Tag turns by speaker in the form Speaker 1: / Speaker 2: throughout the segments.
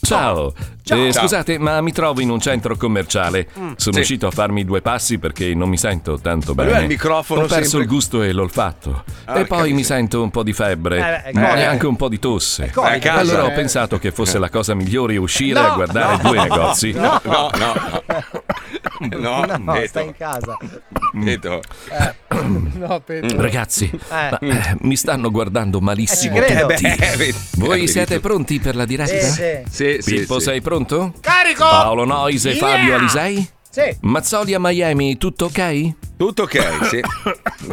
Speaker 1: Ciao. Eh, Scusate, ma mi trovo in un centro commerciale. Sono
Speaker 2: Mm, sì.
Speaker 1: uscito a farmi due passi perché non mi sento tanto
Speaker 2: Ma
Speaker 1: bene.
Speaker 2: lui ha il microfono
Speaker 1: Ho perso
Speaker 2: sempre-
Speaker 1: il gusto e l'olfatto.
Speaker 2: Ah,
Speaker 1: e poi mi sento un po' di febbre
Speaker 3: Eh, beh, è
Speaker 1: e
Speaker 3: Covid.
Speaker 1: anche un po' di tosse.
Speaker 3: Covid. Eh,
Speaker 2: cioè.
Speaker 3: cazzo.
Speaker 1: allora ho
Speaker 3: Eh.
Speaker 1: pensato che fosse la cosa migliore uscire
Speaker 3: No.
Speaker 1: a guardare
Speaker 3: No.
Speaker 1: due negozi.
Speaker 3: No. No,
Speaker 2: No,
Speaker 3: no,
Speaker 2: detto.
Speaker 3: sta in casa.
Speaker 2: Detto.
Speaker 3: No, Pedro.
Speaker 1: Ragazzi,
Speaker 3: Eh.
Speaker 1: ma, eh, mi stanno guardando malissimo.
Speaker 3: Eh, ci credo.
Speaker 1: tutti.
Speaker 2: Eh, beh, vedi,
Speaker 1: Voi
Speaker 2: capito.
Speaker 1: siete pronti per la diretta?
Speaker 3: Sì,
Speaker 2: Sì, sì,
Speaker 1: Pippo,
Speaker 2: sì.
Speaker 1: sei pronto?
Speaker 3: Carico!
Speaker 1: Paolo Nois e Fabio
Speaker 3: Yeah!
Speaker 1: Alisei?
Speaker 3: Sì.
Speaker 1: Mazzoli a Miami, tutto ok?
Speaker 2: Tutto ok, sì.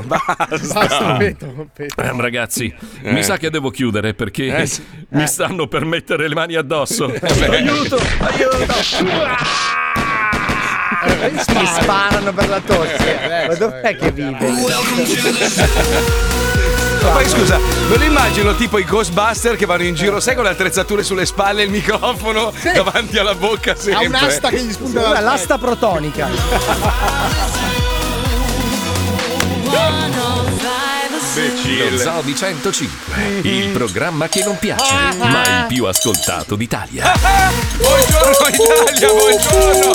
Speaker 3: Basta,
Speaker 2: Basta.
Speaker 3: Pedro. Pedro.
Speaker 1: Eh, ragazzi, mi sa che devo chiudere perché
Speaker 2: Eh,
Speaker 1: mi stanno per mettere le mani addosso.
Speaker 2: Aiuto.
Speaker 3: Mi sparano per la
Speaker 2: Eh,
Speaker 3: tosse. Ma dov'è che vive?
Speaker 2: Poi scusa, me lo immagino tipo i Ghostbuster che vanno in giro, sai, con le attrezzature sulle spalle e il microfono davanti alla bocca sempre.
Speaker 4: gli spunta
Speaker 3: Scusa, L'asta protonica.
Speaker 1: Lo
Speaker 2: Imbecille.
Speaker 1: Zoo di 105, il programma che non piace, ma il più ascoltato d'Italia.
Speaker 2: Buongiorno
Speaker 4: Oh.
Speaker 2: Italia, buongiorno.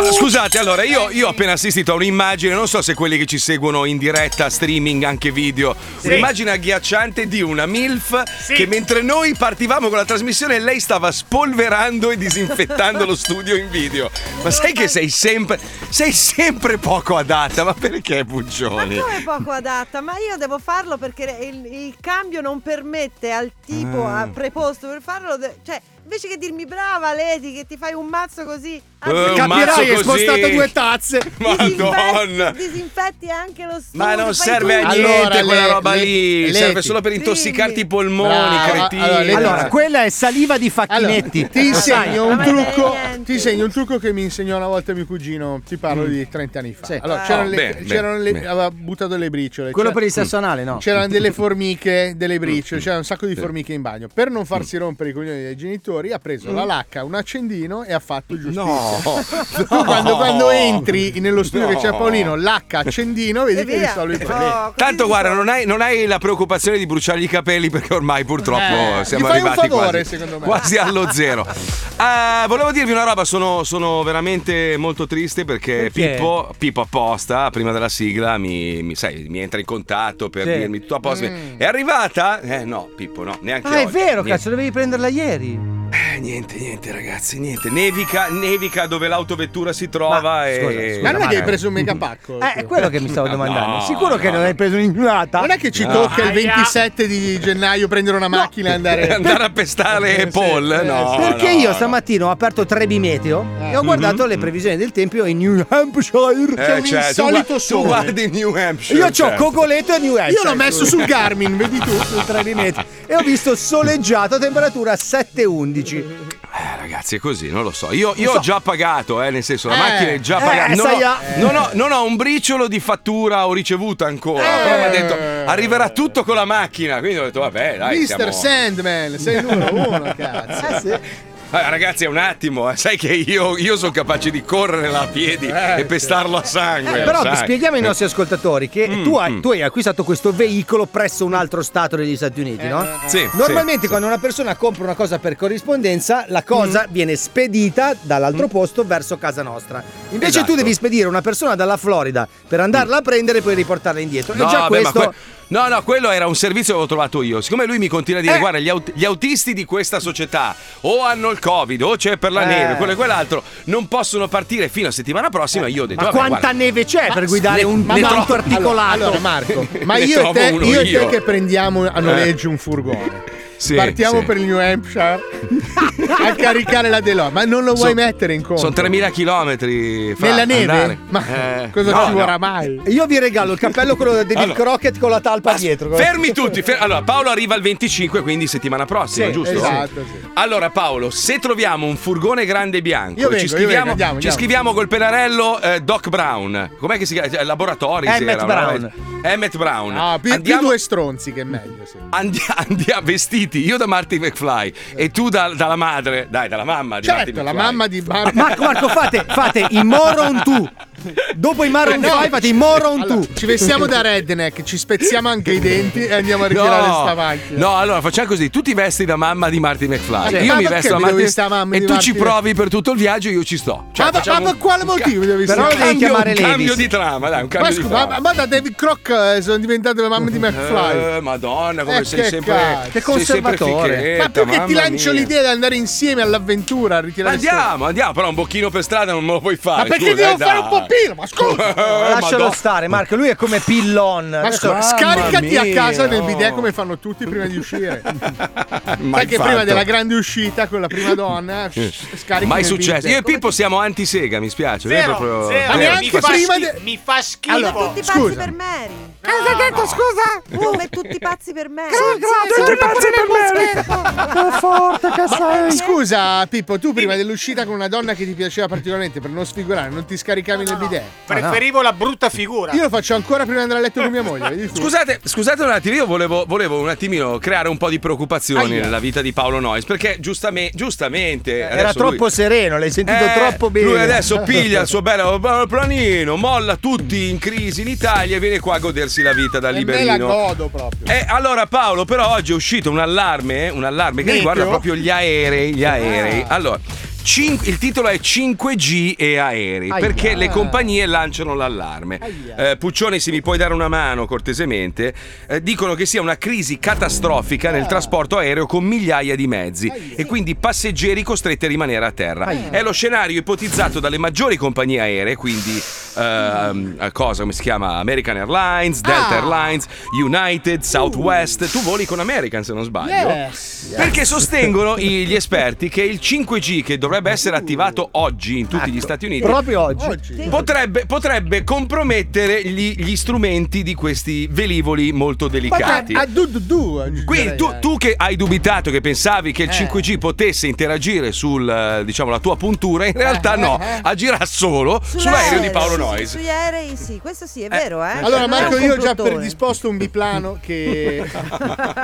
Speaker 2: Ah, scusate, allora io, io ho appena assistito a un'immagine, non so se quelli che ci seguono in diretta, streaming, anche video, un'immagine agghiacciante di una MILF che mentre noi partivamo con la trasmissione lei stava spolverando e disinfettando lo studio in video. Ma sai che sei sempre, sei sempre poco adatta, ma perché Puccioni? Eh,
Speaker 5: Come poco adatta, ma io devo farlo perché il, il cambio non permette al tipo a preposto per farlo. de- cioè, invece che dirmi brava Leti, che ti fai un mazzo così, ah,
Speaker 2: Eh, un
Speaker 5: disinfetti-
Speaker 2: mazzo
Speaker 4: Capirai, hai
Speaker 2: così.
Speaker 4: spostato due tazze.
Speaker 2: Madonna!
Speaker 5: disinfetti anche lo studio.
Speaker 2: Ma non
Speaker 5: fai
Speaker 2: serve a
Speaker 5: tutto.
Speaker 2: niente
Speaker 4: Allora,
Speaker 2: quella
Speaker 4: le-
Speaker 2: roba
Speaker 4: le-
Speaker 2: lì,
Speaker 4: Leti.
Speaker 2: serve solo per intossicarti i polmoni,
Speaker 4: Brava.
Speaker 2: cretini.
Speaker 4: Allora, Leti.
Speaker 3: Allora, Ah, quella è saliva di
Speaker 4: Eh. Allora,
Speaker 3: facchinetti.
Speaker 4: ti
Speaker 3: Lo sai?
Speaker 4: insegno,
Speaker 5: Ma
Speaker 4: un
Speaker 5: non vale
Speaker 4: trucco,
Speaker 5: niente.
Speaker 4: ti insegno un trucco che mi insegnò una volta mio cugino. Ti parlo di 30 anni fa.
Speaker 3: Mm. Sì.
Speaker 4: Allora,
Speaker 5: Ah.
Speaker 4: c'erano le,
Speaker 2: Oh, Bene,
Speaker 4: c'erano
Speaker 2: bene,
Speaker 4: le-
Speaker 2: bene.
Speaker 4: aveva buttato le briciole.
Speaker 3: Quello
Speaker 4: c'era- Mm.
Speaker 3: per il sesso anale, no?
Speaker 4: C'erano delle formiche,
Speaker 2: Mm.
Speaker 4: delle briciole, c'era un sacco di formiche in bagno. Per non farsi rompere i coglioni dai genitori, ha preso
Speaker 2: Mm.
Speaker 4: la lacca, un accendino e ha fatto giustizia. Tu quando, quando entri nello studio che c'è
Speaker 2: No.
Speaker 4: Paolino, lacca, accendino, vedi
Speaker 5: E
Speaker 4: che
Speaker 5: via.
Speaker 4: risolvi i problemi.
Speaker 5: Oh, così
Speaker 2: Tanto
Speaker 5: si
Speaker 2: guarda,
Speaker 5: fa.
Speaker 2: non hai, non hai la preoccupazione di bruciare i capelli perché ormai purtroppo
Speaker 4: Eh,
Speaker 2: siamo
Speaker 4: gli fai un
Speaker 2: arrivati
Speaker 4: favore,
Speaker 2: quasi,
Speaker 4: secondo me.
Speaker 2: quasi allo zero. Eh, volevo dirvi una roba, sono, sono veramente molto triste perché,
Speaker 3: Perché?
Speaker 2: Eh, Pippo, Pippo apposta, prima della sigla, mi, mi- sai, mi entra in contatto per
Speaker 3: Sì.
Speaker 2: dirmi tutto a posto.
Speaker 4: Mm.
Speaker 2: È arrivata? Eh no, Pippo, no, neanche
Speaker 3: Ah, è
Speaker 2: oggi.
Speaker 3: vero,
Speaker 2: Niente.
Speaker 3: cazzo, dovevi prenderla ieri.
Speaker 2: Eh, niente, niente ragazzi, niente. Nevica, nevica dove l'autovettura si trova
Speaker 3: Ma,
Speaker 2: e...
Speaker 3: scusa, scusa,
Speaker 4: Ma non è che hai
Speaker 3: Mare.
Speaker 4: preso un megapacco?
Speaker 3: Eh, è quello che mi stavo domandando.
Speaker 2: No,
Speaker 3: Sicuro che
Speaker 2: Ah, no,
Speaker 3: non hai preso un'ignorata?
Speaker 4: Non è che ci tocca il 27 di gennaio prendere una macchina e andare.
Speaker 2: Eh, Andare a pestare
Speaker 4: Sì,
Speaker 2: Paul?
Speaker 4: eh,
Speaker 2: No.
Speaker 3: Perché
Speaker 2: no,
Speaker 3: io
Speaker 2: no. Mhm.
Speaker 3: stamattina ho aperto Trebimeteo e ho guardato le previsioni del tempo in New Hampshire.
Speaker 2: Eh,
Speaker 4: C'è un
Speaker 2: cioè, tu,
Speaker 4: insolito
Speaker 2: gua- tu
Speaker 4: sole.
Speaker 2: guardi New Hampshire.
Speaker 3: Io ho
Speaker 2: certo.
Speaker 3: Cogoleto e New Hampshire.
Speaker 4: Io l'ho messo sul Garmin, vedi tu.
Speaker 3: sul Trebimeteo e ho visto soleggiato a temperatura 7-11.
Speaker 2: Eh, ragazzi, è così, non lo so. Io, io ho già pagato, eh, nel senso, la
Speaker 4: Eh,
Speaker 2: macchina è già
Speaker 3: eh,
Speaker 2: pagata. Non,
Speaker 3: sai,
Speaker 2: ho,
Speaker 3: eh.
Speaker 2: non ho- non ho un briciolo di fattura o ricevuta
Speaker 3: Eh.
Speaker 2: ancora. Però mi ha detto, arriverà tutto con la macchina. Quindi ho detto, vabbè, dai. siamo-
Speaker 4: Mister Sandman, sei il numero uno, cazzo.
Speaker 2: Eh, ragazzi, è un attimo, eh, sai che io, io sono capace di correre là a piedi e pestarlo a sangue.
Speaker 3: Eh, Però
Speaker 2: lo Eh, sai. Mm,
Speaker 3: spieghiamo ai nostri ascoltatori che tu, hai, tu hai acquistato questo veicolo presso un altro stato degli Stati Uniti, no?
Speaker 2: Eh, Sì, sì.
Speaker 3: Normalmente quando una persona compra una cosa per corrispondenza, la cosa
Speaker 2: Mm.
Speaker 3: viene spedita dall'altro posto verso casa nostra. Invece
Speaker 2: Esatto.
Speaker 3: tu devi spedire una persona dalla Florida per andarla a prendere e poi riportarla indietro. e già
Speaker 2: beh, ma
Speaker 3: questo...
Speaker 2: que- No, no, quello era un servizio che avevo trovato io. Siccome lui mi continua a dire:
Speaker 3: Eh.
Speaker 2: guarda, gli, aut- gli autisti di questa società o hanno il Covid o c'è per la
Speaker 3: Eh.
Speaker 2: neve, quello e quell'altro, non possono partire fino a settimana prossima. Io ho detto:
Speaker 3: Ma
Speaker 2: "Vabbè,
Speaker 3: quanta
Speaker 2: guarda,
Speaker 3: neve c'è per guidare un
Speaker 4: ma- ma-
Speaker 3: auto articolato?
Speaker 4: Allora, Marco, ma
Speaker 2: Ne
Speaker 4: io e,
Speaker 2: trovo
Speaker 4: te,
Speaker 2: uno
Speaker 4: io e te
Speaker 2: io. Eh.
Speaker 4: che prendiamo a noleggio un furgone.
Speaker 2: sì,
Speaker 4: Partiamo
Speaker 2: sì.
Speaker 4: per il New Hampshire a caricare la Delo, ma non lo vuoi mettere in conto?
Speaker 2: Sono 3000 km
Speaker 4: Nella neve? Ma
Speaker 2: Eh,
Speaker 4: cosa ci vorrà mai?
Speaker 3: Io vi regalo il cappello quello da David
Speaker 2: Allora.
Speaker 3: Crockett con la talpa dietro.
Speaker 2: Fermi tutti. fer- allora, Paolo arriva il 25, quindi settimana prossima,
Speaker 3: Sì,
Speaker 2: giusto?
Speaker 4: Esatto, sì.
Speaker 2: Allora Paolo, se troviamo un furgone grande bianco,
Speaker 4: Io vengo,
Speaker 2: ci
Speaker 4: io
Speaker 2: scriviamo,
Speaker 4: vengo, andiamo,
Speaker 2: ci
Speaker 4: andiamo.
Speaker 2: scriviamo col penarello eh, Doc Brown. Com'è che si chiama? Cioè, Laboratori.
Speaker 3: Emmett Brown.
Speaker 2: Emmet Brown.
Speaker 4: Ah, più, più
Speaker 2: andiamo,
Speaker 4: due stronzi che è meglio, sì.
Speaker 2: andi- andiamo vestiti, io da Marty McFly e tu da- dalla madre, dai, dalla mamma di Marty
Speaker 4: Certo, la
Speaker 2: McFly.
Speaker 4: mamma di Marco.
Speaker 3: Marco, Marco, fate, fate i moron tu. Dopo i Maroon 5 fate i Moron
Speaker 4: Allora,
Speaker 3: tu.
Speaker 4: ci vestiamo da redneck, ci spezziamo anche i denti e andiamo a ritirare sta macchina.
Speaker 2: no, allora facciamo così: tu ti vesti da mamma di Marty McFly,
Speaker 4: Cioè,
Speaker 2: io
Speaker 4: ma
Speaker 2: mi
Speaker 4: perché
Speaker 2: vesto da
Speaker 4: mi
Speaker 2: Marty
Speaker 4: devo vestire da mamma
Speaker 2: e
Speaker 4: di
Speaker 2: tu ci
Speaker 4: Marty?
Speaker 2: provi per tutto il viaggio. e Io ci sto. Cioè,
Speaker 4: Ma- ma,
Speaker 2: facciamo
Speaker 4: ma
Speaker 2: un
Speaker 4: quale motivo devi
Speaker 3: Però
Speaker 4: stare?
Speaker 3: devi
Speaker 2: cambio-
Speaker 3: chiamare
Speaker 2: un cambio
Speaker 3: Levis.
Speaker 2: di trama, dai, un
Speaker 4: Ma,
Speaker 2: cambio di
Speaker 4: scu-
Speaker 2: trama.
Speaker 4: ma- ma da David Croc eh, sono diventate le mamme di McFly.
Speaker 2: Eh, Madonna, come
Speaker 4: Eh,
Speaker 2: sei
Speaker 4: che
Speaker 2: sempre.
Speaker 4: cazzo.
Speaker 2: sei
Speaker 3: conservatore.
Speaker 2: sempre
Speaker 4: ma
Speaker 2: fichetta,
Speaker 4: più che ti
Speaker 2: mamma
Speaker 4: lancio
Speaker 2: mia.
Speaker 4: l'idea di andare insieme all'avventura a ritirare sto-
Speaker 2: Andiamo, andiamo, però un bocchino per strada non me lo puoi fare.
Speaker 4: Ma perché
Speaker 2: scusa,
Speaker 4: devo
Speaker 2: eh,
Speaker 4: fare
Speaker 2: dai.
Speaker 4: un poppino? Ma
Speaker 2: Eh,
Speaker 4: scusa!
Speaker 3: Lascialo
Speaker 2: Madonna.
Speaker 3: stare, Marco. Lui è come Pillon.
Speaker 4: Ma
Speaker 3: Adesso-
Speaker 4: scusa, scaricati
Speaker 2: mia,
Speaker 4: a casa nel
Speaker 2: oh.
Speaker 4: bidet come fanno tutti prima di uscire.
Speaker 2: Mai
Speaker 4: Sai che
Speaker 2: fatto. Eh,
Speaker 4: prima della grande uscita con la prima donna, sh- scarichi
Speaker 2: Mai
Speaker 4: nel
Speaker 2: successo.
Speaker 4: bidet.
Speaker 2: Io e Pippo siamo anti-sega, mi spiace.
Speaker 6: Zero,
Speaker 2: Noi proprio-
Speaker 6: zero.
Speaker 2: Vero.
Speaker 4: Ma
Speaker 6: mi,
Speaker 4: neanche
Speaker 6: fa
Speaker 4: prima
Speaker 6: schi-
Speaker 4: de-
Speaker 6: mi fa schifo.
Speaker 4: Allora,
Speaker 5: Tutti pazzi
Speaker 4: scusa.
Speaker 5: per Mary.
Speaker 7: Cosa hai Eh, detto, scusa?
Speaker 5: Come tutti pazzi per Mary.
Speaker 7: Tutti pazzi per me! Che forte che sei!
Speaker 4: Scusa Pippo, tu prima dell'uscita con una donna che ti piaceva particolarmente per non sfigurare, non ti scaricavi nel bidet?
Speaker 6: Preferivo la brutta figura.
Speaker 4: Io lo faccio ancora prima di andare a letto con mia moglie. vedi tu.
Speaker 2: Scusate, scusate un attimo, io volevo, volevo un attimino creare un po' di preoccupazioni
Speaker 4: Aia.
Speaker 2: nella vita di Paolo Noyes, perché giustame- giustamente...
Speaker 3: Era
Speaker 2: adesso lui-
Speaker 3: troppo sereno, l'hai sentito
Speaker 2: Eh,
Speaker 3: troppo bene.
Speaker 2: Lui adesso piglia il suo bello planino, molla tutti in crisi in Italia e viene qua a godersi la vita da
Speaker 4: E me la
Speaker 2: liberino.
Speaker 4: godo proprio.
Speaker 2: Eh, allora Paolo, però oggi è uscito un allarme, eh, un allarme che
Speaker 4: Meteo? Ah.
Speaker 2: riguarda proprio gli aerei, gli aerei. Allora, cin- il titolo è 5G e aerei,
Speaker 4: Aia.
Speaker 2: perché le compagnie lanciano l'allarme.
Speaker 4: Aia.
Speaker 2: Eh, Puccioni, se mi puoi dare una mano cortesemente, eh, dicono che sia una crisi catastrofica nel trasporto aereo con migliaia di mezzi
Speaker 4: Ah. Aia.
Speaker 2: e quindi passeggeri costretti a rimanere a terra. È lo scenario ipotizzato dalle maggiori compagnie aeree, quindi ehm, eh, cosa come si chiama? American Airlines, Delta
Speaker 4: Ah.
Speaker 2: Airlines, United, Southwest. Tu voli con American se non sbaglio.
Speaker 4: Yes.
Speaker 2: Perché sostengono i- gli esperti che il 5G che dovrebbe essere attivato oggi in tutti gli Stati Uniti
Speaker 3: Proprio oggi.
Speaker 4: Ecco. Oggi.
Speaker 2: potrebbe, potrebbe compromettere gli, gli strumenti di questi velivoli molto delicati.
Speaker 4: A Ah, du du du. aggiungerei
Speaker 2: Quindi tu,
Speaker 4: anche.
Speaker 2: tu che hai dubitato, che pensavi che il
Speaker 4: Eh.
Speaker 2: 5G potesse interagire sulla diciamo, la tua puntura, in realtà
Speaker 4: eh,
Speaker 2: no,
Speaker 4: eh.
Speaker 2: agirà solo sull'aereo di Paolo Noyes.
Speaker 5: Sugli aerei sì, questo sì, è vero, eh.
Speaker 4: Allora
Speaker 5: Non è
Speaker 4: Marco
Speaker 5: un
Speaker 4: io ho già
Speaker 5: complottone.
Speaker 4: predisposto un biplano che...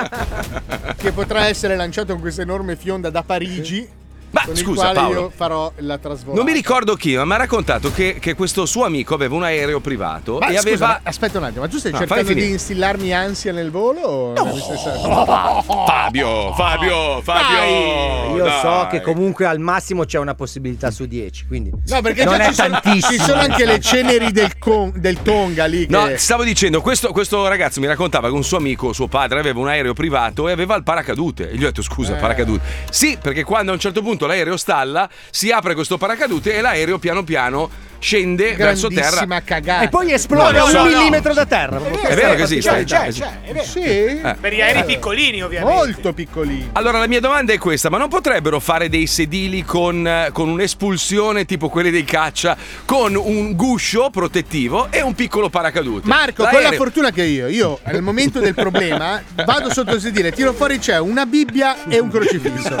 Speaker 4: che potrà essere lanciato con questa enorme fionda da Parigi
Speaker 2: Ma
Speaker 4: con il
Speaker 2: scusa
Speaker 4: quale
Speaker 2: Paolo,
Speaker 4: io farò la trasvolata.
Speaker 2: non mi ricordo chi, ma mi ha raccontato che, che questo suo amico aveva un aereo privato
Speaker 4: Ma
Speaker 2: e
Speaker 4: scusa,
Speaker 2: aveva...
Speaker 4: ma aspetta un attimo, ma tu stai
Speaker 2: No,
Speaker 4: cercando
Speaker 2: fai finire.
Speaker 4: di instillarmi ansia nel volo? O no.
Speaker 2: Fabio, Fabio, Fabio!
Speaker 3: Io so
Speaker 2: dai.
Speaker 3: che comunque al massimo c'è una possibilità su 10, quindi
Speaker 4: No, perché
Speaker 3: non
Speaker 4: già
Speaker 3: è
Speaker 4: ci, sono,
Speaker 3: tantissimo.
Speaker 4: ci sono anche le ceneri del, con- del Tonga lì. Che...
Speaker 2: No, stavo dicendo, questo, questo ragazzo mi raccontava che un suo amico, suo padre, aveva un aereo privato e aveva il paracadute. E gli ho detto, scusa,
Speaker 4: Eh.
Speaker 2: paracadute. Sì, perché quando a un certo punto l'aereo stalla, si apre questo paracadute e l'aereo piano piano scende verso terra.
Speaker 4: grandissima Cioè, cagata.
Speaker 3: E poi esplode
Speaker 2: No,
Speaker 3: a
Speaker 2: no,
Speaker 3: un
Speaker 2: no.
Speaker 3: millimetro da terra.
Speaker 2: È vero che sì, stai Eh,
Speaker 6: c'è,
Speaker 2: sì.
Speaker 6: c'è, è vero.
Speaker 4: Sì?
Speaker 6: Per gli aerei piccolini, ovviamente.
Speaker 4: Molto piccolini.
Speaker 2: Allora la mia domanda è questa, ma non potrebbero fare dei sedili con, eh, con un'espulsione tipo quelli dei caccia, con un guscio protettivo e un piccolo paracadute?
Speaker 4: Marco, con la
Speaker 2: L'aereo-
Speaker 4: fortuna che ho io, io al momento del problema vado sotto il sedile, tiro fuori c'è una Bibbia e un crocifisso.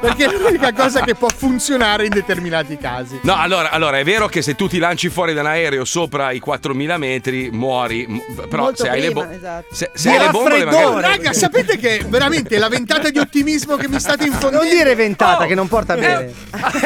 Speaker 4: Perché è l'unica cosa che può funzionare in determinati casi.
Speaker 2: No, allora, allora, è vero che se tu ti lanci fuori da un aereo sopra i 4000 metri muori, m- però
Speaker 5: Molto
Speaker 2: se hai le
Speaker 5: prima,
Speaker 2: bombe...
Speaker 5: esatto.
Speaker 2: Se, se hai le bombole magari...
Speaker 4: Raga, sapete che veramente la ventata di ottimismo che mi state infondendo.
Speaker 3: Non dire ventata
Speaker 2: Oh,
Speaker 3: che non porta bene.
Speaker 2: Eh,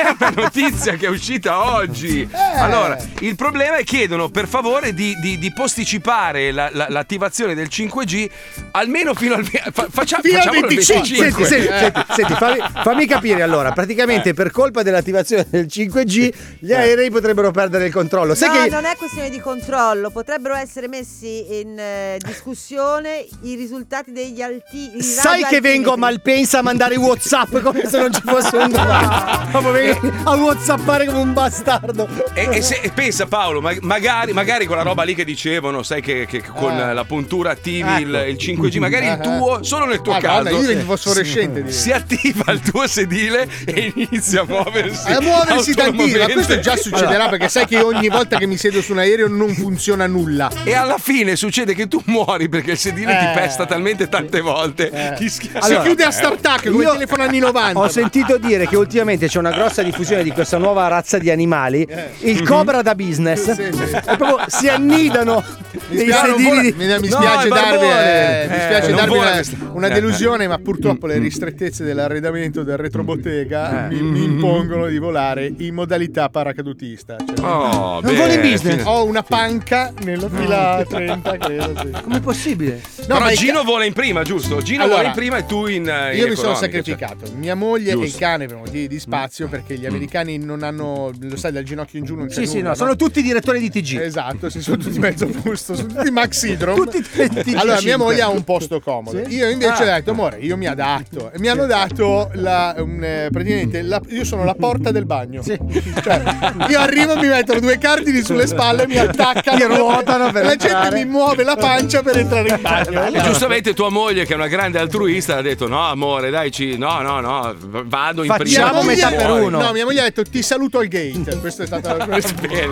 Speaker 2: È una notizia che è uscita oggi.
Speaker 4: Eh.
Speaker 2: Allora, il problema è che chiedono per favore di, di- di posticipare la- la- l'attivazione del 5G almeno fino al fa- faccia-
Speaker 4: Fino al
Speaker 2: facciamolo al Eh.
Speaker 4: 25.
Speaker 2: 25.
Speaker 3: Senti, senti,
Speaker 4: Eh.
Speaker 3: senti, senti, fammi, fammi capire allora,
Speaker 2: Eh.
Speaker 3: praticamente per colpa dell'attivazione del 5G gli aerei potrebbero perdere il controllo. Sai
Speaker 5: no,
Speaker 3: che
Speaker 5: non è questione di controllo, potrebbero essere messi in eh, discussione i risultati degli alti. i
Speaker 3: Sai che
Speaker 5: radioaltimetri.
Speaker 3: vengo a Malpensa a mandare i Whatsapp come se non ci fosse un domani. Proprio
Speaker 4: Eh.
Speaker 3: vengo a Whatsappare come un bastardo.
Speaker 2: E, e se- e pensa Paolo, ma- magari, magari quella roba lì che dicevano, sai che, che con
Speaker 4: Ah.
Speaker 2: la puntura attivi il,
Speaker 4: Ecco.
Speaker 2: il 5G,
Speaker 8: Mm-hmm.
Speaker 2: magari il
Speaker 8: Eh,
Speaker 4: Ah,
Speaker 2: tuo, solo nel tuo
Speaker 4: Ah,
Speaker 2: caso,
Speaker 4: guarda, io divento fosforescente. direi.
Speaker 2: si attiva il tuo sedile e inizia a muoversi.
Speaker 4: a muoversi tantissimo, ma
Speaker 2: autonomamente.
Speaker 4: questo già succederà perché sai che ogni volta che mi siedo su un aereo non funziona nulla.
Speaker 2: E alla fine succede che tu muori perché il sedile ti
Speaker 4: Eh.
Speaker 2: pesta talmente tante volte. Chi schia-
Speaker 4: si chiude a startup come
Speaker 3: io-
Speaker 4: telefono anni Eh. 90.
Speaker 3: Ho sentito dire che ultimamente c'è una grossa diffusione di questa nuova razza di animali, il cobra da business.
Speaker 4: Eh. Mhm. Sì, sì.
Speaker 3: E proprio si annidano nei
Speaker 4: spiace,
Speaker 3: sedili.
Speaker 4: non
Speaker 3: di-
Speaker 4: vuole- mi- mi
Speaker 3: No,
Speaker 4: spiace darvi,
Speaker 3: è barbone.
Speaker 4: eh, mi spiace piace
Speaker 2: Non
Speaker 4: darvi
Speaker 2: vuole
Speaker 4: una,
Speaker 2: questa-
Speaker 4: una
Speaker 2: Eh, Mm.
Speaker 4: delusione, ma purtroppo le ristrettezze dell'arredamento del retrobottega
Speaker 2: Eh.
Speaker 4: mi, mi
Speaker 2: Mm.
Speaker 4: impongono di volare in modalità paracadutista. Cioè,
Speaker 2: Oh,
Speaker 3: Non
Speaker 2: beh,
Speaker 3: vuole in business.
Speaker 2: fine-
Speaker 4: Ho una panca nella fila 30, credo. Sì.
Speaker 3: Com'è possibile?
Speaker 4: No,
Speaker 2: Però
Speaker 4: ma i ca-
Speaker 2: Gino vola in prima, giusto? Gino
Speaker 4: Allora,
Speaker 2: vola in prima e tu in. eh, in
Speaker 4: Io mi sono cioè.
Speaker 2: economica,
Speaker 4: sacrificato. Mia moglie e il
Speaker 2: Giusto.
Speaker 4: cane per motivi di spazio, perché gli americani non hanno. Lo sai, dal ginocchio in giù non c'è
Speaker 3: Sì, sì,
Speaker 4: nulla,
Speaker 3: no, sono tutti direttori di TG.
Speaker 4: Esatto, si sono tutti mezzo fusto, sono tutti maxidrom.
Speaker 3: Tutti TG5.
Speaker 4: Allora, mia moglie ha un posto comodo.
Speaker 3: Sì?
Speaker 4: Io invece
Speaker 3: Ah.
Speaker 4: ho detto, amore, io mi adatto. E mi hanno dato la, un, eh, praticamente la- io sono la porta del bagno.
Speaker 3: Sì.
Speaker 4: Cioè, io arrivo, mi mettono due cardini sulle spalle, mi attaccano.
Speaker 3: Ti ruotano per
Speaker 4: La
Speaker 3: entrare.
Speaker 4: gente mi muove la pancia per entrare in bagno.
Speaker 2: cioè. E giustamente tua moglie, che è una grande altruista, ha detto: No, amore, dai, ci... no, no, no, v- vado in
Speaker 3: Facciamo
Speaker 2: prima.
Speaker 3: metà per
Speaker 2: Fuori.
Speaker 3: uno.
Speaker 4: No, mia moglie ha detto ti saluto al gate. Questa è stata la
Speaker 2: Bene.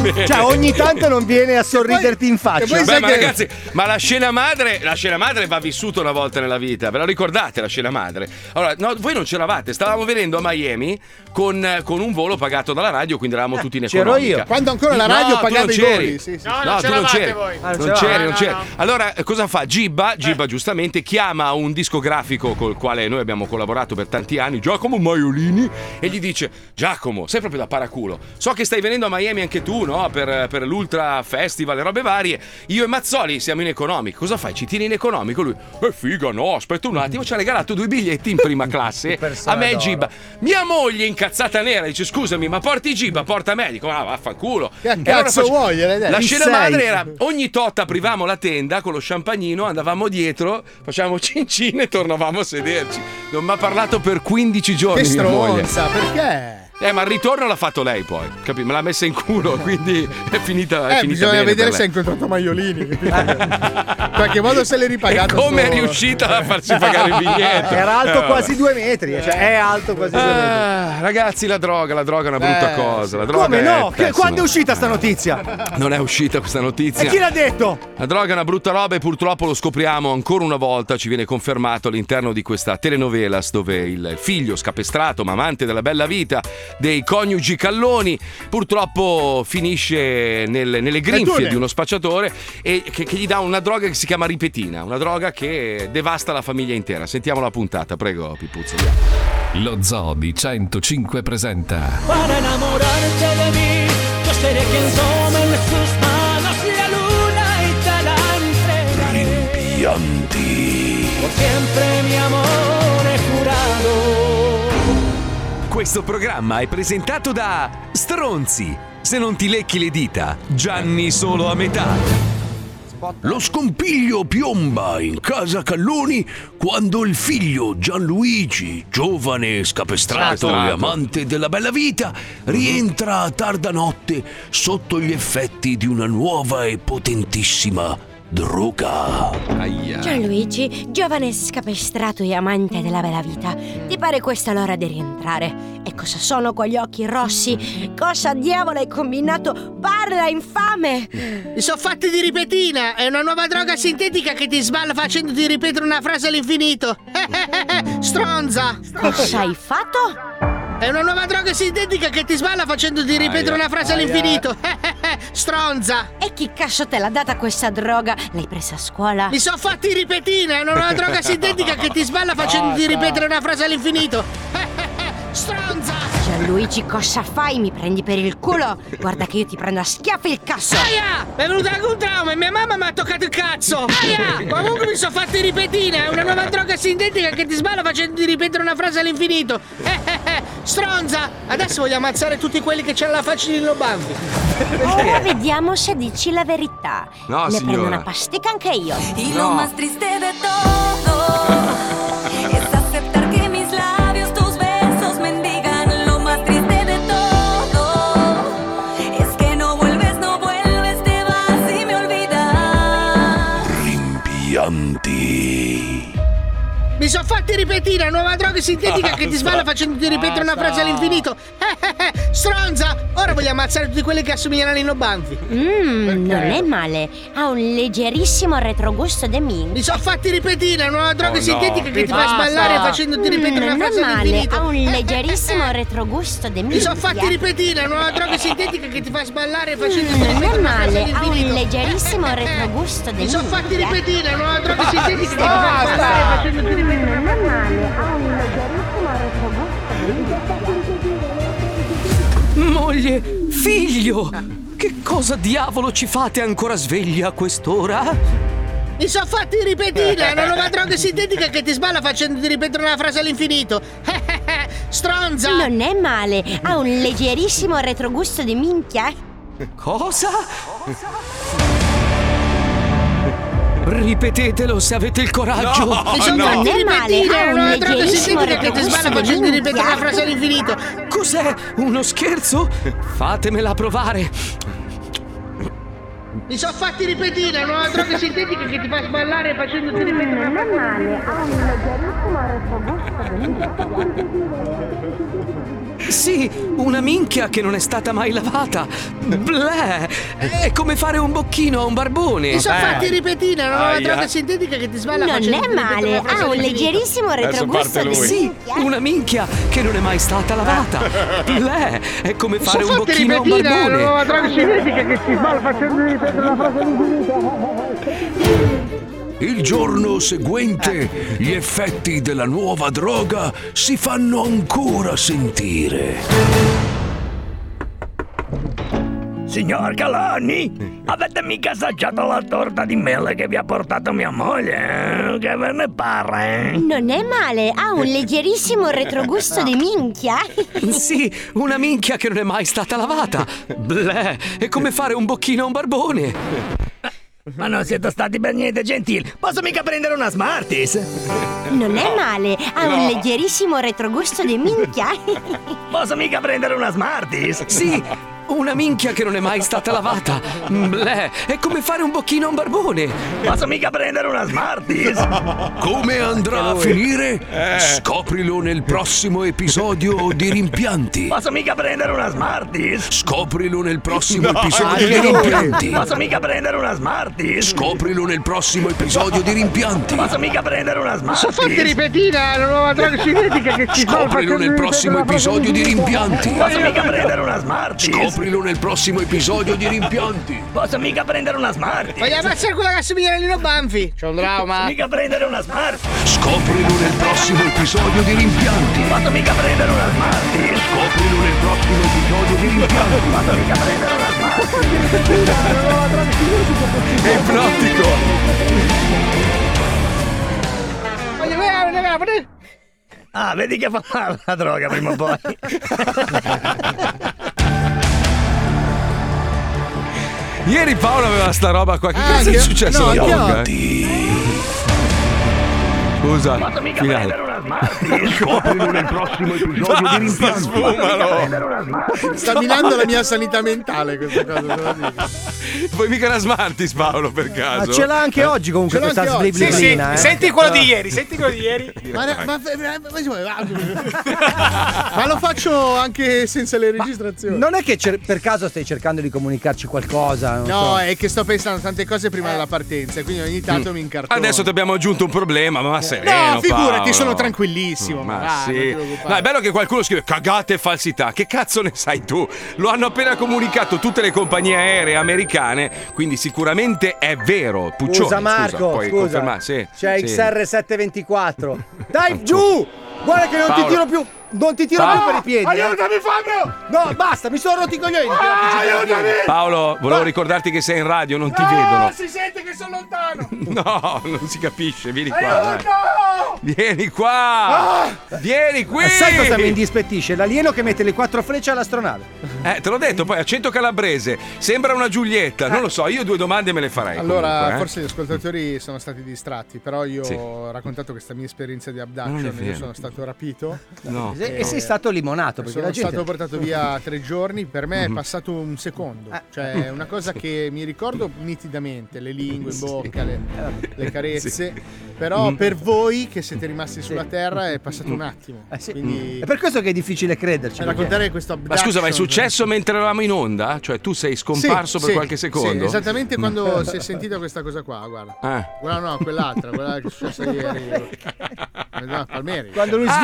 Speaker 2: Bene.
Speaker 3: Cioè, ogni tanto non viene a sorriderti in
Speaker 4: e poi sai
Speaker 3: faccia.
Speaker 2: Beh, ma
Speaker 4: che-
Speaker 2: ragazzi, ma la scena madre, la scena madre va vissuta una volta nella vita, ve la ricordate la scena madre? Allora, no, voi non c'eravate, stavamo venendo a Miami con, eh, con un volo pagato dalla radio, quindi eravamo tutti in
Speaker 3: c'ero
Speaker 2: economica.
Speaker 3: io.
Speaker 4: Eh, Quando ancora la radio
Speaker 2: No,
Speaker 4: pagava
Speaker 2: tu
Speaker 4: i
Speaker 2: non c'eri.
Speaker 4: voli. Sì, sì.
Speaker 9: No,
Speaker 2: No,
Speaker 9: non
Speaker 2: tu
Speaker 9: c'eravate
Speaker 2: non c'eri.
Speaker 9: voi.
Speaker 3: Ah,
Speaker 2: Non
Speaker 3: c'era.
Speaker 2: c'eri, non
Speaker 9: No,
Speaker 2: c'eri.
Speaker 9: no.
Speaker 2: Allora, eh, cosa fa? Gibba, Gibba giustamente chiama un discografico col quale noi abbiamo collaborato per tanti anni, Giacomo Maiolini, e gli dice: Giacomo, sei proprio da paraculo. So che stai venendo a Miami anche tu, no? Per, per l'Ultra Festival e robe varie. Io e Mazzoli siamo in economico. Cosa fai? Ci tieni in economico? Lui, eh figa, no, aspetta un attimo. Ci ha regalato due biglietti in prima classe a me e Gibba. Mia moglie, incazzata nera, dice: Scusami, ma porti Gibba, porta me. Dico, ma vaffanculo.
Speaker 4: Che
Speaker 2: E allora
Speaker 4: cazzo
Speaker 2: faccio-
Speaker 4: vuoi? Gliel'hai detto?
Speaker 2: La
Speaker 3: Chi
Speaker 2: scena
Speaker 3: sei?
Speaker 2: madre era ogni tot aprivamo la tenda con lo champagnino, andavamo dietro, facevamo cin cin e tornavamo a sederci. Non mi ha parlato per 15 giorni.
Speaker 4: Che
Speaker 2: mia moglie.
Speaker 4: stronza, perché?
Speaker 2: Eh, ma il ritorno l'ha fatto lei poi, capi? Me l'ha messa in culo, quindi è finita. è
Speaker 4: Eh,
Speaker 2: finita
Speaker 4: bisogna
Speaker 2: bene
Speaker 4: vedere
Speaker 2: per
Speaker 4: se
Speaker 2: lei.
Speaker 4: ha incontrato Maiolini. capito? In qualche modo se l'è
Speaker 2: E
Speaker 4: ripagato.
Speaker 2: come è
Speaker 4: sto-
Speaker 2: riuscita a farsi pagare il biglietto?
Speaker 3: Era alto
Speaker 2: Eh,
Speaker 3: quasi due metri, cioè è alto quasi due metri.
Speaker 2: Ah, ragazzi, la droga, la droga è una brutta
Speaker 4: Eh,
Speaker 2: cosa. La droga
Speaker 3: Come
Speaker 2: è
Speaker 3: no? Che-
Speaker 2: pessima.
Speaker 3: quando è uscita sta notizia?
Speaker 2: Non è uscita questa notizia.
Speaker 3: E chi l'ha detto?
Speaker 2: La droga è una brutta roba e purtroppo lo scopriamo ancora una volta, ci viene confermato all'interno di questa telenovelas dove il figlio scapestrato ma amante della bella vita dei coniugi Calloni purtroppo finisce nel- nelle grinfie
Speaker 4: Cantone.
Speaker 2: di uno spacciatore e che, che gli dà una droga che si chiama ripetina, una droga che devasta la famiglia intera. Sentiamo la puntata, prego Pipuzzo. andiamo.
Speaker 1: Lo Zoo di 105 presenta
Speaker 8: para enamorarte de mí. Yo seré quien tome en sus manos la luna y te la entregaré. Por siempre, mi amor, he jurado.
Speaker 10: Questo programma è presentato da Stronzi. Se non ti lecchi le dita, Gianni solo a metà.
Speaker 11: Lo scompiglio piomba in casa Calloni quando il figlio Gianluigi, giovane scapestrato e
Speaker 2: Scapestrato.
Speaker 11: amante della bella vita, rientra a tarda notte sotto gli effetti di una nuova e potentissima droga.
Speaker 12: Cioè, Gianluigi, giovane scapestrato e amante della bella vita, ti pare questa l'ora di rientrare? E cosa sono quegli occhi rossi? Cosa diavolo hai combinato? Parla, infame!
Speaker 8: Sono fatti di ripetina. È una nuova droga sintetica che ti sballa facendoti ripetere una frase all'infinito. Stronza.
Speaker 12: Cosa hai fatto?
Speaker 8: È una nuova droga sintetica che ti sballa facendoti ripetere una frase all'infinito. Stronza.
Speaker 12: E chi cazzo te l'ha data questa droga? L'hai presa a scuola?
Speaker 8: Mi sono fatti ripetina, è una nuova droga sintetica che ti sballa facendoti ripetere una frase all'infinito. Stronza!
Speaker 12: Gianluigi, cosa fai? Mi prendi per il culo? Guarda che io ti prendo a schiaffi il cazzo!
Speaker 8: Aia! È venuta anche un trauma e mia mamma mi ha toccato il cazzo! Aia! Comunque mi sono fatti ripetina, è una nuova droga sintetica che ti sballa facendoti ripetere una frase all'infinito. Stronza! Adesso voglio ammazzare tutti quelli che c'hanno la faccia di Lino Banfi.
Speaker 12: Ora vediamo se dici la verità.
Speaker 2: No,
Speaker 12: ne prendo
Speaker 2: signora.
Speaker 12: una pastica anche io.
Speaker 13: Y lo más triste de todo es aceptar que mis labios, tus besos mendigan. Lo más triste de todo es que no vuelves, no vuelves, te vas y me olvidas.
Speaker 11: Rimpianti.
Speaker 8: Mi sono fatti ripetire la nuova droga sintetica che ti sballa facendoti ripetere una frase all'infinito. Eh, Stronza! Ora voglio ammazzare tutti quelli che assomigliano a Lino Banfi.
Speaker 12: Mmm, non è male. Ha un leggerissimo retrogusto de min.
Speaker 8: Mi sono fatti ripetire la nuova droga
Speaker 2: Oh, no.
Speaker 8: sintetica che ti fa
Speaker 2: Basta.
Speaker 8: sballare facendoti ripetere
Speaker 12: Mm,
Speaker 8: una
Speaker 12: non è
Speaker 8: frase
Speaker 12: male,
Speaker 8: all'infinito. Eh,
Speaker 12: ha un leggerissimo retrogusto de
Speaker 8: Mi sono
Speaker 12: minchia.
Speaker 8: fatti ripetire la nuova droga sintetica che ti fa sballare
Speaker 12: Mm,
Speaker 8: facendoti
Speaker 12: non è
Speaker 8: ripetere una frase
Speaker 12: male, ha
Speaker 8: all'infinito. Eh,
Speaker 12: un leggerissimo retrogusto eh. de
Speaker 8: Mi sono
Speaker 12: minchia.
Speaker 8: fatti ripetire la nuova droga sintetica che
Speaker 14: moglie. Figlio! Che cosa diavolo ci fate ancora sveglia a quest'ora?
Speaker 8: Mi sono fatti ripetire, è una nuova droga sintetica che ti sballa facendoti ripetere una frase all'infinito. Stronza!
Speaker 12: Non è male, ha un leggerissimo retrogusto di minchia.
Speaker 14: Cosa? Ripetetelo se avete il coraggio.
Speaker 12: No, Mi sono no. fatti
Speaker 8: Ti ripetire, è una droga
Speaker 12: leggerissimo
Speaker 8: sintetica che ti
Speaker 14: retrogusto
Speaker 8: sballa
Speaker 14: di
Speaker 8: facendoti ripetere una
Speaker 14: minchia.
Speaker 8: frase all'infinito.
Speaker 14: Cos'è? Uno scherzo? Fatemela provare.
Speaker 8: Mi sono fatti ripetire, è una nuova droga sintetica che ti fa sballare facendoti ripetere una frase
Speaker 12: Ah,
Speaker 14: Sì, una minchia che non è stata mai lavata. Bleh! È come fare un bocchino a un barbone.
Speaker 8: Ti sono fatti ripetire, è una nuova
Speaker 14: Aia.
Speaker 8: droga sintetica che ti sballa
Speaker 12: Non
Speaker 8: facendoti
Speaker 12: è
Speaker 8: ripetere
Speaker 12: male,
Speaker 8: una frase
Speaker 12: ha un
Speaker 8: all'infinito.
Speaker 12: leggerissimo retrogusto di
Speaker 14: Sì,
Speaker 12: minchia.
Speaker 14: una minchia che non è mai stata lavata. Bleh! È come
Speaker 8: Mi
Speaker 14: fare un
Speaker 8: sono fatti
Speaker 14: bocchino a un
Speaker 8: ripetire, è una nuova
Speaker 14: barbone.
Speaker 8: droga sintetica che ti sballa facendoti ripetere una frase all'infinito.
Speaker 11: Il giorno seguente gli effetti della nuova droga si fanno ancora sentire.
Speaker 15: Signor Caloni, avete mica assaggiato la torta di mele che vi ha portato mia moglie? eh? Che ve ne pare? eh?
Speaker 12: Non è male, ha un leggerissimo retrogusto di minchia.
Speaker 14: Sì, una minchia che non è mai stata lavata. Bleh! È come fare un bocchino a un barbone.
Speaker 15: Ma non siete stati per niente gentili. Posso mica prendere una Smarties?
Speaker 12: Non è male, ha un
Speaker 15: No.
Speaker 12: leggerissimo retrogusto di minchia.
Speaker 15: Posso mica prendere una Smarties?
Speaker 14: Sì, una minchia che non è mai stata lavata. Bleh, è come fare un bocchino a un barbone.
Speaker 15: Posso mica prendere una Smarties?
Speaker 11: Come andrà a
Speaker 15: Eh.
Speaker 11: finire? Scoprilo nel prossimo episodio di Rimpianti.
Speaker 15: Posso mica prendere una Smarties?
Speaker 11: Scoprilo nel prossimo
Speaker 15: No,
Speaker 11: episodio di
Speaker 15: no.
Speaker 11: Rimpianti.
Speaker 15: Posso mica prendere una Smarties?
Speaker 11: Scoprilo nel prossimo episodio di Rimpianti.
Speaker 15: Posso mica prendere una
Speaker 8: Mi sono fatti
Speaker 15: Smarties?
Speaker 8: ripetire, è una nuova droga sintetica che ti sballa
Speaker 11: Scoprilo
Speaker 8: facendoti
Speaker 11: nel prossimo
Speaker 8: ripetere una frase
Speaker 11: episodio di
Speaker 8: all'infinito.
Speaker 11: Rimpianti.
Speaker 15: Posso mica prendere una Smarties?
Speaker 11: Scoprilo nel prossimo episodio di Rimpianti.
Speaker 15: Posso mica prendere una Smarties?
Speaker 8: Voglio ammazzare quella che assomiglia a Lino Banfi. C'è un trauma.
Speaker 15: Mica prendere una Smarties?
Speaker 11: Scoprilo nel prossimo episodio di Rimpianti.
Speaker 15: Posso mica prendere una Smarties?
Speaker 11: Scoprilo nel prossimo episodio di Rimpianti.
Speaker 15: Posso mica prendere una
Speaker 2: È ipnotico.
Speaker 8: Voglio vedere,
Speaker 15: Ah, vedi che fa male la droga prima o poi.
Speaker 2: Ieri Paolo aveva sta roba qua. Che
Speaker 15: Ah,
Speaker 2: cazzo è
Speaker 15: anch'io-
Speaker 2: successo
Speaker 15: no,
Speaker 2: alla
Speaker 15: anch'io.
Speaker 2: droga? eh? Scusa,
Speaker 15: Posso mica prendere
Speaker 2: finale.
Speaker 15: una Smarties?
Speaker 11: Scoprilo nel prossimo episodio di Rimpianti.
Speaker 4: Sta minando la mia sanità mentale questa cosa, te lo dico.
Speaker 2: Vuoi mica la Smartis Paolo per caso?
Speaker 3: Ma Ah, ce l'ha
Speaker 2: Eh.
Speaker 3: anche oggi comunque
Speaker 4: Ce l'ho
Speaker 3: questa
Speaker 4: anche oggi.
Speaker 16: Sì, sì,
Speaker 3: sbliblina. eh.
Speaker 16: senti quello di ieri, senti quello di ieri.
Speaker 4: Ma, ma- ma- ma lo faccio anche senza le registrazioni.
Speaker 3: Non è che cer- per caso stai cercando di comunicarci qualcosa? non
Speaker 4: No,
Speaker 3: so.
Speaker 4: è che sto pensando tante cose prima della partenza, quindi ogni tanto mi incartono.
Speaker 2: Adesso ti abbiamo aggiunto un problema, ma sereno
Speaker 4: No, figurati,
Speaker 2: Paolo.
Speaker 4: sono tranquillissimo.
Speaker 2: Mm, Ma
Speaker 4: va, non
Speaker 2: sì.
Speaker 4: ti preoccupare.
Speaker 2: No, è bello che qualcuno scrive cagate e falsità. Che cazzo ne sai tu? Lo hanno appena comunicato tutte le compagnie aeree americane, quindi sicuramente è vero. Puccioni,
Speaker 3: Scusa Marco,
Speaker 2: puoi
Speaker 3: scusa.
Speaker 2: confermare? Sì,
Speaker 3: C'è
Speaker 2: sì.
Speaker 3: XR724. Dai giù! Guarda che non
Speaker 2: Paolo.
Speaker 3: ti tiro più! Non ti tiro
Speaker 2: Paolo.
Speaker 3: più per i piedi! eh.
Speaker 17: Aiutami, Fabio!
Speaker 3: No, basta, mi sono rotti i coglioni!
Speaker 2: Paolo, volevo ricordarti che sei in radio, non ti
Speaker 17: No,
Speaker 2: vedono.
Speaker 17: Ah,
Speaker 11: Ah!
Speaker 17: si sente che sono lontano!
Speaker 2: No, non si capisce. Vieni qua. dai.
Speaker 17: Aiuto!
Speaker 2: Vieni qua! Vieni qui!
Speaker 3: Ma sai cosa mi indispettisce? L'alieno che mette le quattro frecce all'astronave.
Speaker 2: Eh, te l'ho detto, poi accento calabrese. Sembra una Giulietta, non lo so, io due domande me le farei.
Speaker 4: Allora,
Speaker 2: comunque, eh.
Speaker 4: forse gli ascoltatori sono stati distratti, però io
Speaker 2: Sì.
Speaker 4: ho raccontato questa mia esperienza di
Speaker 2: Non è
Speaker 4: abduction,
Speaker 2: vero.
Speaker 4: io sono stato rapito. Eh,
Speaker 2: No.
Speaker 3: E, e sei stato limonato perché
Speaker 4: sono
Speaker 3: la gente...
Speaker 4: stato portato via tre giorni, per me è
Speaker 3: Mhm.
Speaker 4: passato un secondo.
Speaker 3: Ah.
Speaker 4: Cioè, è una cosa che mi ricordo nitidamente: le lingue in
Speaker 3: Sì.
Speaker 4: bocca, le,
Speaker 3: Eh.
Speaker 4: le carezze.
Speaker 3: Sì.
Speaker 4: Però
Speaker 3: Mm.
Speaker 4: per voi che siete rimasti sulla terra è passato un attimo.
Speaker 3: Eh,
Speaker 4: Quindi
Speaker 3: È per questo che è difficile crederci.
Speaker 4: cioè,
Speaker 3: perché-
Speaker 4: raccontare questo
Speaker 2: Ma scusa, ma è
Speaker 4: abduction-
Speaker 2: successo mentre eravamo in onda? Cioè, tu sei
Speaker 4: Sì,
Speaker 2: scomparso per
Speaker 4: sì,
Speaker 2: qualche
Speaker 4: sì,
Speaker 2: secondo?
Speaker 4: esattamente
Speaker 2: Mm.
Speaker 4: quando si è sentita questa cosa qua, guarda.
Speaker 2: Eh.
Speaker 4: Guarda, no, quell'altra, quella che è successa ieri. No, Palmieri.
Speaker 3: Quando lui
Speaker 2: Ah,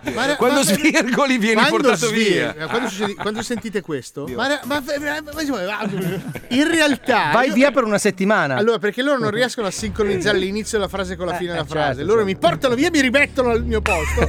Speaker 4: svirgola
Speaker 2: quando svirgoli vieni portato via.
Speaker 4: Quando, succede- quando sentite questo, ma, ma- ma- ma- in realtà
Speaker 3: Vai
Speaker 4: io-
Speaker 3: via per una settimana.
Speaker 2: Ah.
Speaker 4: allora, perché loro non riescono a sincronizzare l'inizio della frase con la alla fine
Speaker 3: Eh,
Speaker 4: della
Speaker 3: eh,
Speaker 4: frase.
Speaker 3: certo,
Speaker 4: Loro
Speaker 3: certo.
Speaker 4: mi portano via e mi rimettono al mio posto.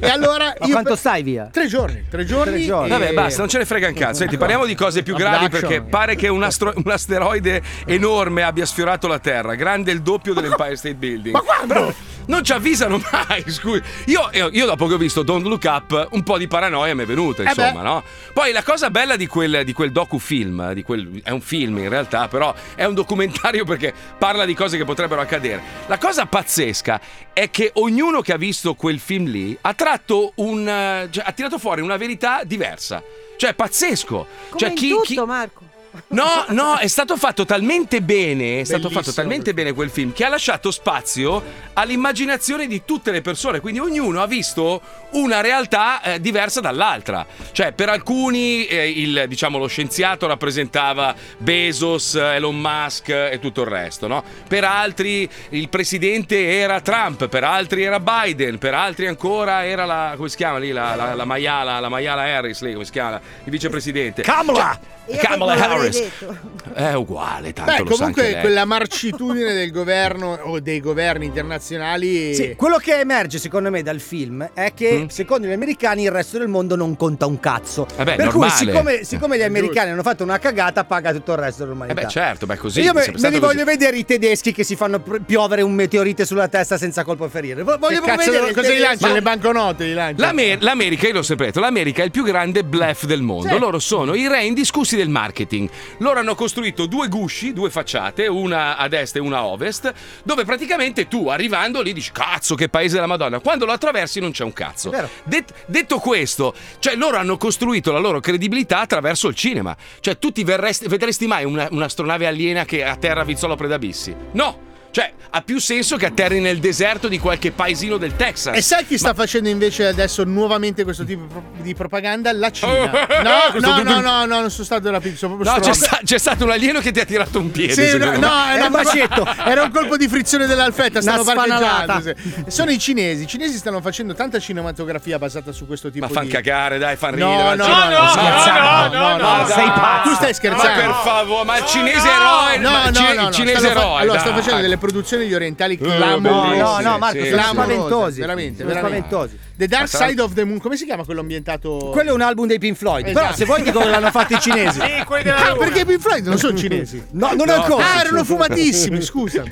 Speaker 4: E allora
Speaker 3: Ma
Speaker 4: io
Speaker 3: quanto
Speaker 4: per-
Speaker 3: stai via?
Speaker 4: Tre giorni, tre giorni. e-
Speaker 2: Vabbè, basta, non ce ne frega un cazzo. Senti, parliamo di cose più gravi
Speaker 4: Abduction.
Speaker 2: perché pare che un, astro- un asteroide enorme abbia sfiorato la Terra, grande il doppio dell'Empire State Building. Ma quando? non ci avvisano mai, scusi. Io, io- io dopo che ho visto Don't Look Up, un po' di paranoia mi è venuta,
Speaker 18: Eh beh.
Speaker 2: insomma, no? Poi la cosa bella di quel, di quel docufilm, di quel- è un film in realtà, però è un documentario perché parla di cose che potrebbero accadere. La cosa pazzesca è che ognuno che ha visto quel film lì ha tratto un. eh, cioè, ha tirato fuori una verità diversa. Cioè, è pazzesco.
Speaker 5: Come
Speaker 2: cioè,
Speaker 5: in
Speaker 2: chi-
Speaker 5: tutto,
Speaker 2: chi-
Speaker 5: Marco.
Speaker 2: No, no, è stato fatto talmente bene, è stato
Speaker 5: Bellissimo
Speaker 2: fatto talmente bene quel film che ha lasciato spazio all'immaginazione di tutte le persone, quindi ognuno ha visto una realtà eh, diversa dall'altra. Cioè, per alcuni eh, il, diciamo, lo scienziato rappresentava Bezos, eh, Elon Musk eh, e tutto il resto, no? Per altri il presidente era Trump, per altri era Biden, per altri ancora era la come si chiama lì la, la- la maiala, la maiala Harris lì, come si chiama? Il vicepresidente.
Speaker 4: Kamala!
Speaker 2: Cioè,
Speaker 5: Io che
Speaker 2: Kamala
Speaker 5: non l'avrei
Speaker 2: Harris.
Speaker 5: detto.
Speaker 2: È uguale, tanto
Speaker 4: Beh,
Speaker 2: lo sa anche
Speaker 4: comunque
Speaker 2: lei.
Speaker 4: quella marcitudine del governo o dei governi internazionali.
Speaker 3: Sì, quello che emerge secondo me dal film è che secondo gli americani il resto del mondo non conta un cazzo.
Speaker 2: Mm. Eh beh,
Speaker 3: per
Speaker 2: normale.
Speaker 3: cui siccome, siccome gli americani hanno fatto una cagata paga tutto il resto
Speaker 2: Eh
Speaker 3: dell'umanità.
Speaker 2: beh, certo, beh, così.
Speaker 3: Io
Speaker 2: è
Speaker 3: me,
Speaker 2: sempre
Speaker 3: me
Speaker 2: stato
Speaker 3: li
Speaker 2: così.
Speaker 3: voglio vedere i tedeschi che si fanno pr- piovere un meteorite sulla testa senza colpo ferire. Vo- Voglio
Speaker 4: Che cazzo,
Speaker 3: vedere il
Speaker 4: cosa gli
Speaker 3: tedesco-
Speaker 4: lanciano? Le banconote gli lanciano.
Speaker 2: L'Amer- L'America, io l'ho sempre detto, l'America è il più grande bluff del mondo.
Speaker 4: Sì.
Speaker 2: Loro sono i re indiscussi del marketing. Loro hanno costruito due gusci, due facciate, una a destra e una a ovest, dove praticamente tu arrivando lì dici cazzo che paese della Madonna. Quando lo attraversi non c'è un cazzo. Det- detto questo, cioè loro hanno costruito la loro credibilità attraverso il cinema. Cioè tu ti verresti, vedresti mai una- un'astronave aliena che atterra a Vizzolo Predabissi? No! Cioè, ha più senso che atterri nel deserto di qualche paesino del Texas.
Speaker 4: E sai chi sta facendo invece adesso nuovamente questo tipo pro- di propaganda? La Cina. No,
Speaker 2: Oh, Questo
Speaker 4: no,
Speaker 2: tutto-
Speaker 4: no, no, no, non sono stato della pizza, sono proprio
Speaker 2: No, c'è,
Speaker 4: stronzo.
Speaker 2: sta- c'è stato un alieno che ti ha tirato un piede.
Speaker 4: Sì, no,
Speaker 2: secondo me.
Speaker 4: no, era un bacetto, era un colpo di frizione dell'alfetta, stanno
Speaker 2: Una
Speaker 4: parcheggiando.
Speaker 2: spanalata.
Speaker 4: sì. Sono i cinesi, i cinesi stanno facendo tanta cinematografia basata su questo tipo
Speaker 2: Ma fan
Speaker 4: di
Speaker 2: cagare, dai, fan
Speaker 4: No,
Speaker 2: ridere.
Speaker 4: no,
Speaker 2: ma-
Speaker 4: no, no,
Speaker 2: scherzando.
Speaker 4: no, no, no, sei pazzo. Tu stai scherzando.
Speaker 2: Ma per favore, ma il cinese eroe.
Speaker 4: No,
Speaker 2: ma
Speaker 4: no,
Speaker 2: il cine-
Speaker 4: no, no,
Speaker 2: il cinese
Speaker 4: stanno fa-
Speaker 2: eroe.
Speaker 4: allora,
Speaker 2: dai.
Speaker 4: sto facendo delle produzioni di orientali
Speaker 2: Eh,
Speaker 4: clamorose.
Speaker 2: bellissime, No, no, Marco, sì, sono sì.
Speaker 3: spaventosi.
Speaker 4: Veramente,
Speaker 3: Sono
Speaker 4: veramente.
Speaker 3: spaventosi.
Speaker 4: The Dark
Speaker 3: Ma sarà-
Speaker 4: Side of the Moon, come si chiama quello ambientato?
Speaker 3: Quello è un album dei Pink Floyd. Però
Speaker 4: Esatto.
Speaker 3: se vuoi dico dove l'hanno fatto i cinesi.
Speaker 4: Sì, quelli della
Speaker 3: Ah,
Speaker 4: Luna.
Speaker 3: perché
Speaker 4: i Pink Floyd non sono cinesi.
Speaker 3: No, non
Speaker 2: No.
Speaker 3: ancora.
Speaker 2: Ah, erano
Speaker 4: fumatissimi, scusami.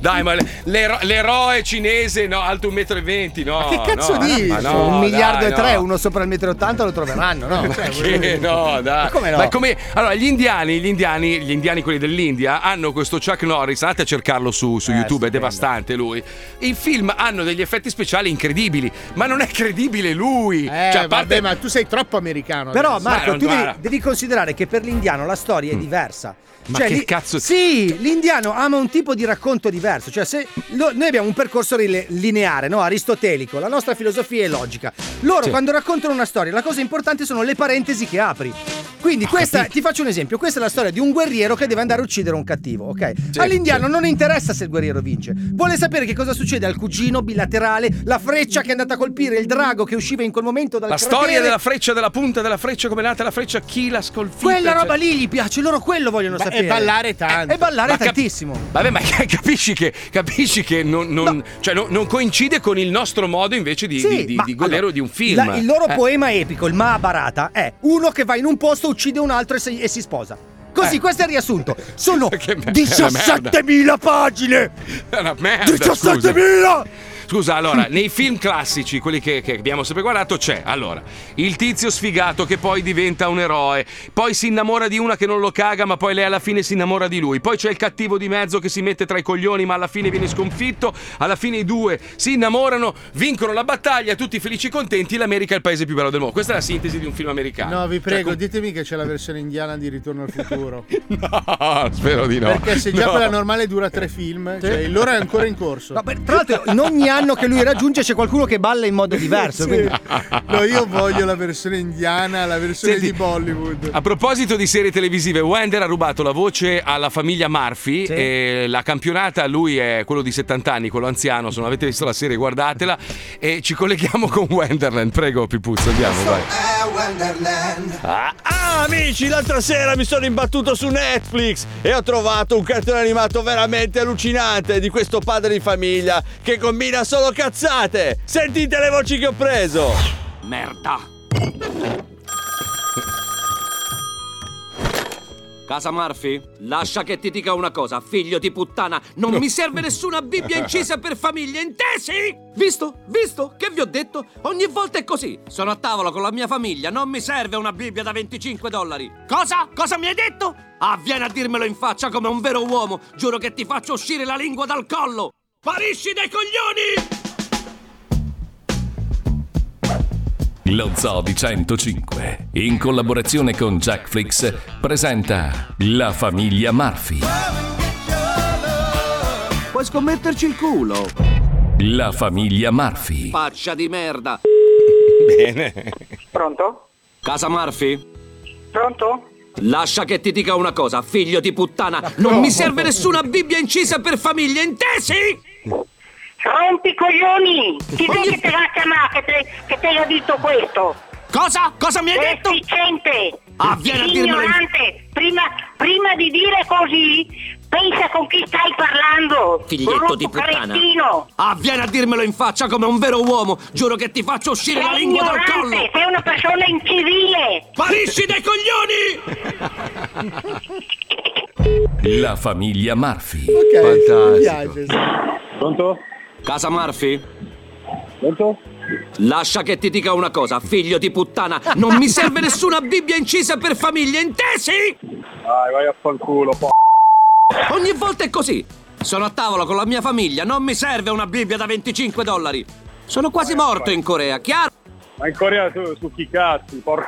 Speaker 2: Dai, ma le- l'ero- l'eroe cinese, no, alto 1,20 m. No,
Speaker 3: Che cazzo
Speaker 2: no,
Speaker 3: dici?
Speaker 2: ma no,
Speaker 3: un
Speaker 2: dai,
Speaker 3: miliardo e
Speaker 2: no.
Speaker 3: tre, uno sopra il metro e ottanta lo troveranno, no? Cioè,
Speaker 2: Ma che no, dai. Ma
Speaker 3: come no?
Speaker 2: Ma come- Allora, gli indiani, gli indiani, gli indiani, quelli dell'India, hanno questo Chuck Norris. Andate a cercarlo su, su YouTube, è devastante lui. I film hanno degli effetti speciali incredibili, ma non è credibile lui.
Speaker 4: Eh,
Speaker 2: cioè, a
Speaker 4: vabbè,
Speaker 2: parte.
Speaker 4: ma tu sei troppo americano.
Speaker 3: Però
Speaker 4: adesso.
Speaker 3: Marco, tu devi,
Speaker 2: guarda. Mm.
Speaker 3: devi considerare che per l'indiano la storia è diversa. Cioè,
Speaker 2: Ma che cazzo-
Speaker 3: Sì, l'indiano ama un tipo di racconto diverso. Cioè, se lo- noi abbiamo un percorso rile- lineare, no? aristotelico, la nostra filosofia è logica. Loro
Speaker 19: Sì.
Speaker 3: quando raccontano una storia, la cosa importante sono le parentesi che apri. Quindi, questa, ti faccio un esempio: questa è la storia di un guerriero che deve andare a uccidere un cattivo, ok?
Speaker 19: Sì,
Speaker 3: All'indiano non interessa se il guerriero vince, vuole sapere che cosa succede al cugino bilaterale, la freccia che è andata a colpire il drago che usciva in quel momento dal
Speaker 2: La storia
Speaker 3: cratere.
Speaker 2: della freccia, della punta della freccia, come è nata la freccia, chi la scolfita.
Speaker 3: Quella
Speaker 2: cioè-
Speaker 3: roba lì gli piace, loro quello vogliono
Speaker 2: Beh, e
Speaker 3: sapere.
Speaker 2: ballare tanto.
Speaker 3: Eh, E ballare
Speaker 2: Ma cap-
Speaker 3: tantissimo.
Speaker 2: Vabbè, ma capisci che, capisci che non, non- cioè, non- non coincide con il nostro modo invece di,
Speaker 3: Sì,
Speaker 2: di, di-
Speaker 3: ma
Speaker 2: di godere
Speaker 3: allora,
Speaker 2: di un film.
Speaker 3: la- il loro
Speaker 2: Eh.
Speaker 3: poema epico, il Mahabharata, è uno che va in un posto, uccide un altro e si, e si sposa. Così, questo è il riassunto. Sono
Speaker 2: Eh. merda,
Speaker 3: 17.000 pagine!
Speaker 2: È una merda.
Speaker 3: 17.000!
Speaker 2: scusa. Scusa, allora, nei film classici, quelli che, che abbiamo sempre guardato, c'è allora il tizio sfigato che poi diventa un eroe, poi si innamora di una che non lo caga, ma poi lei alla fine si innamora di lui. Poi c'è il cattivo di mezzo che si mette tra i coglioni, ma alla fine viene sconfitto. Alla fine i due si innamorano, vincono la battaglia, tutti felici e contenti. L'America è il paese più bello del mondo. Questa è la sintesi di un film americano.
Speaker 4: No, vi
Speaker 2: Cioè,
Speaker 4: prego,
Speaker 2: com-
Speaker 4: ditemi che c'è la versione indiana di Ritorno al futuro.
Speaker 2: Ah, spero di no.
Speaker 4: Perché se già
Speaker 2: No.
Speaker 4: quella normale dura tre film, cioè il loro è ancora in corso.
Speaker 3: Tra l'altro, in ogni anno che lui raggiunge c'è qualcuno che balla in modo diverso.
Speaker 4: Sì.
Speaker 3: quindi-
Speaker 4: No,
Speaker 2: Ah,
Speaker 4: io voglio la versione indiana, la versione
Speaker 2: Senti,
Speaker 4: di Bollywood.
Speaker 2: A proposito di serie televisive, Wender ha rubato la voce alla famiglia Murphy.
Speaker 4: Sì.
Speaker 2: e la campionata, lui è quello di 70 anni, quello anziano. Se non avete visto la serie, guardatela. E ci colleghiamo con Wenderland. Prego, Pipuzzo, andiamo, vai.
Speaker 7: Eh,
Speaker 3: Wonderland. Ah, ah, amici, l'altra sera mi sono imbattuto su Netflix e ho trovato un cartone animato veramente allucinante di questo padre di famiglia che combina solo cazzate. Sentite le voci che ho preso.
Speaker 19: Merda. Casa Murphy, lascia che ti dica una cosa, figlio di puttana. Non mi serve nessuna Bibbia incisa per famiglie, intesi? Visto? Visto? Che vi ho detto? Ogni volta è così. Sono a tavola con la mia famiglia, non mi serve una Bibbia da 25 dollari. Cosa? Cosa mi hai detto? Ah, vieni a dirmelo in faccia come un vero uomo. Giuro che ti faccio uscire la lingua dal collo. Parisci dai coglioni!
Speaker 1: Lo Zoo di 105, in collaborazione con Jackflix, presenta La famiglia Murphy.
Speaker 19: Puoi scommetterci il culo.
Speaker 1: La famiglia Murphy.
Speaker 19: Faccia di merda.
Speaker 2: Bene.
Speaker 19: Pronto? Casa Murphy?
Speaker 20: Pronto?
Speaker 19: Lascia che ti dica una cosa, figlio di puttana. Non mi serve nessuna Bibbia incisa per famiglie, intesi?
Speaker 20: Rompi coglioni! Chi è che te va a chiamare che te, che te l'ho detto questo?
Speaker 19: Cosa? Cosa mi hai detto?
Speaker 20: Deficiente!
Speaker 19: Ah, vieni a dirmelo in-
Speaker 20: Ignorante! Prima, prima di dire così, pensa con chi stai parlando!
Speaker 19: Figlietto di
Speaker 20: Brutto
Speaker 19: puttana.
Speaker 20: cretino!
Speaker 19: Ah, vieni a dirmelo in faccia come un vero uomo. Giuro che ti faccio uscire la
Speaker 20: Sei
Speaker 19: lingua dal collo.
Speaker 20: ignorante! Sei una persona incivile!
Speaker 19: Parisci dai coglioni!
Speaker 1: La famiglia Murphy.
Speaker 19: Pronto? Casa Murphy? Pronto? Lascia che ti dica una cosa, figlio di puttana. Non mi serve nessuna Bibbia incisa per famiglie, intesi?
Speaker 21: Dai, vai a fanculo, po'.
Speaker 19: Ogni volta è così. Sono a tavola con la mia famiglia, non mi serve una Bibbia da 25 dollari. Sono quasi morto in Corea, chiaro?
Speaker 21: Ma in Corea tu su chi cazzi, porca.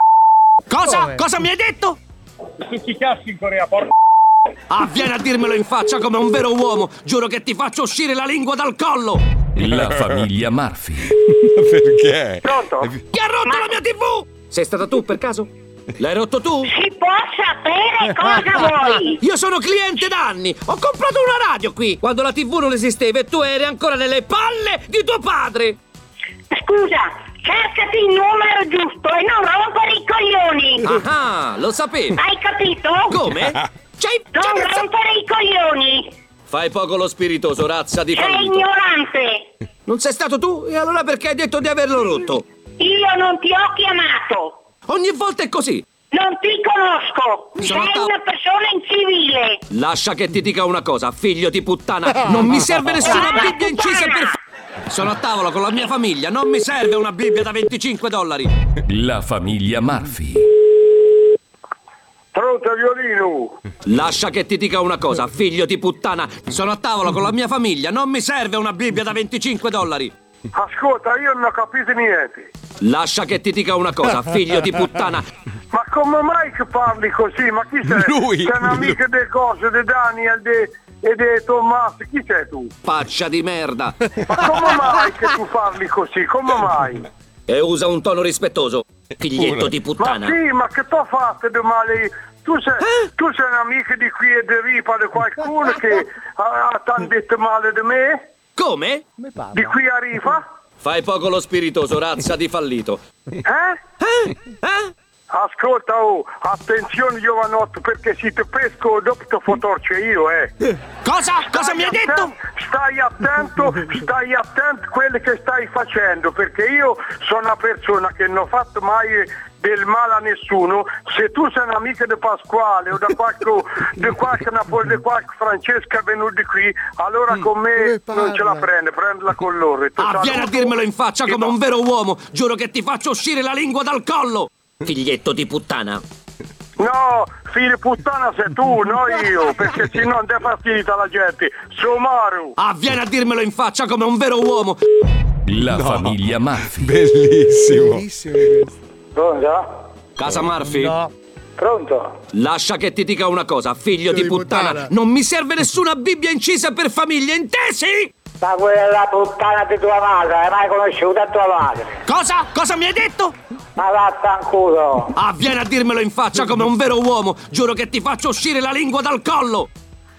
Speaker 19: Cosa? Cosa mi hai detto?
Speaker 21: Su chi cazzi in Corea, porca.
Speaker 19: Ah, vieni a dirmelo in faccia come un vero uomo. Giuro che ti faccio uscire la lingua dal collo.
Speaker 1: La famiglia Murphy.
Speaker 2: Perché?
Speaker 20: Pronto?
Speaker 19: Chi ha rotto la mia TV? Sei stata tu per caso? L'hai rotto tu?
Speaker 20: Si può sapere cosa vuoi?
Speaker 19: Io sono cliente da anni. Ho comprato una radio qui quando la TV non esisteva e tu eri ancora nelle palle di tuo padre.
Speaker 20: Scusa, cercati il numero giusto e non rompere i coglioni!
Speaker 19: Ah, lo sapevo.
Speaker 20: Hai capito?
Speaker 19: Come? C'hai,
Speaker 20: non rompere i coglioni!
Speaker 19: Fai poco lo spiritoso, razza di
Speaker 20: Sei
Speaker 19: fallito.
Speaker 20: ignorante!
Speaker 19: Non sei stato tu? E allora perché hai detto di averlo rotto?
Speaker 20: Io non ti ho chiamato!
Speaker 19: Ogni volta è così.
Speaker 20: Non ti conosco!
Speaker 19: Sono
Speaker 20: Sei
Speaker 19: ta-
Speaker 20: una persona incivile!
Speaker 19: Lascia che ti dica una cosa, figlio di puttana. Non mi serve nessuna
Speaker 20: Ah,
Speaker 19: Bibbia incisa per. fa- Sono a tavola con la mia famiglia, non mi serve una Bibbia da 25 dollari.
Speaker 1: La famiglia Murphy.
Speaker 21: Pronto, violino!
Speaker 19: Lascia che ti dica una cosa, figlio di puttana. Sono a tavola con la mia famiglia, non mi serve una Bibbia da 25 dollari.
Speaker 21: Ascolta, io non ho capito niente.
Speaker 19: Lascia che ti dica una cosa, figlio di puttana.
Speaker 21: Ma come mai che parli così? Ma chi sei?
Speaker 19: Lui.
Speaker 21: Sei un amico dei cose, di Daniel, de- e di Tommaso. Chi sei tu?
Speaker 19: Faccia di merda.
Speaker 21: Ma come mai che tu parli così? Come mai?
Speaker 19: E usa un tono rispettoso. Figlietto di puttana.
Speaker 21: Ma sì, ma che t'ho fatto di male? Tu sei, tu sei un amico di qui e di Ripa di qualcuno che ha, ha t'han detto male di me?
Speaker 19: Come?
Speaker 21: Di qui a Ripa?
Speaker 19: Fai poco lo spiritoso, razza di fallito.
Speaker 21: Eh?
Speaker 19: Eh?
Speaker 21: Ascolta, oh, attenzione giovanotto, perché se ti pesco dopo ti fotorce io, eh.
Speaker 19: Cosa? Cosa mi hai detto?
Speaker 21: Stai attento, stai attento a quello che stai facendo, perché io sono una persona che non ho fatto mai del male a nessuno. Se tu sei un amico di Pasquale o da qualche, di qualche Napoli, di qualche Francesca venuto qui, allora con me non ce la prende, prendila con loro. E tu
Speaker 19: Mm. Eh, Ah,
Speaker 21: sai-
Speaker 19: vieni a dirmelo in faccia come un vero uomo. Giuro che ti faccio uscire la lingua dal collo. Figlietto di puttana.
Speaker 21: No, figlio di puttana sei tu, no io, perché se no non dai fastidio alla gente. Somaru!
Speaker 19: Ah, vieni a dirmelo in faccia come un vero uomo.
Speaker 1: La famiglia Murphy.
Speaker 2: Bellissimo.
Speaker 21: Pronto?
Speaker 19: Casa Murphy?
Speaker 21: Pronto?
Speaker 19: Lascia che ti dica una cosa, figlio di puttana. Non mi serve nessuna Bibbia incisa per famiglie, intesi?
Speaker 20: Ma quella è la puttana di tua madre, hai mai conosciuta tua madre?
Speaker 19: Cosa? Cosa mi hai detto?
Speaker 20: Ma vaffanculo!
Speaker 19: Ah, vieni a dirmelo in faccia come un vero uomo. Giuro che ti faccio uscire la lingua dal collo.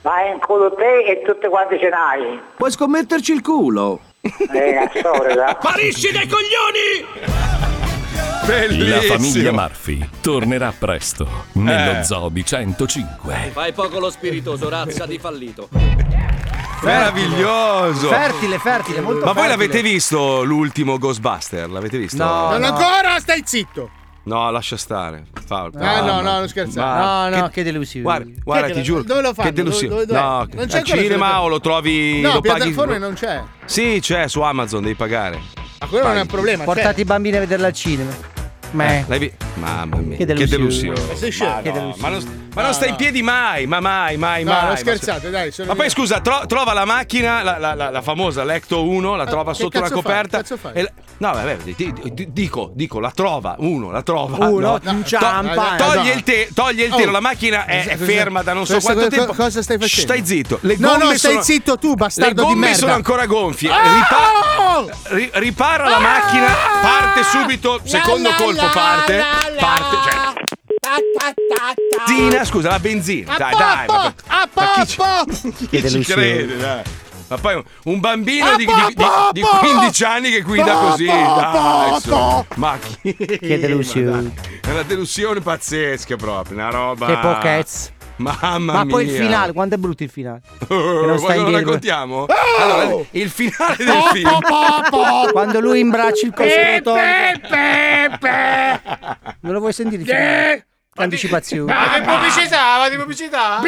Speaker 20: Vai in culo te e tutti quanti ce n'hai!
Speaker 19: Puoi scommetterci il culo.
Speaker 20: Eh, cazzore,
Speaker 19: Parisci dai coglioni!
Speaker 2: Bellissimo.
Speaker 1: La famiglia Murphy tornerà presto nello
Speaker 19: Eh.
Speaker 1: Zobi 105.
Speaker 19: Fai poco lo spiritoso, razza di fallito.
Speaker 2: Meraviglioso.
Speaker 3: Fertile, fertile, molto
Speaker 2: Ma voi
Speaker 3: fertile.
Speaker 2: l'avete visto l'ultimo Ghostbuster? L'avete visto?
Speaker 4: non ancora, stai zitto.
Speaker 2: No, lascia stare. Paolo,
Speaker 4: Ah, no,
Speaker 2: calma.
Speaker 4: no, non scherzare.
Speaker 2: Ma-
Speaker 19: Ah,
Speaker 4: no, no, che, delusione.
Speaker 2: Guarda, guarda, ti giuro.
Speaker 4: Dove lo fanno?
Speaker 2: Che delusione.
Speaker 4: Dove- dove-
Speaker 2: No,
Speaker 4: dove- non c'è
Speaker 2: al
Speaker 4: ancora
Speaker 2: cinema
Speaker 4: sulle-
Speaker 2: o lo trovi.
Speaker 4: No,
Speaker 2: lo paghi.
Speaker 4: piattaforme non c'è.
Speaker 2: Sì, c'è su Amazon, devi pagare.
Speaker 4: Ma quello non è un
Speaker 2: Paghi.
Speaker 4: problema.
Speaker 11: Portate
Speaker 3: cioè.
Speaker 11: i bambini a vederla al cinema. Meh.
Speaker 2: Eh, L'hai vi- Mamma mia,
Speaker 11: Che
Speaker 2: che
Speaker 11: delusione.
Speaker 2: delusione.
Speaker 11: Ma sei
Speaker 4: Eh, scemo,
Speaker 2: Ma,
Speaker 4: Eh. che
Speaker 2: no,
Speaker 4: delusione.
Speaker 2: ma non, ma
Speaker 4: No,
Speaker 2: non stai
Speaker 4: no.
Speaker 2: in piedi mai, ma mai, mai,
Speaker 4: No,
Speaker 2: mai.
Speaker 4: non
Speaker 2: Ma-
Speaker 4: scherzate, dai. sono
Speaker 2: Ma poi
Speaker 4: io.
Speaker 2: scusa, tro- trova la macchina, la, la- la- la famosa l'Ecto 1, la trova
Speaker 4: Eh, che
Speaker 2: sotto la
Speaker 4: cazzo fai?
Speaker 2: coperta.
Speaker 4: Che cazzo fai?
Speaker 2: e la- no, vabbè, di- di- di- dico, dico, la trova, uno, la trova.
Speaker 4: Uno,
Speaker 2: no.
Speaker 4: inciampa.
Speaker 2: To- toglie il, te- toglie il tiro,
Speaker 4: Oh.
Speaker 2: la macchina è, è
Speaker 4: Cosa-
Speaker 2: ferma da non so
Speaker 4: cosa-
Speaker 2: quanto
Speaker 4: cosa-
Speaker 2: tempo.
Speaker 4: Cosa stai
Speaker 2: Shh,
Speaker 4: facendo?
Speaker 2: Stai zitto. Le
Speaker 4: no,
Speaker 2: gomme
Speaker 4: no, stai
Speaker 2: sono-
Speaker 4: zitto tu,
Speaker 2: Le
Speaker 4: bastardo di merda.
Speaker 2: gomme sono ancora gonfie. eh, Ripa- ri-
Speaker 4: Ah!
Speaker 2: ripara la macchina, parte subito, secondo colpo parte. parte, cioè, benzina, scusa, la benzina. Dai, dai. ma-
Speaker 4: A
Speaker 2: Chi ci
Speaker 11: delusione.
Speaker 2: crede, dai. Ma poi un- un bambino di, di-
Speaker 4: Ah,
Speaker 2: di- di-
Speaker 4: po,
Speaker 2: di
Speaker 4: po.
Speaker 2: 15 anni che guida
Speaker 4: Po,
Speaker 2: così.
Speaker 4: po,
Speaker 2: dai,
Speaker 4: po,
Speaker 2: insomma.
Speaker 4: po.
Speaker 2: Ma chi?
Speaker 11: Che delusione.
Speaker 2: Ma dai, È una delusione pazzesca proprio, una roba.
Speaker 11: Che pochezza.
Speaker 2: Mamma
Speaker 11: Ma
Speaker 2: mia.
Speaker 11: poi il finale, quanto è brutto il finale? Che
Speaker 2: Oh,
Speaker 11: non sta
Speaker 2: ma lo
Speaker 11: in giro.
Speaker 2: raccontiamo? Allora, il finale del
Speaker 11: Po,
Speaker 2: film. Eh,
Speaker 11: po, po, po. Quando lui imbraccia il costruttore. Non lo vuoi sentire? il finale? Anticipazione.
Speaker 6: Ma che pubblicità, ma di pubblicità?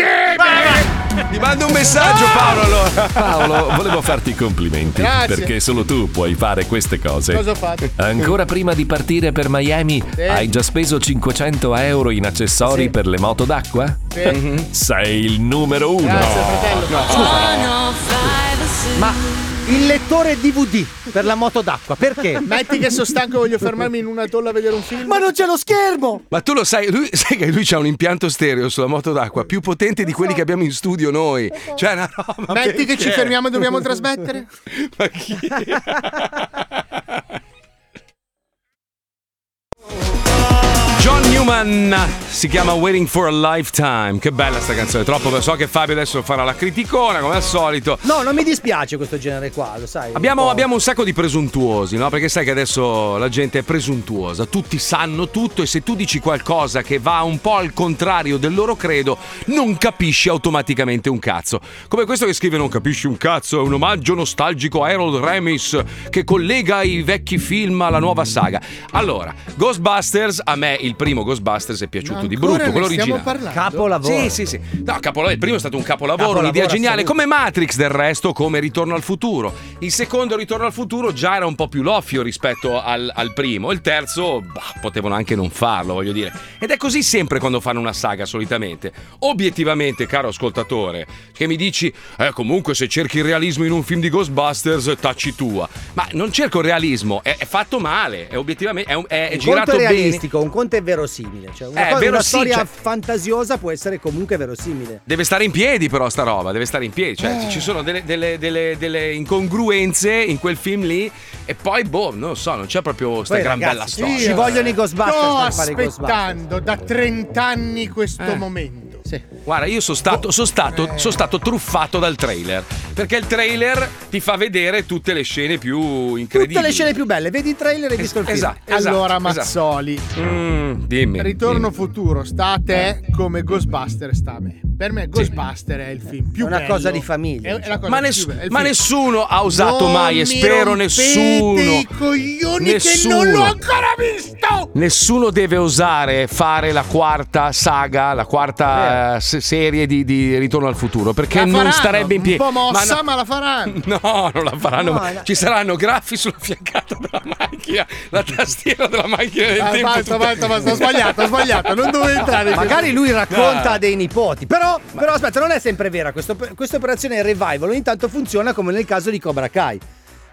Speaker 2: Ti mando un messaggio,
Speaker 4: Ah!
Speaker 2: Paolo. Allora.
Speaker 1: Ah! Paolo, volevo farti i complimenti
Speaker 6: Grazie.
Speaker 1: perché solo tu puoi fare queste cose.
Speaker 4: Cosa ho fatto?
Speaker 1: Ancora prima di partire per Miami,
Speaker 4: Sì.
Speaker 1: hai già speso 500 euro in accessori per le moto d'acqua?
Speaker 4: Sì.
Speaker 1: Sei il numero uno.
Speaker 3: Ma il lettore DVD per la moto d'acqua, perché?
Speaker 4: Metti che sono stanco e voglio fermarmi in una tolla a vedere un film. Ma
Speaker 3: non c'è lo schermo!
Speaker 2: Ma tu lo sai, lui, sai che lui c'ha un impianto stereo sulla moto d'acqua più potente di quelli che abbiamo in studio noi. Cioè, è una roba.
Speaker 4: Metti che
Speaker 2: perché?
Speaker 4: ci fermiamo e dobbiamo trasmettere.
Speaker 2: Ma chi? John Newman si chiama Waiting for a Lifetime. Che bella sta canzone, troppo. So che Fabio adesso farà la criticona come al solito.
Speaker 3: No, non mi dispiace questo genere qua, lo sai.
Speaker 2: Abbiamo, abbiamo un sacco di presuntuosi, no? Perché sai che adesso la gente è presuntuosa, tutti sanno tutto e se tu dici qualcosa che va un po' al contrario del loro credo, non capisci automaticamente un cazzo. Come questo che scrive Non capisci un cazzo, è un omaggio nostalgico a Harold Remis che collega i vecchi film alla nuova saga. Allora, Ghostbusters, a me il primo Ghostbusters è piaciuto di brutto, quello originale.
Speaker 3: Capolavoro.
Speaker 2: Sì, sì, sì. No, capolavoro, il primo è stato un capolavoro,
Speaker 3: Capolavoro
Speaker 2: un'idea geniale,
Speaker 3: assoluto.
Speaker 2: come Matrix del resto, come Ritorno al futuro. Il secondo Ritorno al futuro già era un po' più loffio rispetto al, al primo, il terzo, bah, potevano anche non farlo, voglio dire. Ed è così sempre quando fanno una saga solitamente. Obiettivamente, caro ascoltatore, che mi dici, eh comunque se cerchi il realismo in un film di Ghostbusters, tacci tua. Ma non cerco il realismo, è, è fatto male, è obiettivamente, è, un- è- è
Speaker 3: Un
Speaker 2: girato
Speaker 3: conto è
Speaker 2: bene.
Speaker 3: realistico, un conto è verosimile. Cioè una,
Speaker 2: Eh,
Speaker 3: cosa- una
Speaker 2: verosim-
Speaker 3: storia
Speaker 2: cioè-
Speaker 3: fantasiosa può essere comunque verosimile.
Speaker 2: Deve stare in piedi, però, sta roba, deve stare in piedi.
Speaker 3: Eh.
Speaker 2: Cioè, ci sono delle, delle- delle- delle incongruenze in quel film lì. E poi, boh, non lo so, non c'è proprio questa
Speaker 3: Poi,
Speaker 2: gran
Speaker 3: ragazzi,
Speaker 2: bella
Speaker 3: io
Speaker 2: storia.
Speaker 3: Ci vogliono i Ghostbusters
Speaker 4: Sto
Speaker 3: per fare i
Speaker 4: aspettando da 30 anni questo
Speaker 3: Eh.
Speaker 4: momento.
Speaker 2: Guarda, io sono stato, sono stato, sono stato truffato dal trailer. Perché il trailer ti fa vedere tutte le scene più incredibili.
Speaker 3: Tutte le scene più belle, vedi il trailer e hai visto il film.
Speaker 2: esatto, esatto,
Speaker 4: allora,
Speaker 2: esatto.
Speaker 4: Mazzoli,
Speaker 2: Mm, dimmi.
Speaker 4: Ritorno
Speaker 2: dimmi.
Speaker 4: futuro sta a
Speaker 3: Eh.
Speaker 4: te come Ghostbuster sta a me. Per me, Ghostbuster è il film più
Speaker 3: È una
Speaker 4: bello.
Speaker 3: cosa di famiglia, diciamo.
Speaker 4: È- è la cosa
Speaker 2: Ma,
Speaker 4: più
Speaker 2: ness-
Speaker 4: bella, è il
Speaker 2: ma
Speaker 4: film.
Speaker 2: nessuno ha usato
Speaker 4: Non
Speaker 2: mai, e
Speaker 4: mi
Speaker 2: spero
Speaker 4: rompete
Speaker 2: nessuno.
Speaker 4: i coglioni
Speaker 2: Nessuno.
Speaker 4: che non l'ho ancora visto.
Speaker 2: Nessuno deve osare fare la quarta saga, la quarta eh, se- serie di, di Ritorno al futuro, perché
Speaker 4: La
Speaker 2: non
Speaker 4: faranno,
Speaker 2: starebbe in piedi.
Speaker 4: Un po' mossa, ma,
Speaker 2: ma
Speaker 4: la faranno.
Speaker 2: no, no, non la faranno.
Speaker 4: No,
Speaker 2: mai.
Speaker 4: la-
Speaker 2: Ci saranno graffi sulla fiancata della macchina, la tastiera della macchina del
Speaker 4: Ah,
Speaker 2: tempo.
Speaker 4: basta,
Speaker 2: tutte-
Speaker 4: basta, basta, ho sbagliato, ho sbagliato, non dovevo entrare.
Speaker 3: Magari lui racconta
Speaker 2: Dai.
Speaker 3: a dei nipoti, però, però aspetta, non è sempre vera. questo- questa operazione revival ogni tanto funziona come nel caso di Cobra Kai.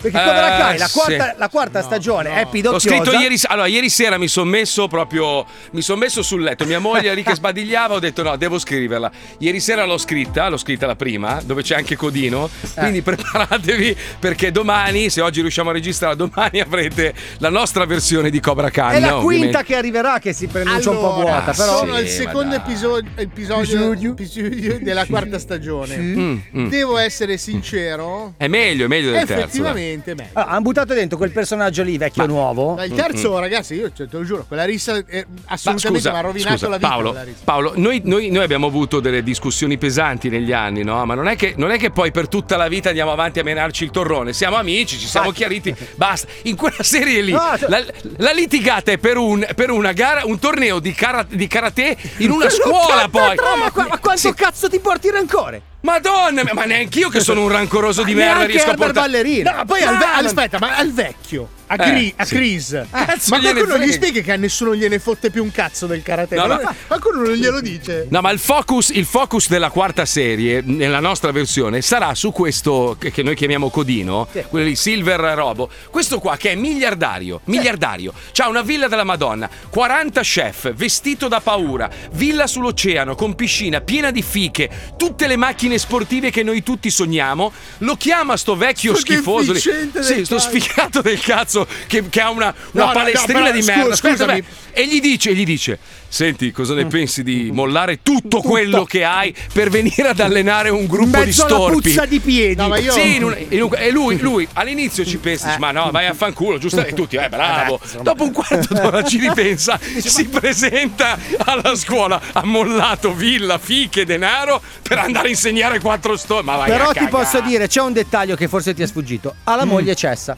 Speaker 3: Perché
Speaker 2: Eh,
Speaker 3: Cobra Kai, la
Speaker 2: sì.
Speaker 3: quarta, la quarta stagione, è
Speaker 2: Ho
Speaker 3: pidocchiosa.
Speaker 2: scritto ieri, allora, ieri sera mi sono messo proprio. Mi sono messo sul letto. Mia moglie lì che sbadigliava, ho detto no, devo scriverla. Ieri sera l'ho scritta, l'ho scritta la prima, dove c'è anche Codino.
Speaker 4: Eh.
Speaker 2: Quindi preparatevi perché domani, se oggi riusciamo a registrare, domani avrete la nostra versione di Cobra Kai.
Speaker 3: È la
Speaker 2: no?
Speaker 3: quinta
Speaker 2: Ovviamente.
Speaker 3: che arriverà che si pronuncia un po'
Speaker 4: Allora,
Speaker 3: vuota, però...
Speaker 4: sono il
Speaker 2: Sì,
Speaker 4: secondo episodio, episodio, episodio della quarta stagione.
Speaker 2: Mm, mm.
Speaker 4: Devo essere sincero.
Speaker 2: È meglio, è meglio del terzo. dai.
Speaker 4: Effettivamente decisamente meglio.
Speaker 3: Ah,
Speaker 11: Allora, hanno buttato dentro quel personaggio lì, vecchio nuovo.
Speaker 4: Ma il terzo, ragazzi, io cioè, te lo giuro, quella rissa eh, assolutamente
Speaker 2: scusa,
Speaker 4: mi ha rovinato
Speaker 2: scusa,
Speaker 4: la vita.
Speaker 2: Paolo,
Speaker 4: quella rissa.
Speaker 2: Paolo, noi, noi- noi abbiamo avuto delle discussioni pesanti negli anni, no? Ma non è, che, non è che poi per tutta la vita andiamo avanti a menarci il torrone. Siamo amici, ci siamo chiariti, basta. In quella serie lì,
Speaker 7: No, cioè-
Speaker 2: la, la litigata è per, un- per una gara, un torneo di, kara- di karate in una scuola poi. Oh,
Speaker 7: Ma, qua- ma quanto cazzo ti porti rancore?
Speaker 2: Madonna, mia, ma neanche io che sono un rancoroso di merda
Speaker 4: Neanche
Speaker 2: riesco a
Speaker 4: Herbert
Speaker 2: portare
Speaker 4: Ballerina. Ah, No, ma poi al ve- aspetta, ma al vecchio, a,
Speaker 2: Eh,
Speaker 4: Cri- a
Speaker 2: sì.
Speaker 4: Chris,
Speaker 2: Cazzo
Speaker 4: ma
Speaker 2: gliene
Speaker 4: qualcuno gli
Speaker 2: frega.
Speaker 4: spiega che a nessuno gliene fotte più un cazzo del karate?
Speaker 2: No,
Speaker 4: Ma-
Speaker 2: ma-
Speaker 4: Qualcuno non glielo dice?
Speaker 2: No, ma il focus, il focus della quarta serie, nella nostra versione, sarà su questo che che noi chiamiamo Codino, quello lì, Silver Robo. Questo qua che è miliardario, miliardario, ha una villa della Madonna, 40 chef, vestito da paura, villa sull'oceano, con piscina, piena di fiche, tutte le macchine sportive che noi tutti sogniamo. Lo chiama sto vecchio
Speaker 7: Sto
Speaker 2: schifoso lì.
Speaker 7: deficiente del
Speaker 2: Sì, sto
Speaker 7: cazzo.
Speaker 2: sfigato del cazzo che, che ha una, una
Speaker 7: No, no,
Speaker 2: palestrina
Speaker 7: no, però
Speaker 2: di
Speaker 7: scu-
Speaker 2: merda. Aspetta,
Speaker 7: scusami.
Speaker 2: beh, e gli dice, e gli dice, senti, cosa
Speaker 11: Mm.
Speaker 2: ne pensi di mollare tutto, quello che hai per venire ad allenare un gruppo di
Speaker 11: Mezzo alla
Speaker 2: storpi?
Speaker 11: puzza di piedi.
Speaker 4: No, ma io-
Speaker 2: Sì, in un- in un- e lui, lui all'inizio ci pensi,
Speaker 11: Eh.
Speaker 2: dici, ma no, vai a fanculo, giusto? E tutti, eh, bravo. Dopo un quarto d'ora ci ripensa, si presenta alla scuola, ha mollato villa, fiche, denaro per andare a insegnare quattro storpi. Ma vai
Speaker 11: Però
Speaker 2: a
Speaker 11: ti
Speaker 2: cagare.
Speaker 11: posso dire, c'è un dettaglio che forse ti è sfuggito. Alla moglie cessa.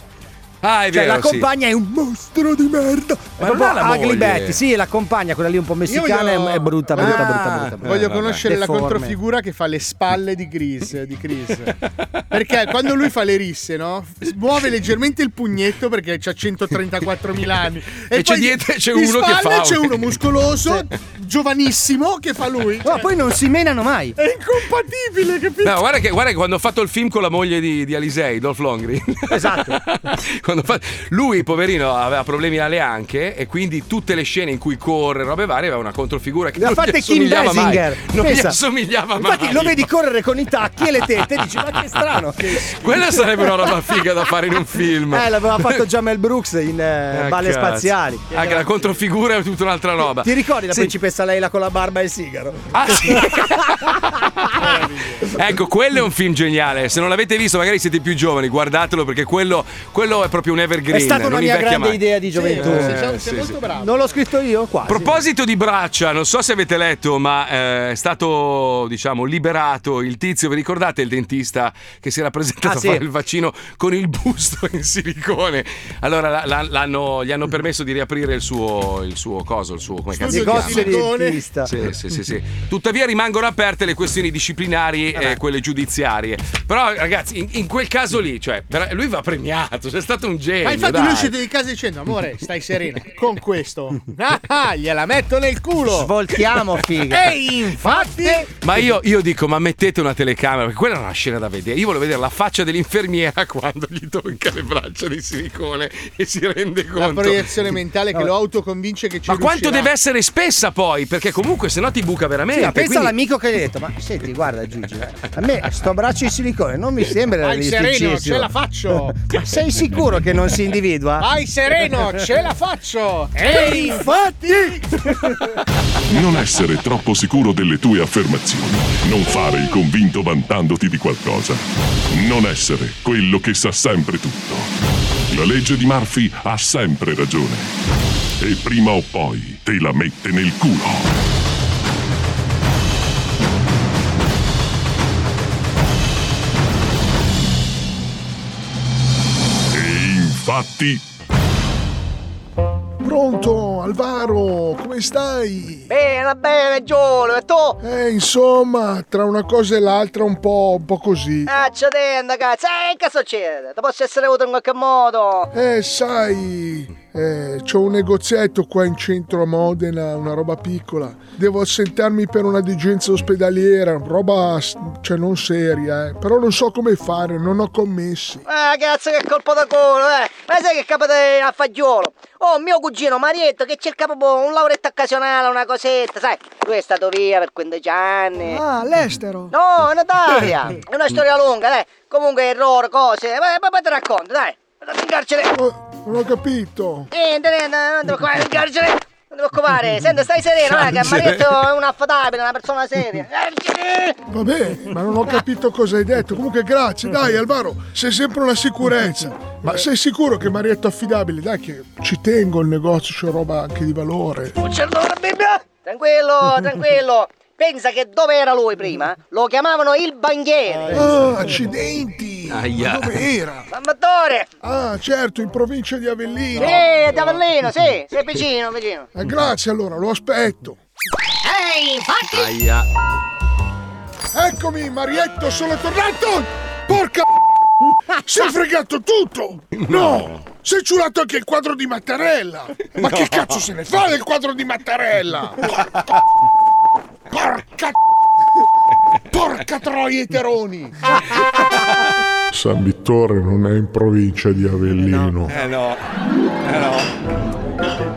Speaker 2: Ah, è
Speaker 11: cioè,
Speaker 2: vero,
Speaker 11: la compagna è un mostro di merda.
Speaker 2: Ma
Speaker 11: Ma
Speaker 2: non ha la
Speaker 11: proprio
Speaker 2: moglie.
Speaker 11: Ugly Betty, sì, la compagna, quella lì un po' messicana,
Speaker 4: voglio-
Speaker 11: è- è brutta, brutta, brutta, brutta, brutta,
Speaker 4: Ah,
Speaker 11: Eh,
Speaker 4: Voglio conoscere la
Speaker 11: Deforme.
Speaker 4: controfigura che fa le spalle di Chris. Di Chris. perché quando lui fa le risse, no? Muove leggermente il pugnetto perché c'ha 134.000 anni.
Speaker 2: E c'è
Speaker 4: poi
Speaker 2: dietro- c'è
Speaker 4: di
Speaker 2: uno che
Speaker 4: spalle
Speaker 2: fa-
Speaker 4: C'è uno muscoloso, giovanissimo, che fa lui. Ma
Speaker 11: poi non si menano mai.
Speaker 4: È incompatibile, capito?
Speaker 2: No, guarda che, guarda che quando ho fatto il film con la moglie di, di Alisei, Dolph Longri.
Speaker 11: Esatto.
Speaker 2: lui, poverino, aveva problemi alle anche e quindi tutte le scene in cui corre, robe varie, aveva una controfigura che
Speaker 11: Le ha
Speaker 2: non gli
Speaker 11: fatte Kim
Speaker 2: assomigliava mai.
Speaker 11: Basinger.
Speaker 2: Non gli
Speaker 11: Pensa.
Speaker 2: assomigliava mai.
Speaker 11: Infatti lo vedi correre con i tacchi e le tette e dici ma che strano.
Speaker 2: Quella sarebbe una roba figa da fare in un film.
Speaker 11: Eh, l'aveva fatto già Mel Brooks in eh,
Speaker 2: Ah,
Speaker 11: Balle
Speaker 2: cazzo.
Speaker 11: Spaziali.
Speaker 2: Anche la controfigura è tutta un'altra roba.
Speaker 11: Ti ricordi la
Speaker 2: Sì.
Speaker 11: principessa Leila con la barba e il sigaro?
Speaker 2: Ah, sì. Ecco, quello è un film geniale. Se non l'avete visto, magari siete più giovani, guardatelo perché quello, quello è proprio un evergreen.
Speaker 11: È stata una
Speaker 2: non
Speaker 11: mia
Speaker 2: invecchia
Speaker 11: grande
Speaker 2: mai.
Speaker 11: idea di gioventù.
Speaker 2: Eh, sì, sì.
Speaker 11: Non l'ho scritto io
Speaker 2: A
Speaker 11: qua.
Speaker 2: proposito di braccia, non so se avete letto, ma eh, è stato, diciamo, liberato il tizio. Vi ricordate il dentista che si era presentato
Speaker 11: Ah,
Speaker 2: a
Speaker 11: sì.
Speaker 2: fare il vaccino con il busto in silicone? Allora la- la- l'hanno- gli hanno permesso di riaprire il suo, il suo coso, il suo come cazzo si
Speaker 11: Negozio
Speaker 2: chiama?
Speaker 11: di dentista.
Speaker 2: Sì, sì, sì, sì. Tuttavia rimangono aperte le questioni disciplinari e quelle giudiziarie. Però, ragazzi, in, in quel caso lì, cioè, vera- lui va premiato, cioè, è stato un genio.
Speaker 4: Ma infatti
Speaker 2: dai.
Speaker 4: lui uscite di casa dicendo amore stai serena con questo ah, ah, gliela metto nel culo
Speaker 11: Svoltiamo, figa.
Speaker 4: E infatti
Speaker 2: Ma io, io dico, ma mettete una telecamera, perché quella è una scena da vedere. Io voglio vedere la faccia dell'infermiera quando gli tocca le braccia di silicone e si rende
Speaker 4: la
Speaker 2: conto.
Speaker 4: proiezione mentale che lo autoconvince che ci
Speaker 2: Ma quanto
Speaker 4: riuscirà.
Speaker 2: deve essere spessa poi? Perché comunque se no ti buca veramente.
Speaker 11: Sì, ma pensa
Speaker 2: quindi-
Speaker 11: all'amico che gli ha detto: Ma senti, guarda, Gigi, a me sto braccio in silicone non mi sembra
Speaker 4: Vai sereno,
Speaker 11: realisticissimo."
Speaker 4: ce la faccio!
Speaker 11: ma sei sicuro che non si individua?
Speaker 4: Vai sereno, ce la faccio! E Eh, infatti!
Speaker 22: Non essere troppo sicuro delle tue affermazioni. Non fare il convinto vantandoti di qualcosa. Non essere quello che sa sempre tutto. La legge di Murphy ha sempre ragione. E prima o poi te la mette nel culo. E infatti...
Speaker 23: Pronto, Alvaro, come stai? Bene, bene, Giulio, e tu? Eh, insomma, tra una cosa e l'altra un po', un po' così.
Speaker 7: Accidenti, cazzo, eh, che succede? Ti posso essere avuto in qualche modo?
Speaker 23: Eh, sai, eh, c'ho un negozietto qua in centro a Modena, una roba piccola. Devo assentarmi per una degenza ospedaliera, roba, s- cioè, non seria, eh. Però non so come fare, non ho commessi.
Speaker 7: Eh, cazzo, che colpo da culo, eh! Ma sai che capita a fagiolo? Oh, mio cugino Marietto che cerca proprio boh, un lauretto occasionale, una cosetta, sai? Lui è stato via per 15 anni.
Speaker 24: Ah, all'estero.
Speaker 7: No, in Italia! È una storia lunga, dai! Comunque, errore, cose, Eh, ma ma- ma te racconto, dai! Vado in carcere!
Speaker 23: Oh, Non ho capito.
Speaker 7: Niente, niente, non ti preoccupare, in carcere! preoccupare. Senta, stai sereno, eh, che
Speaker 23: Piangere.
Speaker 7: Marietto è un affidabile, una persona seria.
Speaker 23: Va bene, ma non ho capito cosa hai detto. Comunque grazie, dai Alvaro, sei sempre una sicurezza. Ma sei sicuro che Marietto è affidabile? Dai che ci tengo il negozio, c'è roba anche di valore.
Speaker 7: Tranquillo, tranquillo. Pensa che dove era lui prima? Lo chiamavano il banchiere.
Speaker 23: Ah, accidenti!
Speaker 25: Aia.
Speaker 23: Dove era?
Speaker 7: Salvatore!
Speaker 23: Ah, certo, in provincia di
Speaker 7: Sì,
Speaker 23: Avellino.
Speaker 7: Tavellino, sì, sei vicino, vicino.
Speaker 23: Eh, grazie allora, lo aspetto.
Speaker 7: Ehi, Eh, infatti!
Speaker 23: Aia. Eccomi, Marietto, sono tornato! Porca! Si è fregato tutto! No! Si è ciulato anche il quadro di Mattarella! Ma
Speaker 8: No.
Speaker 23: che cazzo se ne fa del quadro di Mattarella? Porca! Porca troia i teroni!
Speaker 26: San Vittore non è in provincia di Avellino.
Speaker 25: Eh no. Eh no.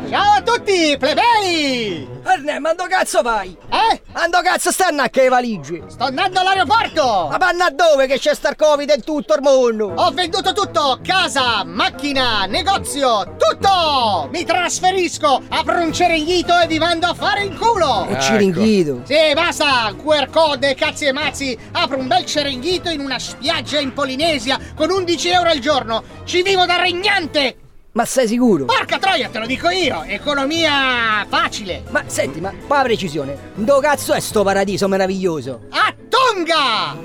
Speaker 8: Ciao a tutti, plebei! Erne, ma dove cazzo vai? Eh? Ma dove cazzo stanno a che valigie? Sto andando all'aeroporto! Ma vanno a dove che c'è star covid in tutto il mondo? Ho venduto tutto! Casa, macchina, negozio, tutto! Mi trasferisco a Pruncereghito e vi mando a fare in culo!
Speaker 6: Ecco.
Speaker 20: Un ciringhito.
Speaker 8: Sì, basta! QR code, e cazzi e mazzi! Apro un bel cerenghito in una spiaggia in Polinesia con 11 euro al giorno! Ci vivo da regnante!
Speaker 18: Ma sei sicuro?
Speaker 8: Porca troia, te lo dico io! Economia facile!
Speaker 18: Ma senti, ma qua la precisione, dove cazzo è sto paradiso meraviglioso?
Speaker 8: A Tonga!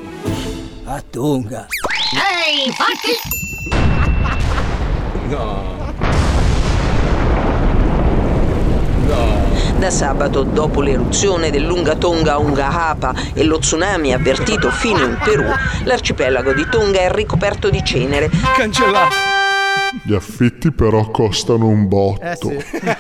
Speaker 18: A Tonga.
Speaker 8: Ehi, infatti!
Speaker 25: No.
Speaker 27: Da sabato, dopo l'eruzione dell'Unga Tonga a Unga Hapa e lo tsunami avvertito fino in Perù, l'arcipelago di Tonga è ricoperto di cenere.
Speaker 25: Cancellato!
Speaker 26: Gli affitti però costano un botto.
Speaker 27: Eh,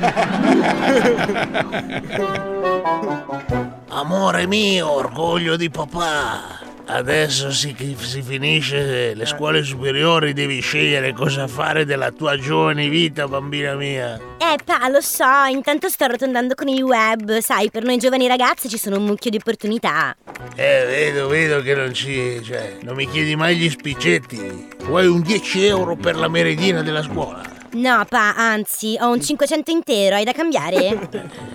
Speaker 23: Eh
Speaker 15: Amore mio, orgoglio di papà. Adesso si, chi- si finisce le scuole superiori, devi scegliere cosa fare della tua giovane vita, bambina mia.
Speaker 12: Eh, pa, lo so, intanto sto arrotondando con il web. Sai, per noi giovani ragazze ci sono un mucchio di opportunità.
Speaker 15: Eh, vedo, vedo che non ci. cioè, non mi chiedi mai gli spiccetti. Vuoi un 10 euro per la meredina della scuola?
Speaker 12: No, pa, anzi, ho un 500 intero, hai da cambiare?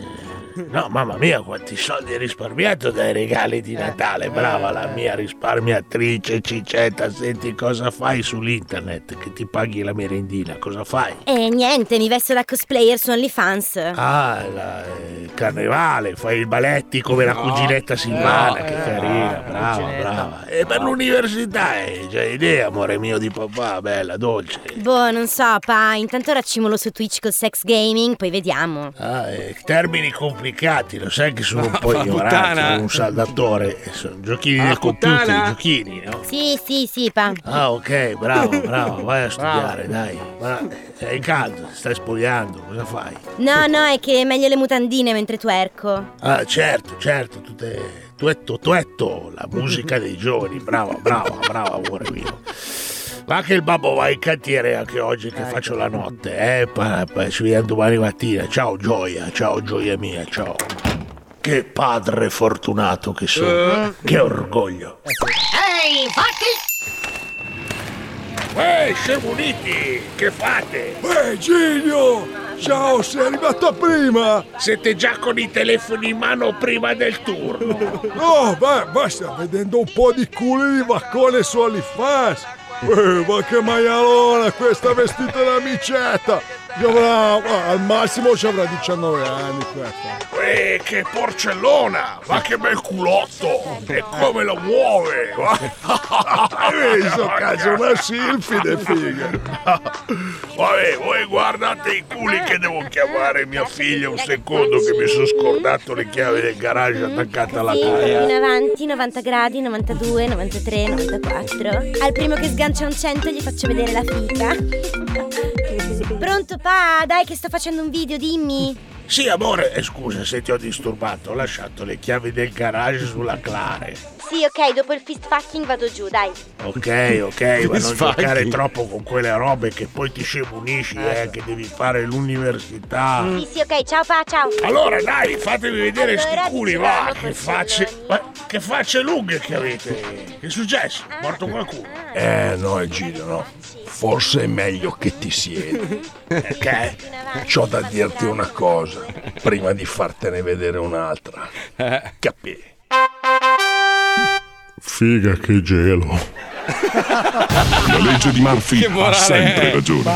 Speaker 15: No, mamma mia, quanti soldi hai risparmiato dai regali di Natale. Brava la mia risparmiatrice Cicetta. Senti cosa fai sull'internet che ti paghi la merendina. Cosa fai?
Speaker 12: E niente, mi vesto da cosplayer su OnlyFans.
Speaker 15: Ah, la- il carnevale, fai i baletti come la No. cuginetta Silvana, Eh, che no, carina, eh, brava, cuginetta. brava. E per l'università, eh, c'hai idea, amore mio di papà, bella, dolce.
Speaker 12: Boh, non so, pa, intanto raccimolo su Twitch col sex gaming, poi vediamo.
Speaker 15: Ah, eh, termini complicati, lo sai che sono un po' Ma ignorante, puttana. sono un saldatore, sono giochini Ah, del computer, puttana. giochini, no?
Speaker 12: Sì, sì, sì, pa.
Speaker 15: Ah, ok, bravo, bravo, vai a studiare, dai. Ma sei caldo, ti stai spogliando, cosa fai?
Speaker 12: No, no, è che è meglio le mutandine mentre twerco.
Speaker 15: Ah, certo, certo, tutte... Tuetto, tuetto, la musica dei giovani, brava, brava, brava, amore mio. Ma anche il babbo va in cantiere anche oggi che faccio la notte, eh? pa- pa- ci vediamo domani mattina. Ciao gioia, ciao gioia mia, ciao. Che padre fortunato che sono,
Speaker 8: Eh.
Speaker 15: che orgoglio.
Speaker 8: Ehi, infatti!
Speaker 15: Ehi, scemuniti, che fate?
Speaker 8: Ehi,
Speaker 15: Giglio! Ciao, sei arrivato prima! Siete già con i telefoni in mano prima del turno!
Speaker 11: No, beh, ma sta vedendo un po' di culo di vaccone su Alifaz. Eh, ma che maialona questa vestita da micetta! Ci avrà- ma al massimo ci avrà 19 anni questa.
Speaker 15: Uè, Eh, che porcellona! Ma che bel culotto! E come lo muove!
Speaker 11: Hai
Speaker 23: Eh,
Speaker 11: visto, cazzo, una silfide, figa!
Speaker 15: Vabbè, voi guardate i culi che devo chiamare mia figlia un secondo che mi sono scordato le chiavi del garage attaccate alla
Speaker 12: Sì, in
Speaker 15: casa.
Speaker 12: avanti, 90 gradi, 92, 93, 94. Al primo che sgancia un 100 gli faccio vedere la fica. Pronto, pa? Dai che sto facendo un video, dimmi.
Speaker 15: Sì, amore, eh, scusa se ti ho disturbato, ho lasciato le chiavi del garage sulla clare.
Speaker 12: Sì, ok, dopo il fist fucking vado giù, dai.
Speaker 15: Ok, ok, ma non
Speaker 8: sfaghi.
Speaker 15: giocare troppo con quelle robe che poi ti scemunisci, eh, che devi fare l'università.
Speaker 12: Sì, sì, ok, ciao pa, ciao.
Speaker 15: Allora dai, fatemi vedere sti
Speaker 12: Allora, diciamo
Speaker 15: culi,
Speaker 12: dicevamo,
Speaker 15: va, che facce, ma che facce lunghe che avete. Che è successo? Morto qualcuno?
Speaker 8: Eh, no, Egidio, no. Forse è meglio che ti siedi.
Speaker 15: Perché?
Speaker 8: C'ho da dirti una cosa.
Speaker 15: cosa prima di fartene vedere un'altra. Capì?
Speaker 22: Figa che gelo. La legge di Murphy
Speaker 15: Che
Speaker 22: ha
Speaker 15: morale
Speaker 22: sempre
Speaker 15: è.
Speaker 22: ragione.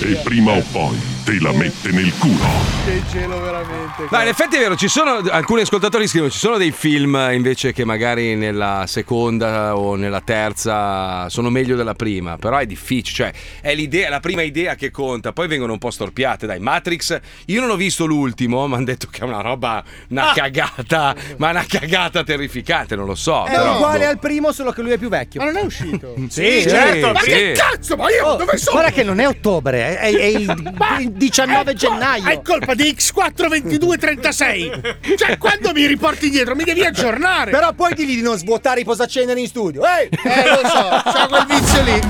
Speaker 22: E prima o poi te la mette nel culo.
Speaker 4: Che gelo veramente.
Speaker 2: No, in effetti è vero, ci sono alcuni ascoltatori che scrivono, ci sono dei film eh, invece che magari nella seconda o nella terza sono meglio della prima, però è difficile, cioè è l'idea, la prima idea che conta, poi vengono un po' storpiate, dai, Matrix, io non ho visto l'ultimo, mi hanno detto che è una roba,
Speaker 3: Ah!
Speaker 2: una cagata, ma una cagata terrificante, non lo so.
Speaker 3: È
Speaker 2: però-
Speaker 3: uguale
Speaker 2: boh.
Speaker 3: al primo, solo che lui è più vecchio. Ma non è uscito.
Speaker 2: Sì, certo,
Speaker 3: Ma
Speaker 2: sì.
Speaker 3: che cazzo? Ma io
Speaker 4: Oh,
Speaker 3: dove sono?
Speaker 4: guarda
Speaker 3: Guarda che non è ottobre, è, il, 19 gennaio.
Speaker 4: Eh, È colpa di X4 22 36. Cioè, quando mi riporti indietro, mi devi aggiornare.
Speaker 3: Però poi digli di non svuotare i posaceneri in studio. Ehi!
Speaker 4: Eh, lo so, c'ha quel vizio lì.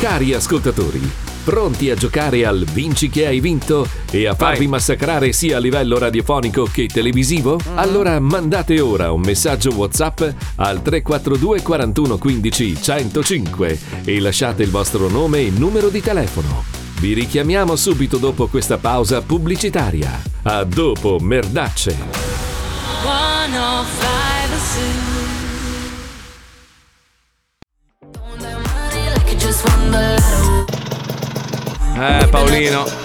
Speaker 1: Cari ascoltatori, pronti a giocare al Vinci che hai vinto e a farvi massacrare sia a livello radiofonico che televisivo? Allora mandate ora un messaggio WhatsApp al 342 41 15 105 e lasciate il vostro nome e numero di telefono. Vi richiamiamo subito dopo questa pausa pubblicitaria. A dopo, merdacce!
Speaker 8: 105
Speaker 2: Eh, Paolino.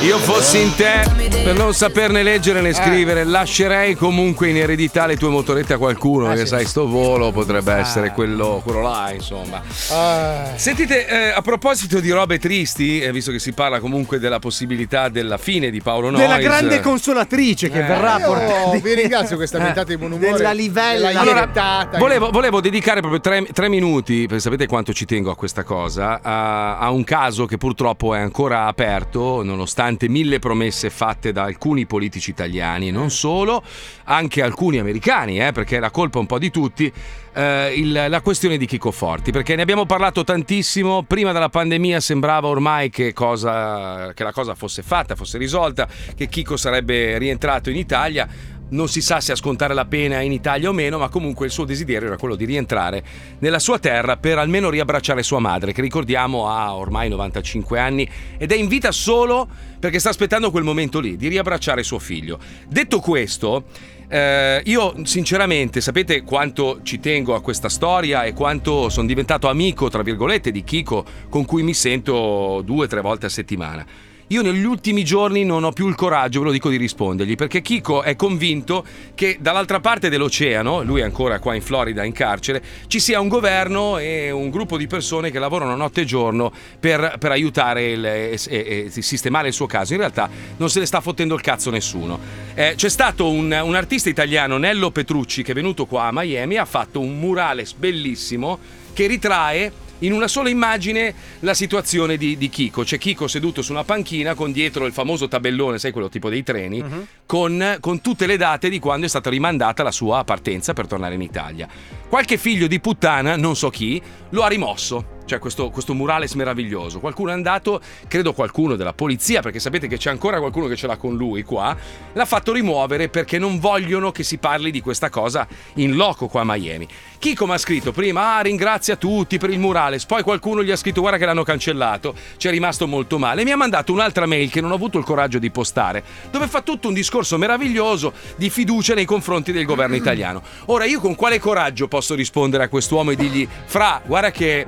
Speaker 2: Io fossi in te, per non saperne leggere
Speaker 3: Eh.
Speaker 2: né scrivere, lascerei comunque in eredità le tue motorette a
Speaker 3: Ah,
Speaker 2: qualcuno, perché sai, sto volo potrebbe essere quello, quello là, insomma. Sentite, eh, a proposito di robe tristi, eh, visto che si parla comunque della possibilità della fine di Paolo Noyes.
Speaker 3: Della grande consolatrice che
Speaker 2: Eh.
Speaker 3: verrà
Speaker 2: Io
Speaker 3: portata.
Speaker 4: vi ringrazio questa mentata di buon umore.
Speaker 3: Della livella.
Speaker 4: Eh, Della
Speaker 2: Allora,
Speaker 4: iniettata che-
Speaker 2: Volevo, volevo dedicare proprio tre, tre minuti, perché sapete quanto ci tengo a questa cosa, a, a un caso che purtroppo è ancora aperto, nonostante mille promesse fatte da alcuni politici italiani, e non solo, anche alcuni americani, eh, perché la colpa è un po' di tutti. eh, il- la questione di Chico Forti, perché ne abbiamo parlato tantissimo. Prima della pandemia sembrava ormai che, cosa- che la cosa fosse fatta, fosse risolta, che Chico sarebbe rientrato in Italia. Non si sa se a scontare la pena in Italia o meno, ma comunque il suo desiderio era quello di rientrare nella sua terra per almeno riabbracciare sua madre, che ricordiamo ha ormai 95 anni ed è in vita solo perché sta aspettando quel momento lì, di riabbracciare suo figlio. Detto questo, eh, io sinceramente sapete quanto ci tengo a questa storia e quanto sono diventato amico, tra virgolette, di Chico, con cui mi sento due o tre volte a settimana. Io negli ultimi giorni non ho più il coraggio, ve lo dico, di rispondergli, perché Chico è convinto che dall'altra parte dell'oceano, lui è ancora qua in Florida in carcere, ci sia un governo e un gruppo di persone che lavorano notte e giorno per, per aiutare il- e, e- e sistemare il suo caso. In realtà non se ne sta fottendo il cazzo nessuno. Eh, c'è stato un, un artista italiano, Nello Petrucci, che è venuto qua a Miami, ha fatto un murales bellissimo che ritrae in una sola immagine la situazione di, di Chico. C'è Chico seduto su una panchina con dietro il famoso tabellone, sai quello tipo dei treni, con, con tutte le date di quando è stata rimandata la sua partenza per tornare in Italia. Qualche figlio di puttana, non so chi, lo ha rimosso. Cioè questo, questo murales meraviglioso. Qualcuno è andato, credo qualcuno della polizia, perché sapete che c'è ancora qualcuno che ce l'ha con lui qua, l'ha fatto rimuovere perché non vogliono che si parli di questa cosa in loco qua a Miami. Chico mi ha scritto prima, ah ringrazia tutti per il murales, poi qualcuno gli ha scritto guarda che l'hanno cancellato, ci è rimasto molto male, e mi ha mandato un'altra mail che non ho avuto il coraggio di postare, dove fa tutto un discorso meraviglioso di fiducia nei confronti del governo italiano. Ora io con quale coraggio posso rispondere a quest'uomo e dirgli, fra, guarda che...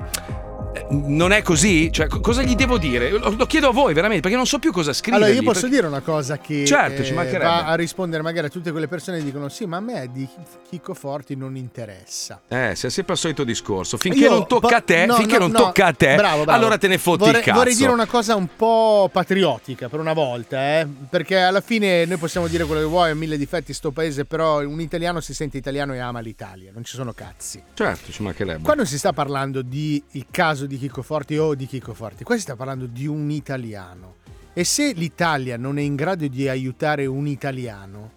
Speaker 2: eh, Non è così? Cioè, co- cosa gli devo dire? Lo, lo chiedo a voi, veramente, perché non so più cosa scrivere.
Speaker 4: Allora, io posso dire una cosa che eh,
Speaker 2: Certo, ci mancherebbe.
Speaker 4: va a rispondere magari a tutte quelle persone che dicono: Sì, ma a me di Chicco Forti non interessa.
Speaker 2: Eh, se è sempre il solito discorso. Finché
Speaker 4: Io
Speaker 2: non tocca
Speaker 4: po-
Speaker 2: a te,
Speaker 4: no,
Speaker 2: finché
Speaker 4: no,
Speaker 2: non
Speaker 4: no,
Speaker 2: tocca a te,
Speaker 4: bravo, bravo.
Speaker 2: allora te ne fotti
Speaker 4: vorrei,
Speaker 2: il cazzo.
Speaker 4: Vorrei dire una cosa un po' patriottica per una volta, eh, perché alla fine noi possiamo dire quello che vuoi, ha mille difetti sto paese, però un italiano si sente italiano e ama l'Italia, non ci sono cazzi.
Speaker 2: Certo, ci mancherebbe.
Speaker 4: Qua non si sta parlando di il caso di Chicco Forti o di Chicco Forti, qua si sta parlando di un italiano. E se l'Italia non è in grado di aiutare un italiano,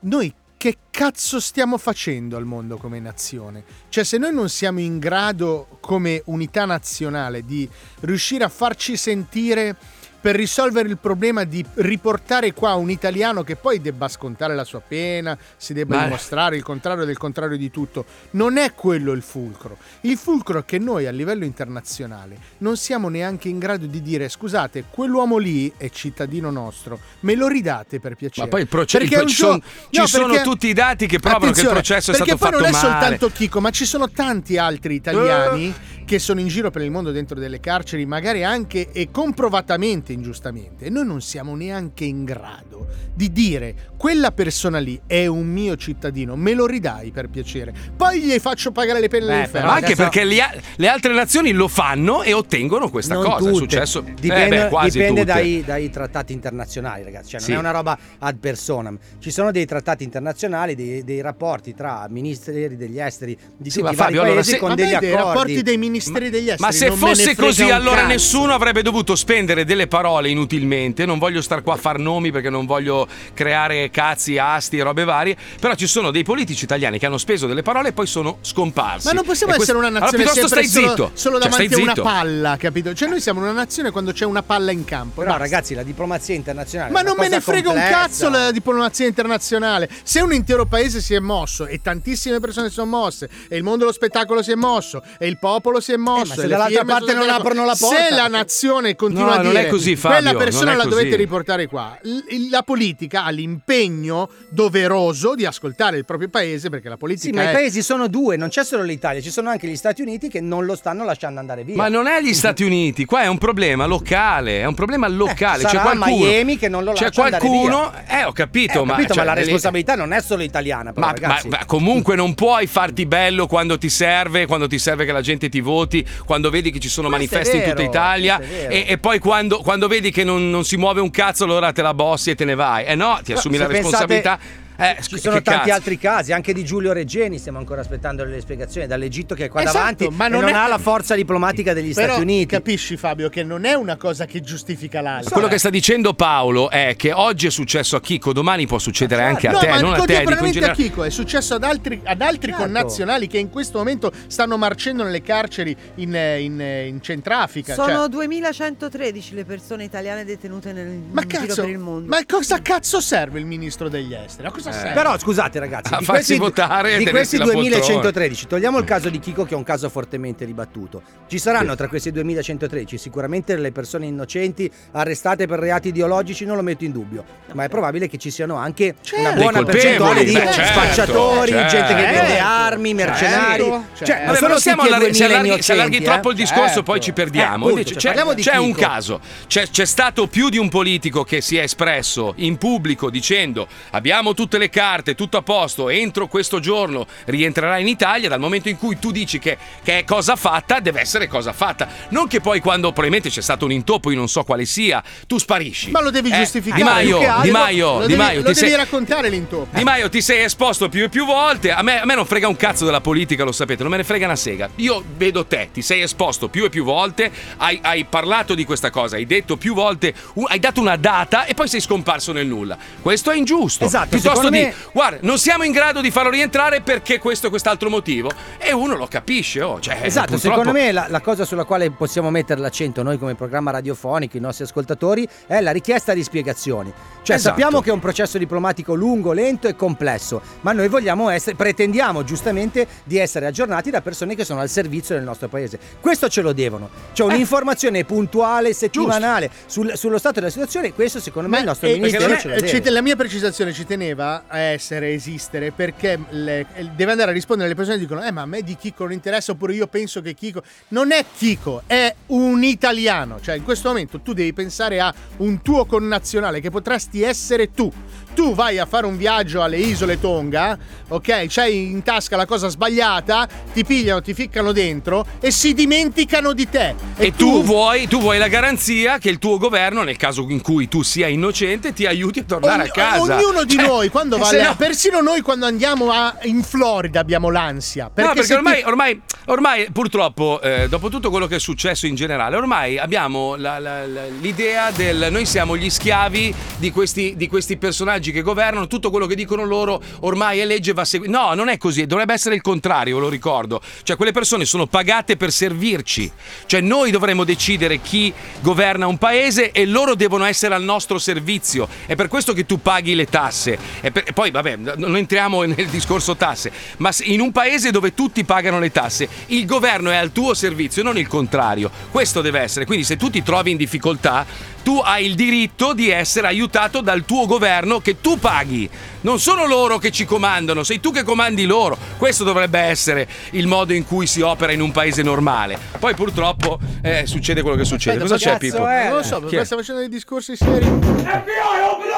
Speaker 4: noi che cazzo stiamo facendo al mondo come nazione? Cioè, se noi non siamo in grado come unità nazionale di riuscire a farci sentire per risolvere il problema di riportare qua un italiano che poi debba scontare la sua pena, si debba
Speaker 2: Ma-
Speaker 4: dimostrare il contrario del contrario di tutto. Non è quello il fulcro. Il fulcro è che noi a livello internazionale non siamo neanche in grado di dire scusate, quell'uomo lì è cittadino nostro, me lo ridate per piacere.
Speaker 2: Ma poi il proce-
Speaker 4: Cioè, Perché
Speaker 2: il pro-
Speaker 4: un
Speaker 2: ci
Speaker 4: gio-
Speaker 2: sono- ci sono tutti i dati che provano che il
Speaker 4: Attenzione,
Speaker 2: processo è
Speaker 4: perché
Speaker 2: stato
Speaker 4: poi
Speaker 2: fatto
Speaker 4: non
Speaker 2: male. Eh.
Speaker 4: è soltanto Chicco, ma ci sono tanti altri italiani che sono in giro per il mondo dentro delle carceri, magari anche e comprovatamente ingiustamente. E noi non siamo neanche in grado di dire quella persona lì è un mio cittadino, me lo ridai per piacere. Poi gli faccio pagare le pene dell'inferno.
Speaker 2: Ma Eh, anche perché le, a- le altre nazioni lo fanno e ottengono questa
Speaker 4: Non
Speaker 2: cosa. È
Speaker 4: tutte.
Speaker 2: successo eh
Speaker 4: Dipende-
Speaker 2: beh, quasi
Speaker 3: Dipende
Speaker 2: tutte.
Speaker 3: dai, dai trattati internazionali, ragazzi. Cioè, non
Speaker 2: Sì.
Speaker 3: è una roba ad personam. Ci sono dei trattati internazionali, dei, dei rapporti tra ministeri degli esteri di
Speaker 2: Sì,
Speaker 3: tutti
Speaker 2: ma
Speaker 3: i vari
Speaker 2: Fabio, allora
Speaker 3: paesi
Speaker 2: se-
Speaker 3: con
Speaker 2: Ma
Speaker 3: degli
Speaker 2: vedi,
Speaker 3: accordi.
Speaker 2: i rapporti dei
Speaker 4: ministeri degli
Speaker 2: Ma se fosse così, allora nessuno avrebbe dovuto spendere delle parole inutilmente. Non voglio star qua a far nomi perché non voglio creare cazzi, asti e robe varie. Però ci sono dei politici italiani che hanno speso delle parole e poi sono scomparsi.
Speaker 4: Ma non possiamo
Speaker 2: E questo-
Speaker 4: essere una nazione
Speaker 2: allora, piuttosto
Speaker 4: sempre
Speaker 2: stai
Speaker 4: solo,
Speaker 2: zitto.
Speaker 4: solo
Speaker 2: Cioè,
Speaker 4: davanti
Speaker 2: stai
Speaker 4: a una
Speaker 2: zitto.
Speaker 4: palla, capito? Cioè noi siamo una nazione quando c'è una palla in campo.
Speaker 3: Però,
Speaker 4: basta.
Speaker 3: ragazzi, la diplomazia internazionale.
Speaker 4: Ma
Speaker 3: è una
Speaker 4: non me
Speaker 3: cosa
Speaker 4: ne frega
Speaker 3: complessa.
Speaker 4: un cazzo la diplomazia internazionale. Se un intero paese si è mosso e tantissime persone si sono mosse e il mondo dello spettacolo si è mosso e il popolo si è
Speaker 2: Eh,
Speaker 4: mosso,
Speaker 3: ma se
Speaker 4: e le
Speaker 3: dall'altra
Speaker 4: firme
Speaker 3: parte
Speaker 4: sono
Speaker 3: non
Speaker 4: state-
Speaker 3: aprono la
Speaker 4: Se
Speaker 3: porta-
Speaker 4: la nazione continua
Speaker 2: No,
Speaker 4: a
Speaker 2: non
Speaker 4: dire
Speaker 2: è così, Fabio,
Speaker 4: quella persona
Speaker 2: non è
Speaker 4: la dovete
Speaker 2: così."
Speaker 4: riportare qua. l- la politica ha l'impegno doveroso di ascoltare il proprio paese perché la politica
Speaker 3: Sì, ma
Speaker 4: è
Speaker 2: Eh.
Speaker 3: i paesi sono due, non c'è solo l'Italia, ci sono anche gli Stati Uniti che non lo stanno lasciando andare via.
Speaker 2: Ma non è gli Stati Uniti, qua è un problema locale, è un problema locale. c'è
Speaker 3: Sarà
Speaker 2: qualcuno,
Speaker 3: Miami che non lo
Speaker 2: c'è
Speaker 3: lascia andare
Speaker 2: qualcuno,
Speaker 3: via.
Speaker 2: eh, ho capito,
Speaker 3: ho
Speaker 2: ma,
Speaker 3: capito,
Speaker 2: cioè,
Speaker 3: la
Speaker 2: lì-
Speaker 3: responsabilità non è solo italiana, però,
Speaker 2: Ma, ma-
Speaker 3: ragazzi.
Speaker 2: ma comunque non puoi farti bello quando ti serve, quando ti serve che la gente ti voti, quando vedi che ci sono
Speaker 3: Questo è
Speaker 2: manifesti in tutta
Speaker 3: vero,
Speaker 2: Italia
Speaker 3: questo è vero.
Speaker 2: e, e poi quando, quando vedi che non, non si muove un cazzo allora te la bossi e te ne vai. Eh no, ti
Speaker 3: Però
Speaker 2: assumi
Speaker 3: se
Speaker 2: la
Speaker 3: pensate-
Speaker 2: responsabilità. Eh,
Speaker 3: Ci
Speaker 2: che
Speaker 3: sono tanti
Speaker 2: cazzo.
Speaker 3: altri casi, anche di Giulio Reggeni, stiamo ancora aspettando le spiegazioni dall'Egitto che è qua
Speaker 4: Esatto,
Speaker 3: davanti,
Speaker 4: ma
Speaker 3: ma
Speaker 4: non
Speaker 3: non,
Speaker 4: è-
Speaker 3: ha la forza diplomatica degli
Speaker 4: Però
Speaker 3: Stati Uniti.
Speaker 4: Capisci Fabio che non è una cosa che giustifica l'altra.
Speaker 2: Quello che sta dicendo Paolo è che oggi è successo a Chico, domani può
Speaker 3: Ah,
Speaker 2: succedere anche a
Speaker 4: no,
Speaker 3: certo.
Speaker 2: te,
Speaker 4: ma
Speaker 2: non a te, dico in
Speaker 4: contemporaneamente a
Speaker 2: generale.
Speaker 4: Chico è successo ad altri, ad altri
Speaker 5: Certo.
Speaker 4: connazionali che in questo momento stanno marcendo nelle carceri in, eh, in, eh, in Centrafrica.
Speaker 5: Sono
Speaker 4: cioè.
Speaker 5: 2113 le persone italiane detenute nel
Speaker 4: ma
Speaker 5: in giro
Speaker 4: cazzo,
Speaker 5: per il mondo.
Speaker 4: ma cosa cazzo serve il ministro degli esteri? A
Speaker 2: Eh.
Speaker 4: cosa serve?
Speaker 3: Però scusate ragazzi,
Speaker 4: A
Speaker 3: di
Speaker 4: farsi
Speaker 3: questi,
Speaker 4: votare e
Speaker 3: di
Speaker 4: tenersi
Speaker 3: questi
Speaker 4: la poltrona.
Speaker 3: 2113, togliamo il caso di Chico che è un caso fortemente ribattuto. Ci saranno tra questi 2113 sicuramente le persone innocenti arrestate per reati ideologici, non lo metto in dubbio, ma è probabile che ci siano anche una
Speaker 2: Certo. Dei
Speaker 3: buona
Speaker 2: colpevoli,
Speaker 3: percentuale di
Speaker 2: beh, certo,
Speaker 3: spacciatori,
Speaker 2: certo.
Speaker 3: gente che vende
Speaker 2: Certo,
Speaker 3: armi, mercenari.
Speaker 2: certo.
Speaker 3: Cioè,
Speaker 2: Vabbè,
Speaker 3: non
Speaker 2: ma
Speaker 3: sono
Speaker 2: non siamo
Speaker 3: tutti e
Speaker 2: allarghi- se
Speaker 3: 2000
Speaker 2: allarghi, se allarghi
Speaker 3: innocenti,
Speaker 2: troppo
Speaker 3: eh.
Speaker 2: il discorso,
Speaker 3: Certo.
Speaker 2: poi ci perdiamo.
Speaker 3: Eh, appunto,
Speaker 2: Invece
Speaker 3: cioè,
Speaker 2: c'è,
Speaker 3: parliamo di
Speaker 2: c'è un
Speaker 3: Chico.
Speaker 2: caso, c'è, c'è stato più di un politico che si è espresso in pubblico dicendo abbiamo tutte le carte, tutto a posto, entro questo giorno rientrerà in Italia. Dal momento in cui tu dici che, che è cosa fatta, deve essere cosa fatta. Non che poi quando probabilmente c'è stato un intoppo, io non so quale sia, tu sparisci.
Speaker 4: Ma lo devi
Speaker 2: Eh,
Speaker 4: giustificare.
Speaker 2: Di Maio,
Speaker 4: più che altro.
Speaker 2: Di Maio,
Speaker 4: Lo
Speaker 2: Di
Speaker 4: devi-
Speaker 2: Maio,
Speaker 4: Lo
Speaker 2: ti
Speaker 4: devi
Speaker 2: sei-
Speaker 4: raccontare l'intoppo.
Speaker 2: Di Maio, ti sei esposto più e più volte. A me, a me non frega un cazzo della politica, lo sapete, non me ne frega una sega. Io vedo te, ti sei esposto più e più volte, hai, hai parlato di questa cosa, hai detto più volte, u- hai dato una data e poi sei scomparso nel nulla. Questo è ingiusto.
Speaker 3: Esatto,
Speaker 2: Piuttosto
Speaker 3: secondo
Speaker 2: di,
Speaker 3: me-
Speaker 2: guarda, non siamo in grado di farlo rientrare perché questo e quest'altro motivo. E uno lo capisce, oh.
Speaker 4: Eh,
Speaker 2: Cioè,
Speaker 3: Esatto,
Speaker 2: purtroppo-
Speaker 3: secondo me la, la cosa sulla quale possiamo mettere l'accento noi come programma radiofonico, i nostri ascoltatori, è la richiesta di spiegazioni. Cioè
Speaker 2: Esatto.
Speaker 3: sappiamo che è un processo diplomatico lungo, lento e complesso, ma noi vogliamo essere, pretendiamo giustamente di essere aggiornati da persone che sono al servizio del nostro paese. Questo ce lo devono. C'è
Speaker 4: Eh.
Speaker 3: un'informazione puntuale, settimanale sul- sullo stato della situazione, questo secondo me il nostro
Speaker 4: E-
Speaker 3: ministro
Speaker 4: perché
Speaker 3: ce
Speaker 4: non
Speaker 3: lo
Speaker 4: è-
Speaker 3: deve.
Speaker 4: ci te- la mia precisazione ci teneva a essere, esistere, perché le- eh, deve andare a rispondere alle persone che dicono: Eh, ma a me di Chico non interessa, oppure io penso che Chico. Non è Chico, è un italiano. Cioè, in questo momento tu devi pensare a un tuo connazionale che potresti essere tu. Tu vai a fare un viaggio alle isole Tonga, ok? C'hai in tasca la cosa sbagliata, ti pigliano, ti ficcano dentro e si dimenticano di te.
Speaker 2: E tu vuoi, tu vuoi la garanzia che il tuo governo, nel caso in cui tu sia innocente, ti aiuti a tornare
Speaker 4: Ogni-
Speaker 2: a casa.
Speaker 4: Ognuno di
Speaker 2: Cioè,
Speaker 4: noi, quando va
Speaker 2: se
Speaker 4: alla-
Speaker 2: no-
Speaker 4: persino noi quando andiamo a- in Florida abbiamo l'ansia. Perché,
Speaker 2: no, perché
Speaker 4: se ti-
Speaker 2: ormai, ormai- ormai, purtroppo, eh, dopo tutto quello che è successo in generale, ormai abbiamo la- la- la- l'idea del noi siamo gli schiavi di questi, di questi personaggi personaggi che governano, tutto quello che dicono loro ormai è legge va seguito. No, non è così, dovrebbe essere il contrario, ve lo ricordo. Cioè, quelle persone sono pagate per servirci. Cioè, noi dovremmo decidere chi governa un paese e loro devono essere al nostro servizio. È per questo che tu paghi le tasse. E, per- e poi, vabbè, n- non entriamo nel discorso tasse, ma se- in un paese dove tutti pagano le tasse, il governo è al tuo servizio, non il contrario. Questo deve essere. Quindi, se tu ti trovi in difficoltà, tu hai il diritto di essere aiutato dal tuo governo che tu paghi. Non sono loro che ci comandano, sei tu che comandi loro. Questo dovrebbe essere il modo in cui si opera in un paese normale. Poi purtroppo eh, succede quello che
Speaker 3: Cioè,
Speaker 2: succede. Cosa c'è, Pippo?
Speaker 4: Non lo so,
Speaker 2: eh. Chi è?
Speaker 4: perché sta facendo dei discorsi seri.
Speaker 2: oh,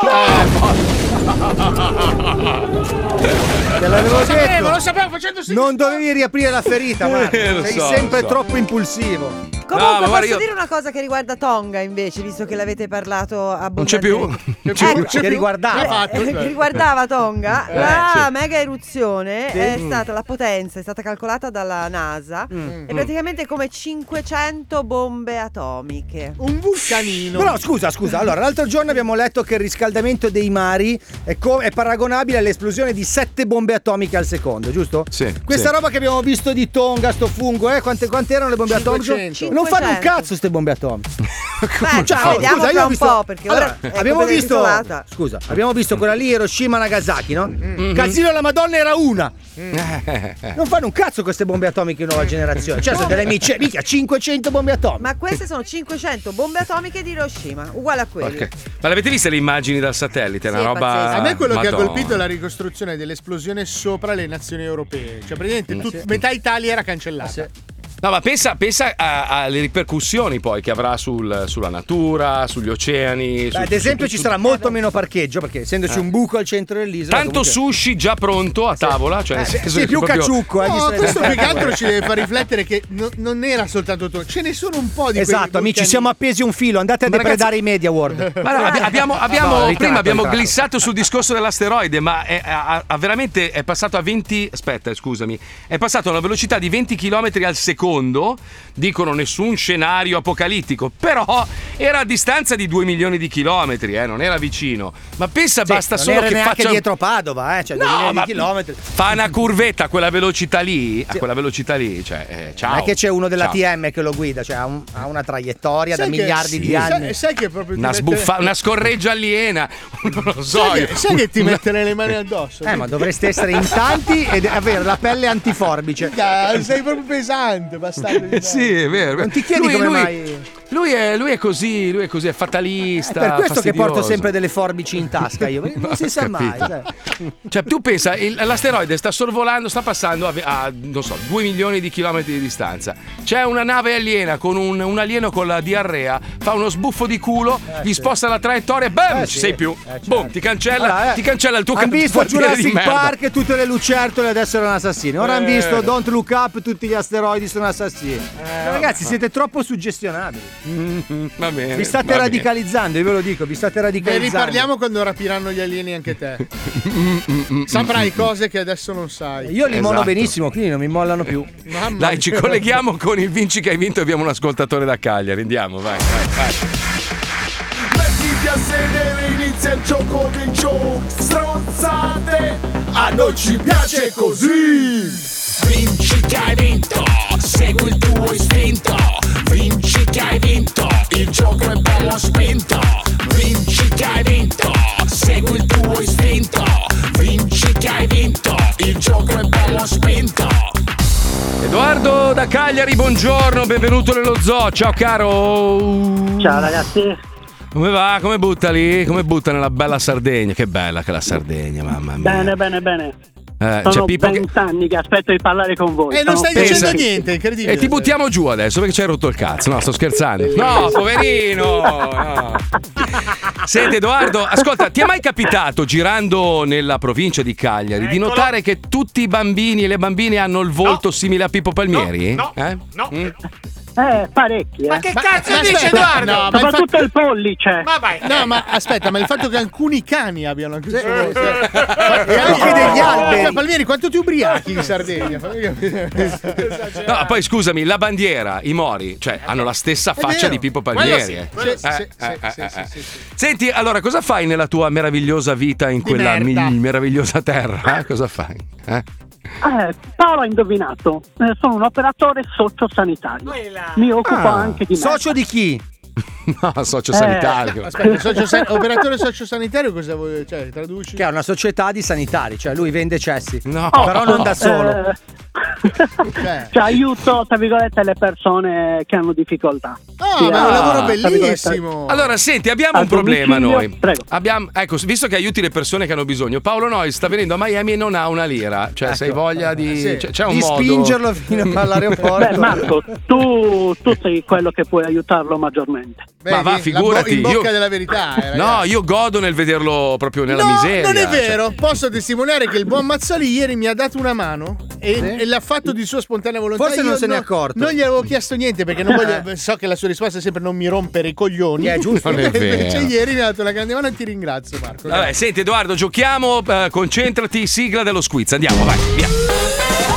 Speaker 4: Ah,
Speaker 3: Te l'avevo
Speaker 6: Lo sapevo,
Speaker 3: detto.
Speaker 6: Eh, lo sapevo facendo sì.
Speaker 3: Non dovevi riaprire la ferita, Marco.
Speaker 2: Eh, lo
Speaker 3: Sei
Speaker 2: so,
Speaker 3: sempre
Speaker 2: lo so.
Speaker 3: troppo impulsivo.
Speaker 2: ma guarda,
Speaker 5: Comunque, posso
Speaker 2: io-
Speaker 5: dire una cosa che riguarda Tonga invece, visto che l'avete parlato Ecco, abbondantemente.
Speaker 2: Non c'è più. Non c'è più, non c'è
Speaker 5: che
Speaker 2: più. L'ha
Speaker 5: riguardava,
Speaker 2: fatto,
Speaker 5: eh,
Speaker 2: certo.
Speaker 5: che riguardava Tonga,
Speaker 2: Eh,
Speaker 5: la
Speaker 2: sì.
Speaker 5: mega eruzione
Speaker 2: Sì.
Speaker 5: è
Speaker 2: Mm.
Speaker 5: stata la potenza, è stata calcolata dalla NASA
Speaker 3: Mm.
Speaker 5: è
Speaker 3: Mm.
Speaker 5: praticamente come 500 bombe atomiche.
Speaker 4: Un vulcanino.
Speaker 3: Però scusa, scusa, allora l'altro giorno abbiamo letto che il riscaldamento dei mari è, co- è paragonabile all'esplosione di sette bombe atomiche al secondo, giusto?
Speaker 2: Sì.
Speaker 3: Questa roba che abbiamo visto di Tonga, sto fungo, eh, quante, quante erano le bombe atomiche?
Speaker 5: 500.
Speaker 3: Non fanno un cazzo queste bombe atomiche.
Speaker 5: Beh, cioè, vediamo
Speaker 3: io
Speaker 5: tra
Speaker 3: ho
Speaker 5: un po', perché ora
Speaker 3: Allora,
Speaker 5: è
Speaker 3: abbiamo
Speaker 5: completamente
Speaker 3: visto
Speaker 5: isolata. Mm-hmm.
Speaker 3: Scusa, abbiamo visto quella lì Hiroshima Nagasaki, no?
Speaker 2: Mhm.
Speaker 3: Casino la Madonna era una.
Speaker 2: Non Eh.
Speaker 3: Non fanno un cazzo queste bombe atomiche nuova generazione. Cioè, sono delle micce, mica 500 bombe atomiche.
Speaker 5: Ma queste sono 500 bombe atomiche di Hiroshima, uguale a quelle.
Speaker 2: Ok. Ma l'avete viste le immagini dal satellite? È una
Speaker 5: Sì, è
Speaker 2: roba.
Speaker 5: pazzesco.
Speaker 4: A me quello che ha
Speaker 2: Madonna.
Speaker 4: colpito è la ricostruzione dell'esplosione sopra le nazioni europee. Cioè, praticamente
Speaker 2: Mm.
Speaker 4: tut-
Speaker 2: Sì.
Speaker 4: metà Italia era cancellata.
Speaker 2: No, ma pensa, pensa a- alle ripercussioni poi che avrà sul- sulla natura, sugli oceani.
Speaker 3: Beh, ad esempio ci sarà molto meno parcheggio perché essendoci
Speaker 2: Eh.
Speaker 3: un buco al centro dell'isola.
Speaker 2: Tanto
Speaker 3: comunque-
Speaker 2: sushi già pronto a tavola. Cioè, nel
Speaker 3: Eh,
Speaker 2: senso
Speaker 3: sì,
Speaker 2: che
Speaker 3: più
Speaker 2: proprio-
Speaker 3: caciucco, eh,
Speaker 4: No,
Speaker 3: gli-
Speaker 4: questo più che altro ci deve far riflettere che no- non era soltanto tu, ce ne sono un po' di
Speaker 3: Esatto, amici, siamo appesi un filo, andate a
Speaker 4: Ma
Speaker 3: depredare
Speaker 4: ragazzi-
Speaker 3: i media world.
Speaker 2: Ma no, abbi- abbiamo, abbiamo-
Speaker 3: No, ritratto,
Speaker 2: prima abbiamo
Speaker 3: ritratto.
Speaker 2: glissato sul discorso dell'asteroide, ma è, ha- ha veramente è passato a 20. Aspetta, scusami, è passato a una velocità di 20 km al secondo. Dicono nessun scenario apocalittico, però era a distanza di 2 milioni di chilometri, eh, non era vicino. Ma pensa, basta
Speaker 3: non
Speaker 2: solo
Speaker 3: era
Speaker 2: che
Speaker 3: neanche
Speaker 2: faccia.
Speaker 3: dietro Padova, eh, cioè due milioni di chilometri.
Speaker 2: Fa una curvetta a quella velocità lì, a quella velocità lì, cioè, eh, ciao.
Speaker 3: Non è che c'è uno della
Speaker 2: ciao.
Speaker 3: TM che lo guida, cioè ha, un- ha una traiettoria da
Speaker 4: Sai che-
Speaker 3: miliardi
Speaker 2: sì.
Speaker 3: di anni.
Speaker 4: Sai, sai che proprio ti
Speaker 2: Una,
Speaker 4: mette-
Speaker 2: sbuffa- una scorreggia aliena, non lo so.
Speaker 4: Sai,
Speaker 2: io.
Speaker 4: che, sai che ti
Speaker 2: Una-
Speaker 4: mettere le mani addosso?
Speaker 3: Eh, ma dovreste essere in tanti ed avere la pelle antiforbice.
Speaker 4: Minchia, sei proprio pesante, bastardo. di
Speaker 2: sì, è vero.
Speaker 3: Non ti chiedi come
Speaker 2: lui,
Speaker 3: mai-
Speaker 2: Lui è, lui è così, lui è così, è
Speaker 3: Eh, È
Speaker 2: fatalista.
Speaker 3: per questo che porto
Speaker 2: fastidioso.
Speaker 3: sempre delle forbici in tasca io, perché non si sa mai.
Speaker 2: Capito.
Speaker 3: cioè.
Speaker 2: Cioè, tu pensa, il- l'asteroide sta sorvolando, sta passando a, ve- a, non so, 2 milioni di chilometri di distanza. C'è una nave aliena con un, un alieno con la diarrea, fa uno sbuffo di culo, gli sposta la traiettoria, bam,
Speaker 3: Eh,
Speaker 2: ci
Speaker 3: sì.
Speaker 2: sei più. Boom, ti cancella,
Speaker 3: Allora, eh,
Speaker 2: ti cancella il tuo
Speaker 3: Han
Speaker 2: ca-
Speaker 3: visto
Speaker 2: quartiere di
Speaker 3: Jurassic
Speaker 2: merda.
Speaker 3: Park tutte le lucertole adesso erano assassini. Ora hanno
Speaker 2: Eh.
Speaker 3: visto Don't Look Up tutti gli asteroidi sono assassini.
Speaker 2: Eh,
Speaker 3: Ragazzi, siete troppo suggestionabili.
Speaker 2: Va bene.
Speaker 3: Vi state
Speaker 2: va bene.
Speaker 3: radicalizzando, io ve lo dico, vi state
Speaker 4: Ne
Speaker 3: radicalizzando.
Speaker 4: riparliamo quando rapiranno gli alieni anche te. Saprai cose che adesso non sai.
Speaker 3: Io li mono
Speaker 2: Esatto.
Speaker 3: benissimo, quindi non mi mollano più.
Speaker 4: Mamma
Speaker 2: Dai, ci
Speaker 4: mia.
Speaker 2: colleghiamo con il Vinci che hai vinto e abbiamo un ascoltatore da Cagliari. Andiamo, vai, vai, vai.
Speaker 8: Mettiti a sedere, inizia il gioco dei giochi Strozzate, a noi ci piace così Vinci che hai vinto, segui il tuo istinto Vinci che hai vinto, il gioco è bello spinto Vinci che hai vinto, segui il tuo istinto Vinci che hai vinto, il gioco è bello spinto
Speaker 2: Edoardo da Cagliari, buongiorno, benvenuto nello zoo. Ciao caro.
Speaker 20: Ciao ragazzi.
Speaker 2: Come va? Come butta lì? Come butta nella bella Sardegna? Che bella che è la Sardegna, mamma mia.
Speaker 20: Bene, bene, bene.
Speaker 2: Eh,
Speaker 20: Sono
Speaker 2: c'è Pippo che- Eh,
Speaker 20: vent'anni che... aspetto di parlare con voi.
Speaker 4: E eh, non
Speaker 20: Sono Eh,
Speaker 4: stai dicendo
Speaker 20: felice.
Speaker 4: niente, è incredibile.
Speaker 2: E Eh, ti buttiamo giù adesso perché ci hai rotto il cazzo. No, sto scherzando. No, poverino. no. Senti Edoardo, ascolta, ti è mai capitato girando nella provincia di Cagliari di notare che tutti i bambini e le bambine hanno il volto simile a Pippo Palmieri?
Speaker 6: no,
Speaker 2: Eh?
Speaker 6: No,
Speaker 20: Eh, parecchi.
Speaker 15: Ma
Speaker 20: eh.
Speaker 15: che cazzo dice Edoardo?
Speaker 20: No, ma Soprattutto il pollice.
Speaker 4: No, ma aspetta, ma il fatto che alcuni cani abbiano anche questo voto.
Speaker 15: E anche degli alberi.
Speaker 4: Cioè, Palmieri, quanto ti ubriachi in Sardegna? Fammi capire.
Speaker 3: Esatto.
Speaker 2: No, poi scusami, la bandiera, i mori, cioè hanno la stessa
Speaker 4: Cioè. È
Speaker 2: faccia
Speaker 4: vero.
Speaker 2: di Pippo
Speaker 4: Quello
Speaker 2: Palmieri.
Speaker 4: sì,
Speaker 2: eh.
Speaker 4: quello
Speaker 2: Eh,
Speaker 4: sì, sì,
Speaker 2: eh,
Speaker 4: sì,
Speaker 2: eh,
Speaker 4: sì,
Speaker 2: eh. Senti, allora cosa fai nella tua meravigliosa vita in quella
Speaker 20: merda.
Speaker 2: mi- meravigliosa terra? eh? Cosa fai? Eh?
Speaker 20: Eh, Paolo ha indovinato. Eh, sono un operatore sociosanitario. Mi occupo
Speaker 2: Ah.
Speaker 20: anche di me.
Speaker 2: Socio
Speaker 3: di chi? Eh,
Speaker 2: No, socio sanitario.
Speaker 4: Aspetta, socio san- operatore sociosanitario cosa vuol Cioè, traduci?
Speaker 3: Che è una società di sanitari, cioè lui vende cessi.
Speaker 2: No.
Speaker 3: Però non da solo.
Speaker 20: Eh, cioè, aiuto, tra virgolette, le persone che hanno difficoltà. Sì, eh.
Speaker 2: ma è
Speaker 20: ah,
Speaker 2: un
Speaker 20: a-
Speaker 2: lavoro
Speaker 20: tra virgolette,
Speaker 2: Allora, senti, abbiamo
Speaker 20: eh, Al
Speaker 2: un problema
Speaker 20: domicilio,
Speaker 2: noi. Abbiamo, ecco, visto che aiuti le persone che hanno bisogno, Paolo Noi sta venendo a Miami e non ha una lira. Cioè, se hai
Speaker 4: Ecco.
Speaker 2: voglia di. cioè,
Speaker 3: Sì.
Speaker 2: c'è- c'è un
Speaker 3: Di
Speaker 2: modo.
Speaker 3: spingerlo fino all'aeroporto.
Speaker 20: Beh, Marco, tu, tu sei quello che puoi aiutarlo maggiormente.
Speaker 2: Ma va, figurati.
Speaker 4: in bocca
Speaker 2: io-
Speaker 4: della verità. eh,
Speaker 2: no, io godo nel vederlo proprio nella
Speaker 4: No,
Speaker 2: miseria.
Speaker 4: Non è
Speaker 2: cioè.
Speaker 4: vero, posso testimoniare che il buon Mazzoli ieri mi ha dato una mano e, e l'ha fatto di sua spontanea volontà.
Speaker 3: Forse non
Speaker 4: Io
Speaker 3: se n'è accorto.
Speaker 4: Non gli avevo chiesto niente perché non voglio, so che la sua risposta è sempre non mi rompere i coglioni. È giusto.
Speaker 2: Non è
Speaker 4: Invece
Speaker 2: vero. Ah.
Speaker 4: ieri mi ha dato una grande mano e ti ringrazio Marco.
Speaker 2: Vabbè, senti, Edoardo, giochiamo. eh, concentrati, sigla dello squiz. Andiamo, vai, via.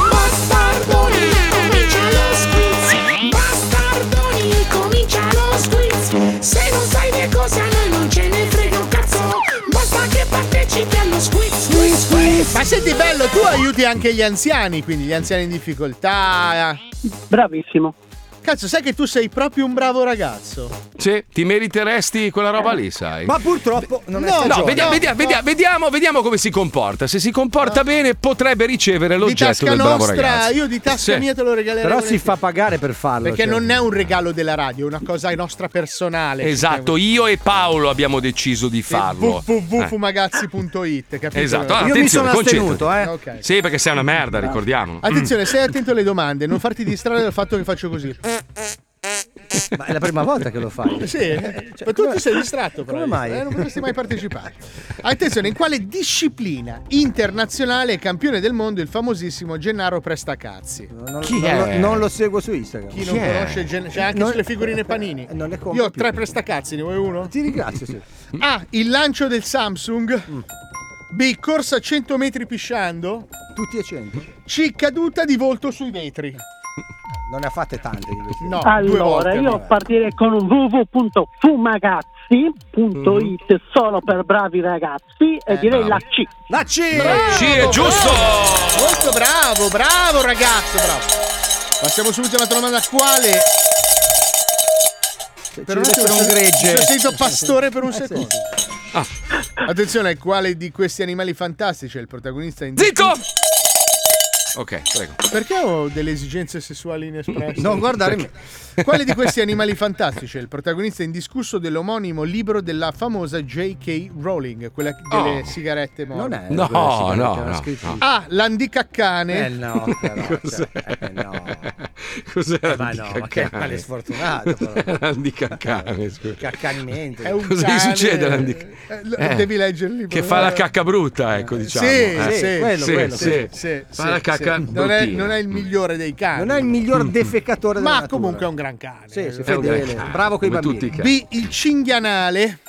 Speaker 8: Bastardoni, comincia lo squiz. Bastardoni, comincia lo squiz. Se non sai le cose a noi non ce ne frega un cazzo. Basta che partecipi allo squiz, squiz, squiz.
Speaker 4: Ma senti bello, tu aiuti anche gli anziani, quindi gli anziani in difficoltà. eh.
Speaker 20: Bravissimo.
Speaker 4: Cazzo, sai che tu sei proprio un bravo ragazzo.
Speaker 2: Sì, ti meriteresti quella roba lì, sai.
Speaker 3: purtroppo non
Speaker 2: No, no, vedia- vedia- vedia- vediamo, vediamo come si comporta. Se si comporta bene, potrebbe ricevere
Speaker 4: Di
Speaker 2: l'oggetto
Speaker 4: tasca
Speaker 2: del bravo
Speaker 4: nostra,
Speaker 2: ragazzo.
Speaker 4: io di tasca
Speaker 2: Sì.
Speaker 4: mia te lo regalerei.
Speaker 3: Però si fa pagare per farlo.
Speaker 4: Perché
Speaker 3: cioè.
Speaker 4: non è cioè. un regalo della radio, è una cosa nostra personale.
Speaker 2: Esatto, io e Paolo abbiamo deciso di farlo. Eh.
Speaker 4: www.fumagazzi.it, capito?
Speaker 2: Esatto, allora, attenzione, Mm. concentrati. Sì, perché sei una merda, ricordiamo.
Speaker 4: eh. Attenzione, stai attento alle domande, non farti distrarre dal fatto che faccio così.
Speaker 3: Ma è la prima volta che lo fai. Eh, cioè,
Speaker 4: Sì, eh, ma tu ti sei distratto
Speaker 3: come
Speaker 4: però.
Speaker 3: mai?
Speaker 4: eh, non potresti mai partecipare. Attenzione, in quale disciplina internazionale è campione del mondo il famosissimo Gennaro Prestacazzi?
Speaker 3: Non, non lo- non lo seguo su Instagram.
Speaker 4: Chi non conosce Gen- c'è anche sulle figurine
Speaker 3: Eh,
Speaker 4: panini. Io ho tre prestacazzi, ne vuoi uno?
Speaker 3: Ti ringrazio, sì. Mm.
Speaker 4: A. Il lancio del Samsung. B. Corsa 100 metri pisciando.
Speaker 3: Tutti e 100.
Speaker 4: C. Caduta di volto sui vetri.
Speaker 3: Non ne ha fatte tante di queste.
Speaker 4: No, due
Speaker 20: allora,
Speaker 4: volte.
Speaker 20: io partirei con www.fumagazzi.it solo per bravi ragazzi e direi la C.
Speaker 3: La C!
Speaker 4: Bravo,
Speaker 20: Sì, è giusto!
Speaker 4: bravo, molto bravo, bravo ragazzo, bravo. Passiamo subito alla domanda quale. Per un
Speaker 3: Cioè, ci
Speaker 4: attimo
Speaker 3: deve essere un gregge.
Speaker 4: mi sono sentito pastore per un
Speaker 3: Eh, sì. Ah.
Speaker 4: secondo. Attenzione, quale di questi animali fantastici è il protagonista in
Speaker 2: Zitto! Ok, prego.
Speaker 4: Perché ho delle esigenze sessuali inespresse?
Speaker 2: Non guardare me.
Speaker 4: Perché? Quale di questi animali fantastici è il protagonista indiscusso dell'omonimo libro della famosa J.K. Rowling, quella delle
Speaker 2: Oh.
Speaker 4: sigarette morte?
Speaker 3: Non è.
Speaker 2: No, no, no. no.
Speaker 4: A. L'andicaccane.
Speaker 3: Eh no, però, cioè,
Speaker 2: Cos'è?
Speaker 3: eh, no. Eh,
Speaker 2: Cos'era?
Speaker 11: Eh,
Speaker 3: Ma no, ma che
Speaker 2: l'andicaccane?
Speaker 3: male sfortunato, però.
Speaker 2: L'andicaccane, scusa.
Speaker 3: Caccanimento.
Speaker 4: È un
Speaker 2: Cosa gli
Speaker 4: cane.
Speaker 2: succede l'andic-
Speaker 4: Eh, lo-
Speaker 2: Eh,
Speaker 4: Devi leggere il libro. eh.
Speaker 2: Che fa la cacca brutta, ecco,
Speaker 4: Sì,
Speaker 2: diciamo. eh.
Speaker 4: sì, quello, quello,
Speaker 2: sì,
Speaker 4: sì,
Speaker 2: Fa
Speaker 4: sì,
Speaker 2: la cacca Mm. bruttina.
Speaker 4: sì. Non è, non è il migliore dei cani.
Speaker 3: Non è il miglior defecatore della
Speaker 4: Ma
Speaker 3: natura.
Speaker 4: comunque è un gran cane.
Speaker 3: Sì, sì,
Speaker 4: Eh,
Speaker 3: fedele.
Speaker 2: ok.
Speaker 3: Bravo coi
Speaker 2: Come
Speaker 3: bambini.
Speaker 2: tutti i cani.
Speaker 4: B. Il cinghianale.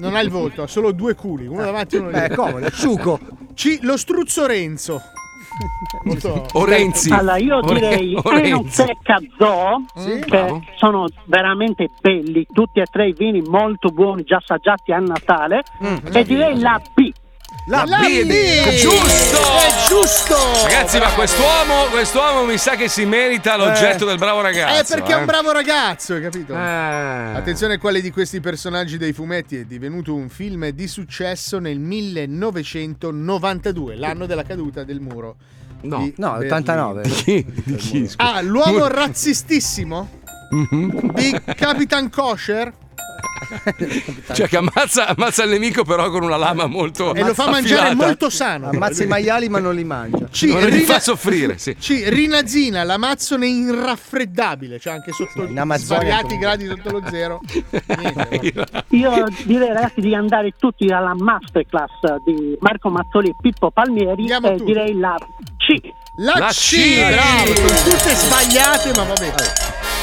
Speaker 4: Non ha il volto, ha solo due culi, uno davanti e uno
Speaker 3: Eh,
Speaker 4: dietro.
Speaker 3: comodo, ciuco.
Speaker 4: C. Lo struzzo Renzo.
Speaker 2: O Renzi.
Speaker 20: Allora, io
Speaker 2: O Re-
Speaker 20: direi Eh,
Speaker 2: o Renzi.
Speaker 20: Enotecca Zoo,
Speaker 4: Sì,
Speaker 20: che cioè, sono veramente belli, tutti e tre i vini molto buoni, già assaggiati a Natale, e direi la B.
Speaker 3: La,
Speaker 4: La
Speaker 2: Mm. B,
Speaker 4: B.
Speaker 2: giusto!
Speaker 4: È giusto!
Speaker 2: Ragazzi, ma quest'uomo, quest'uomo mi sa che si merita l'oggetto del bravo ragazzo.
Speaker 4: è Eh. perché è un
Speaker 2: eh.
Speaker 4: bravo ragazzo, hai
Speaker 3: Eh.
Speaker 4: capito?
Speaker 2: Ah.
Speaker 4: Attenzione quale di questi personaggi dei fumetti è divenuto un film di successo nel 1992, l'anno della caduta del muro.
Speaker 2: No.
Speaker 4: di
Speaker 3: No,
Speaker 4: Berlino.
Speaker 3: 89.
Speaker 2: Chi? Di chi? Scusa.
Speaker 4: A. L'uomo razzistissimo? B. Capitan Kosher?
Speaker 2: Cioè, che ammazza, ammazza il nemico, però con una lama molto.
Speaker 4: E lo fa mangiare
Speaker 2: affilata.
Speaker 4: molto sano.
Speaker 3: Ammazza i maiali ma non li mangia.
Speaker 4: C.
Speaker 2: Non li fa
Speaker 4: Rina-
Speaker 2: soffrire, sì.
Speaker 4: C. Rinazina, l'amazzone irraffreddabile, cioè anche sotto
Speaker 3: in Amazzonia
Speaker 4: svariati gradi
Speaker 3: comunque.
Speaker 4: sotto lo zero.
Speaker 20: Io direi ragazzi di andare tutti alla masterclass di Marco Mazzoli e Pippo Palmieri
Speaker 4: Andiamo
Speaker 20: e
Speaker 4: tutti.
Speaker 20: direi la C.
Speaker 4: La,
Speaker 2: La
Speaker 4: C,
Speaker 2: C.
Speaker 4: bravo, sono tutte sbagliate, ma va bene.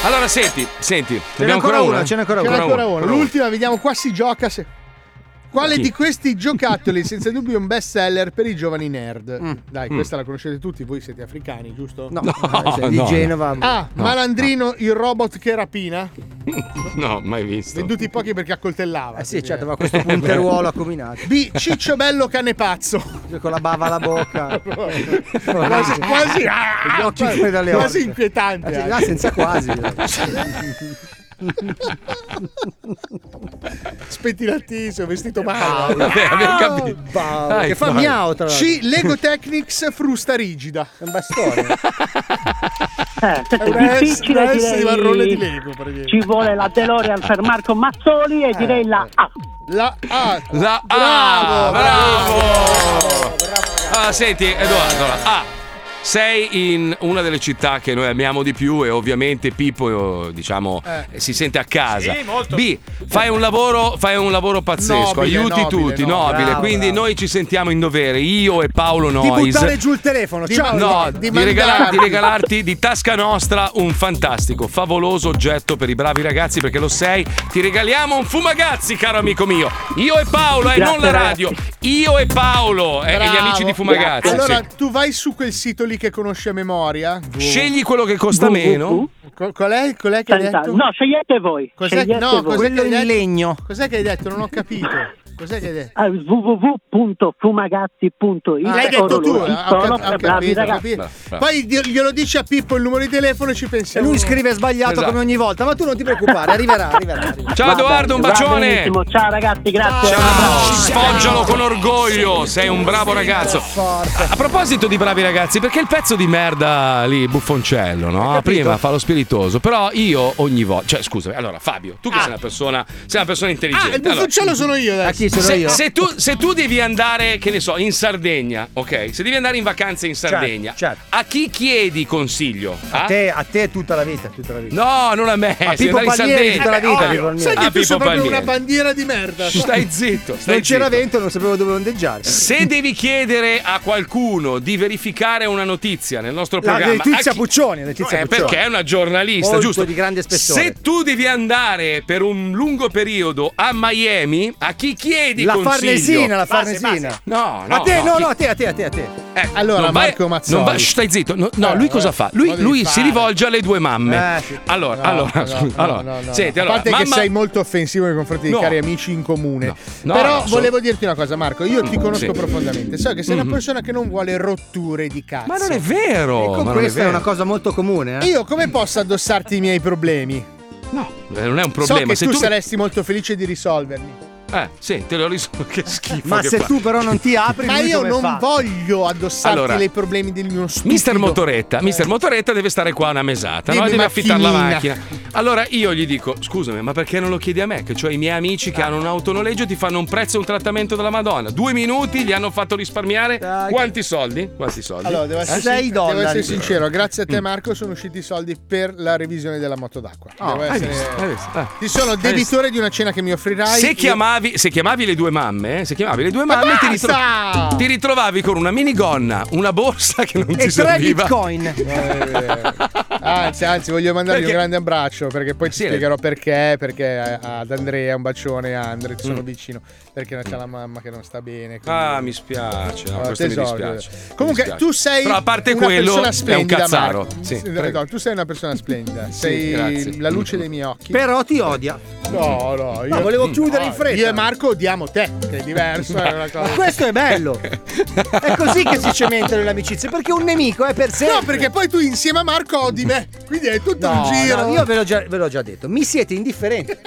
Speaker 2: Allora, senti, senti.
Speaker 3: Ce n'è ancora una, ce n'è ancora
Speaker 4: Ce n'è
Speaker 3: una.
Speaker 4: ancora
Speaker 3: Ancora
Speaker 4: una.
Speaker 3: una.
Speaker 4: L'ultima, vediamo qua si gioca se- Quale
Speaker 3: Chi?
Speaker 4: di questi giocattoli è senza dubbio un best seller per i giovani nerd?
Speaker 3: Mm.
Speaker 4: Dai,
Speaker 3: Mm.
Speaker 4: questa la conoscete tutti, voi siete africani, giusto? Eh,
Speaker 3: No. No, sei di no, Genova. no.
Speaker 4: Ah,
Speaker 2: No.
Speaker 4: Malandrino, il robot che rapina?
Speaker 2: No, mai visto.
Speaker 4: Venduti pochi perché accoltellava. Eh sì, certo, ma
Speaker 3: questo punteruolo accominato.
Speaker 4: B, Ciccio Bello cane pazzo.
Speaker 3: Con la bava alla bocca.
Speaker 4: quasi, quasi, ah,
Speaker 3: Gli occhi
Speaker 4: quasi-
Speaker 3: fuori dalle
Speaker 4: quasi
Speaker 3: orbite.
Speaker 4: inquietante.
Speaker 3: Ah, sì,
Speaker 4: anche.
Speaker 3: là senza quasi.
Speaker 4: Spettinatissimo, vestito male. Ah,
Speaker 3: Paolo, vabbè, abbiamo capito. Paolo, Dai, che fa Paolo. miau, tra l'altro.
Speaker 4: C. Lego Technics frusta rigida. È un bastone.
Speaker 20: Questo
Speaker 4: Una
Speaker 20: è
Speaker 4: S-
Speaker 20: Eh, difficile
Speaker 4: una S
Speaker 20: direi.
Speaker 4: di marrone di Lego, praticamente.
Speaker 20: Ci vuole la DeLorean per Marco Mazzoli e direi la A.
Speaker 4: Eh, La A.
Speaker 2: La A.
Speaker 20: Bravo,
Speaker 2: bravo. Ah, senti, Edoardo, la A. Sei in una delle città che noi amiamo di più e ovviamente Pippo, eh, diciamo,
Speaker 19: Eh.
Speaker 2: si sente a casa.
Speaker 19: Sì, molto.
Speaker 2: B, fai un lavoro, fai un lavoro pazzesco,
Speaker 3: Nobile,
Speaker 2: aiuti
Speaker 3: nobile,
Speaker 2: tutti,
Speaker 3: no.
Speaker 2: nobile.
Speaker 3: Bravo,
Speaker 2: quindi noi ci sentiamo in dovere, io e Paolo
Speaker 3: Di
Speaker 2: Nois.
Speaker 3: buttare giù il telefono.
Speaker 2: Di-
Speaker 3: Ciao.
Speaker 2: no,
Speaker 3: di-
Speaker 2: di,
Speaker 3: mandarmi.
Speaker 2: regala- di regalarti di tasca nostra un fantastico, favoloso oggetto per i bravi ragazzi, perché lo sei. Ti regaliamo un fumagazzi, caro amico mio. Io e Paolo, eh,
Speaker 4: Grazie,
Speaker 2: non la
Speaker 4: ragazzi.
Speaker 2: radio. Io e Paolo, eh, e gli
Speaker 4: Bravo.
Speaker 2: amici di Fumagazzi.
Speaker 4: Allora,
Speaker 2: sì.
Speaker 4: tu vai su quel sito lì che conosci a memoria.
Speaker 2: Scegli quello che costa meno.
Speaker 4: Boh. Co- Qual è, qual è che hai
Speaker 20: Senza-
Speaker 4: detto?
Speaker 20: no, scegliete voi.
Speaker 4: Cos'è,
Speaker 20: Scegliete
Speaker 4: no,
Speaker 20: voi.
Speaker 4: cos'è che hai detto? Cos'è che hai detto? Non ho capito. Cos'è che hai detto?
Speaker 20: a www.fumagazzi.it
Speaker 4: Ah, L'hai detto tu,
Speaker 20: Oro,
Speaker 4: ho
Speaker 20: ci
Speaker 4: cap-
Speaker 20: sono
Speaker 4: ho
Speaker 20: per bravi
Speaker 4: capito, ho
Speaker 20: ragazzi.
Speaker 4: capito. Poi di- glielo dici a Pippo il numero di telefono e ci pensiamo.
Speaker 3: Lui scrive sbagliato
Speaker 4: Esatto. Cioè,
Speaker 3: come ogni volta, ma tu non ti preoccupare, arriverà, arriverà. arriverà.
Speaker 2: Ciao, Edoardo, un bacione.
Speaker 20: Ciao ragazzi, grazie.
Speaker 2: Sfoggialo con orgoglio, sei un bravo ragazzo. A proposito di bravi ragazzi, perché il pezzo di merda lì, buffoncello, no? Prima fa lo spiritoso, però io ogni volta, cioè scusami, allora Fabio, tu che sei una persona, sei una persona intelligente.
Speaker 4: Ah, il
Speaker 2: allora-
Speaker 4: buffoncello sono io adesso.
Speaker 2: eh. se, se tu, se tu devi andare, che ne so, in Sardegna, ok? Se devi andare in vacanza in Sardegna, a chi chiedi consiglio?
Speaker 3: A
Speaker 2: Ah?
Speaker 3: te, a te tutta la vita, tutta la vita.
Speaker 2: No, non a me.
Speaker 3: A
Speaker 2: se andare
Speaker 3: Pippo
Speaker 2: in
Speaker 3: Palmieri
Speaker 2: Sardegna.
Speaker 3: tutta la vita.
Speaker 2: Eh,
Speaker 3: Ah, Pippo
Speaker 2: ovvio.
Speaker 3: Palmieri.
Speaker 4: Sai che
Speaker 2: A
Speaker 4: tu sei
Speaker 2: Pippo
Speaker 4: proprio una
Speaker 2: Palmieri.
Speaker 4: bandiera di merda.
Speaker 2: Stai zitto, stai
Speaker 3: non c'era
Speaker 2: zitto.
Speaker 3: vento, non sapevo dove ondeggiare.
Speaker 2: Se devi chiedere a qualcuno di verificare una notizia nel nostro
Speaker 3: La
Speaker 2: programma,
Speaker 3: Letizia
Speaker 2: a chi-
Speaker 3: Puccioni, Letizia
Speaker 2: Eh,
Speaker 3: Puccioni.
Speaker 2: perché è una giornalista,
Speaker 3: Molto
Speaker 2: giusto?
Speaker 3: di grande spessore.
Speaker 2: Se tu devi andare per un lungo periodo a Miami, a chi chiedi
Speaker 3: la
Speaker 2: consiglio?
Speaker 3: farnesina, la farnesina.
Speaker 2: No, no.
Speaker 3: A te,
Speaker 2: no, Eh,
Speaker 3: no,
Speaker 2: chi-
Speaker 3: no, a te, a te, a te, a te.
Speaker 4: allora,
Speaker 2: non vai-
Speaker 4: Marco Mazzoli.
Speaker 2: non vai- shh, stai zitto. No, no,
Speaker 4: Eh,
Speaker 2: lui cosa
Speaker 4: eh,
Speaker 2: fa? Lui,
Speaker 4: cosa
Speaker 2: lui
Speaker 4: devi
Speaker 2: si
Speaker 4: fare?
Speaker 2: rivolge alle due mamme.
Speaker 4: Eh, sì.
Speaker 2: Allora,
Speaker 4: No,
Speaker 2: allora,
Speaker 4: no,
Speaker 2: scusa,
Speaker 4: no,
Speaker 2: allora,
Speaker 4: no, no.
Speaker 2: senti, allora,
Speaker 4: a parte
Speaker 2: mamma-
Speaker 4: che sei molto offensivo nei confronti
Speaker 2: No.
Speaker 4: dei cari amici in comune.
Speaker 2: No,
Speaker 4: Però
Speaker 2: no, so-
Speaker 4: volevo dirti una cosa, Marco. Io ti conosco
Speaker 2: Sì.
Speaker 4: profondamente. So che sei una
Speaker 2: Mhm.
Speaker 4: persona che non vuole rotture di cazzo.
Speaker 2: Ma non è eh. vero, Oh, ma non è
Speaker 4: questa
Speaker 2: vero.
Speaker 4: una cosa
Speaker 3: molto comune. eh.
Speaker 4: Io come posso addossarti i miei problemi?
Speaker 2: Eh, non è un problema.
Speaker 4: so che
Speaker 2: se
Speaker 4: tu,
Speaker 2: tu
Speaker 4: saresti molto felice di risolverli.
Speaker 2: Eh, sì, te lo risolvo. Che schifo.
Speaker 4: Ma
Speaker 2: che
Speaker 4: se
Speaker 2: fa.
Speaker 4: tu però non ti apri, Ma lui io come non fa? voglio addossarti
Speaker 2: Allora,
Speaker 4: dei problemi del mio stupido.
Speaker 2: Mister
Speaker 4: Eh.
Speaker 2: Motoretta, Mister Motoretta deve stare qua una mesata, no?
Speaker 4: Dimmi,
Speaker 2: deve affittare la
Speaker 4: macchinina.
Speaker 2: macchina. Allora io gli dico: scusami, ma perché non lo chiedi a me? Che cioè i miei amici
Speaker 4: Ah.
Speaker 2: che hanno un autonoleggio ti fanno un prezzo e un trattamento della Madonna. Due minuti gli hanno fatto risparmiare quanti soldi? Quanti soldi?
Speaker 4: Allora, devo essere,
Speaker 2: Eh?
Speaker 4: sin- devo essere sincero, grazie a te Marco sono usciti i soldi per la revisione della moto d'acqua.
Speaker 2: Oh,
Speaker 4: Devo
Speaker 2: hai
Speaker 4: essere-
Speaker 2: visto, hai visto, eh.
Speaker 4: Ti sono
Speaker 2: Hai visto.
Speaker 4: debitore di una cena che mi offrirai.
Speaker 2: Se
Speaker 4: Io-
Speaker 2: chiamavi, se chiamavi le due mamme, eh, se chiamavi le due mamme, ti, ritro-
Speaker 4: basta!
Speaker 2: ti ritrovavi con una minigonna, una borsa che non ti
Speaker 4: E tre
Speaker 2: serviva.
Speaker 4: Anzi, anzi, voglio mandargli
Speaker 2: Perché-
Speaker 4: un grande abbraccio perché poi ti
Speaker 2: Sì,
Speaker 4: spiegherò perché, perché a- ad Andrea un bacione, a Andre, ti sono
Speaker 2: Mm.
Speaker 4: vicino, perché c'è la mamma che non sta bene. quindi-
Speaker 2: Ah, mi spiace. No,
Speaker 4: Ah,
Speaker 2: questo mi
Speaker 4: tesoro.
Speaker 2: dispiace. Mi
Speaker 4: Comunque,
Speaker 2: dispiace.
Speaker 4: tu sei
Speaker 2: Però a parte
Speaker 4: una
Speaker 2: quello,
Speaker 4: persona
Speaker 2: è un
Speaker 4: splendida,
Speaker 2: cazzaro.
Speaker 4: Marco.
Speaker 2: Sì,
Speaker 4: Sì,
Speaker 2: prego.
Speaker 4: no, tu sei una persona splendida,
Speaker 2: Sì,
Speaker 4: sei
Speaker 2: grazie.
Speaker 4: la luce dei miei occhi.
Speaker 3: Però ti odia.
Speaker 4: No, no, io
Speaker 3: No, volevo chiudere in fretta.
Speaker 4: Io e Marco odiamo te, che è diverso, è una cosa.
Speaker 3: Ma questo è bello. È così che si cementano le amicizie, perché un nemico è per sé.
Speaker 4: No, perché poi tu insieme a Marco odi me. Quindi è tutto
Speaker 3: No,
Speaker 4: un giro.
Speaker 3: no, io ve l'ho, già, ve l'ho già detto, mi siete indifferenti.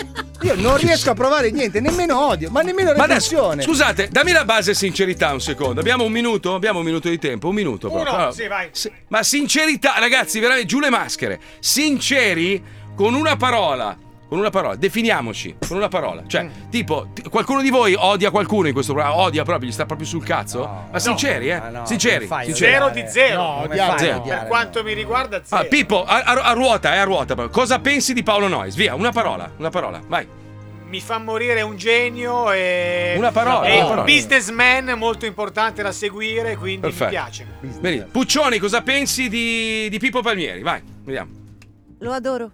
Speaker 3: Io non riesco a provare niente, nemmeno odio, ma nemmeno
Speaker 2: Ma adesso,
Speaker 3: repulsione.
Speaker 2: scusate, dammi la base sincerità un secondo. Abbiamo un minuto? Abbiamo un minuto di tempo? Un minuto proprio. Allora,
Speaker 6: sì, vai.
Speaker 2: se- Ma sincerità, ragazzi, veramente giù le maschere. Sinceri con una parola. Con una parola, definiamoci, con una parola. Cioè, tipo, t- qualcuno di voi odia qualcuno in questo programma? Odia proprio, gli sta proprio sul cazzo? Ma sinceri, eh? sinceri, sinceri.
Speaker 6: Zero di zero.
Speaker 2: No, odiare, Zero. odiare,
Speaker 6: Per quanto mi riguarda, zero.
Speaker 2: Ah, Pippo, a, a- a ruota, eh, a ruota. proprio. Cosa pensi di Paolo Nois? Via, una parola, una parola, vai.
Speaker 6: Mi fa morire un genio e.
Speaker 2: Una parola,
Speaker 6: e
Speaker 2: una
Speaker 6: un
Speaker 2: parola.
Speaker 6: businessman molto importante da seguire, quindi
Speaker 2: Perfetto.
Speaker 6: mi piace.
Speaker 2: Bene. Puccioni, cosa pensi di, di Pippo Palmieri? Vai, vediamo. Eh,
Speaker 5: Lo adoro.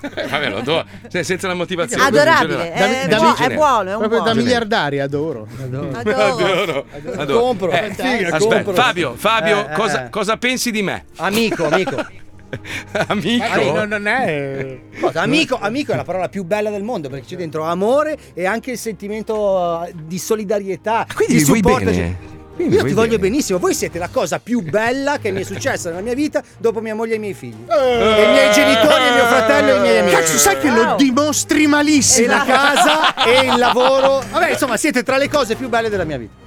Speaker 2: Vabbè, lo do. cioè, senza la motivazione. cioè,
Speaker 5: Adorabile, eh, è buo- è buono, è un
Speaker 4: Proprio da
Speaker 5: buono.
Speaker 4: miliardaria, adoro. Adoro.
Speaker 2: Adoro. Adoro.
Speaker 4: Compro,
Speaker 2: Eh,
Speaker 4: fantastico.
Speaker 2: aspetta,
Speaker 4: compro.
Speaker 2: Fabio, Fabio,
Speaker 4: Eh, eh.
Speaker 2: cosa, cosa pensi di me?
Speaker 3: Amico, amico.
Speaker 2: amico?
Speaker 3: Ah, no, non è. Cosa, amico, amico è la parola più bella del mondo perché c'è dentro amore e anche il sentimento eh, di solidarietà.
Speaker 2: Quindi
Speaker 3: di
Speaker 2: mi vuoi
Speaker 3: supporto.
Speaker 2: bene?
Speaker 3: Cioè,
Speaker 2: Quindi
Speaker 3: Io
Speaker 2: mi
Speaker 3: ti
Speaker 2: vuoi
Speaker 3: voglio benissimo, voi siete la cosa più bella che mi è successa nella mia vita dopo mia moglie e i miei figli. E i miei genitori, e mio fratello e i miei amici.
Speaker 4: Eh. Cazzo, sai che lo
Speaker 3: Wow.
Speaker 4: dimostri malissimo. Eh.
Speaker 3: E la casa e il lavoro. Vabbè, insomma, siete tra le cose più belle della mia vita.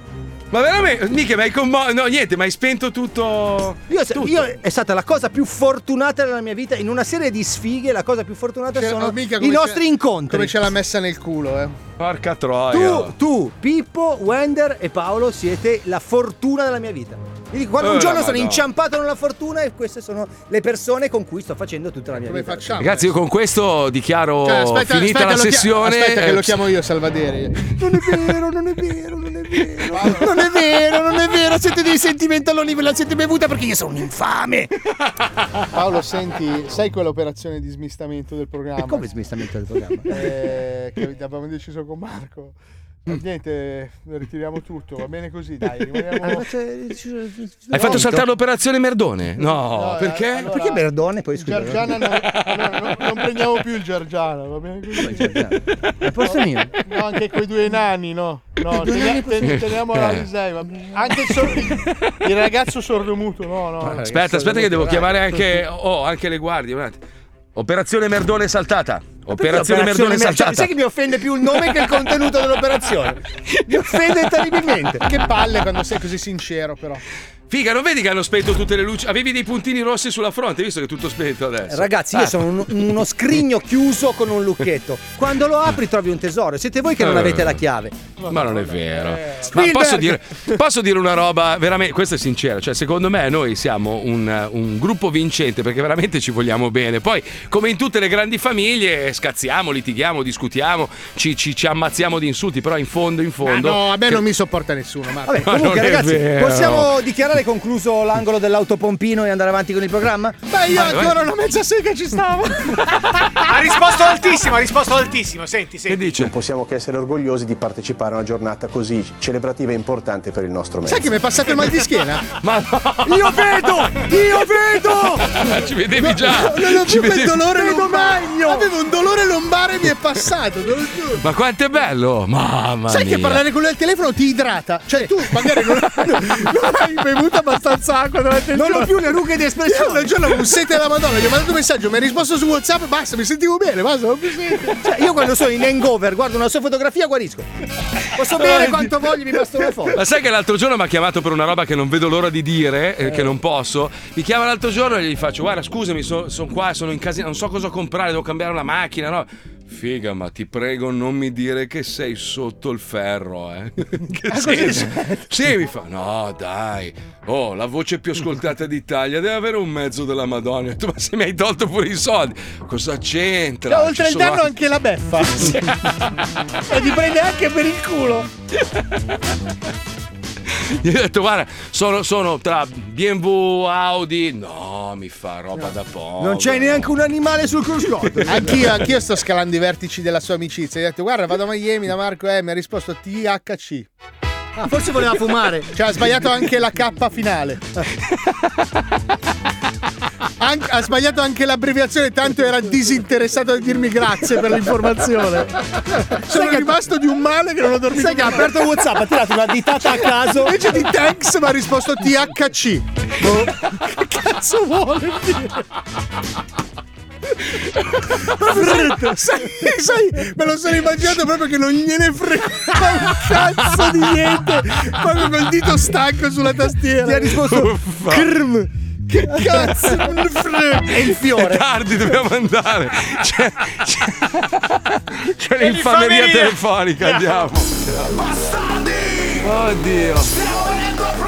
Speaker 2: Ma veramente, mica, ma hai commo- No, niente, ma hai spento tutto.
Speaker 3: Io, io è stata la cosa più fortunata della mia vita. In una serie di sfighe, la cosa più fortunata
Speaker 4: Cioè,
Speaker 3: sono
Speaker 4: oh, mica
Speaker 3: i
Speaker 4: come
Speaker 3: nostri
Speaker 4: c'è-
Speaker 3: incontri.
Speaker 4: Come ce l'ha messa nel culo, eh.
Speaker 2: Porca troia.
Speaker 3: Tu, tu, Pippo, Wender e Paolo siete la fortuna della mia vita. Vi dico, guarda,
Speaker 2: Eh,
Speaker 3: un giorno
Speaker 2: la
Speaker 3: sono
Speaker 2: Madonna.
Speaker 3: inciampato nella fortuna e queste sono le persone con cui sto facendo tutta la mia vita. Come facciamo?
Speaker 2: Ragazzi, io con questo dichiaro
Speaker 4: Cioè,
Speaker 2: finita
Speaker 4: aspetta, aspetta,
Speaker 2: la
Speaker 4: lo chia-
Speaker 2: sessione.
Speaker 4: aspetta che lo
Speaker 2: Eh,
Speaker 4: chiamo io Salvadere.
Speaker 8: Non è vero, non è vero, siete dei sentimentaloni, ve la siete bevuta perché io sono un infame.
Speaker 4: Paolo, senti, sai quell'operazione di smistamento del programma?
Speaker 3: E come smistamento del programma?
Speaker 4: Eh, che abbiamo deciso con Marco. Eh, Niente, ritiriamo tutto, va bene così, dai, rimaniamo.
Speaker 2: Hai fatto saltare l'operazione Merdone? No,
Speaker 3: eh,
Speaker 4: No,
Speaker 2: perché?
Speaker 4: allora- Perché
Speaker 3: Merdone poi scusa?
Speaker 4: Giorgiana non, no, no, non prendiamo più il Giorgiana, va bene così.
Speaker 3: Al posto mio.
Speaker 4: No, anche quei due nani, no. No, tenia- ten- teniamo la Lisei, va bene. Anche il, sor- il ragazzo sordomuto, no, no.
Speaker 2: Aspetta, aspetta, che devo chiamare anche. Oh, anche le guardie. un attimo. Operazione Merdone saltata. Operazione Merdone
Speaker 3: Mercione?
Speaker 2: saltata.
Speaker 3: Sai che mi offende più il nome che il contenuto dell'operazione? Mi offende terribilmente.
Speaker 4: Che palle quando sei così sincero, però.
Speaker 2: Figa, non vedi che hanno spento tutte le luci? Avevi dei puntini rossi sulla fronte, visto che è tutto spento adesso.
Speaker 3: Ragazzi, io
Speaker 2: Ah.
Speaker 3: sono un- uno scrigno chiuso con un lucchetto. Quando lo apri trovi un tesoro. Siete voi che non
Speaker 2: Eh.
Speaker 3: avete la chiave.
Speaker 2: Ma non è vero. Ma
Speaker 3: Spielberg!
Speaker 2: posso dire, posso dire una roba veramente, questa è sincera, cioè secondo me noi siamo un, un gruppo vincente perché veramente ci vogliamo bene. Poi come in tutte le grandi famiglie scazziamo, litighiamo, discutiamo, ci, ci- ci ammazziamo di insulti, però in fondo, in
Speaker 4: Ah,
Speaker 2: fondo...
Speaker 4: no, a me
Speaker 2: che-
Speaker 4: non mi sopporta nessuno, Marco.
Speaker 3: Vabbè,
Speaker 2: Ma
Speaker 3: comunque,
Speaker 2: non è
Speaker 3: ragazzi,
Speaker 2: vero.
Speaker 3: possiamo dichiarare concluso l'angolo dell'autopompino e andare avanti con il programma?
Speaker 4: Beh,
Speaker 6: io Ma ancora dove-
Speaker 3: una mezza sega ci stavo.
Speaker 6: Ha risposto altissimo, ha risposto altissimo. Senti, senti.
Speaker 14: Non possiamo che essere orgogliosi di partecipare a una giornata così celebrativa e importante per il nostro mezzo.
Speaker 4: Sai che mi è passato il mal di schiena?
Speaker 2: Ma
Speaker 4: Io vedo! Io vedo!
Speaker 2: Ci vedevi già!
Speaker 4: Non ho
Speaker 2: Ci
Speaker 4: più quel
Speaker 2: vedevi-
Speaker 4: dolore lombare! Avevo un dolore lombare e mi è passato, te lo giuro.
Speaker 2: Ma quanto è bello! Mamma
Speaker 4: Sai
Speaker 2: mia.
Speaker 4: che parlare con lui al telefono ti idrata? Cioè, tu magari non, non hai bevuto abbastanza acqua durante il
Speaker 3: Non ho
Speaker 4: giorno.
Speaker 3: più le rughe di espressione.
Speaker 4: Io un giorno avevo un sete della Madonna, gli ho mandato un messaggio, mi ha risposto su WhatsApp e basta, mi sentivo bene, basta, non più sete.
Speaker 3: Cioè, io quando sono in hangover, guardo una sua fotografia, guarisco. Posso bere quanto voglio, mi basta una foto.
Speaker 2: Ma sai che l'altro giorno mi ha chiamato per una roba che non vedo l'ora di dire, eh, che non posso. Mi chiama l'altro giorno e gli faccio: Guarda, scusami, sono qua, sono in casino, non so cosa comprare, devo cambiare la macchina, no? Figa, ma ti prego, non mi dire che sei sotto il ferro, eh.
Speaker 4: Ah,
Speaker 2: Che senso? Sì, mi fa. No, dai. Oh, la voce più ascoltata d'Italia deve avere un mezzo della Madonna. Ho detto, ma se mi hai tolto pure i soldi, cosa c'entra?
Speaker 4: Cioè,
Speaker 2: Ci
Speaker 4: oltre il
Speaker 2: sono
Speaker 4: danno
Speaker 2: altri-
Speaker 4: anche la beffa. e ti prende anche per il culo.
Speaker 2: Gli ho detto, guarda, sono, sono tra BMW, Audi. No, mi fa roba da poco.
Speaker 3: Non c'è neanche un animale sul cruscotto.
Speaker 4: Anch'io, anch'io sto scalando i vertici della sua amicizia. Gli ho detto, guarda, vado a Miami da Marco E. Mi ha risposto THC.
Speaker 3: Ah, forse voleva fumare.
Speaker 4: Cioè, ha sbagliato anche la K finale. An- ha sbagliato anche l'abbreviazione, tanto era disinteressato a dirmi grazie per l'informazione. Sono rimasto di un male che non ho dormito.
Speaker 3: Sai che ha
Speaker 4: mai.
Speaker 3: aperto WhatsApp, ha tirato una ditata a caso.
Speaker 4: Invece di thanks mi ha risposto THC. Boh. Che cazzo vuole dire? sai, sai, me lo sono immaginato proprio che non gliene frega un cazzo di niente. Proprio col dito stacco sulla tastiera. Ti ha risposto Crm. Che cazzo E il
Speaker 2: È
Speaker 4: fiore.
Speaker 2: tardi, dobbiamo andare. C'è, c'è- c'è l'infameria
Speaker 8: E l'infameria.
Speaker 2: telefonica, andiamo. Oddio.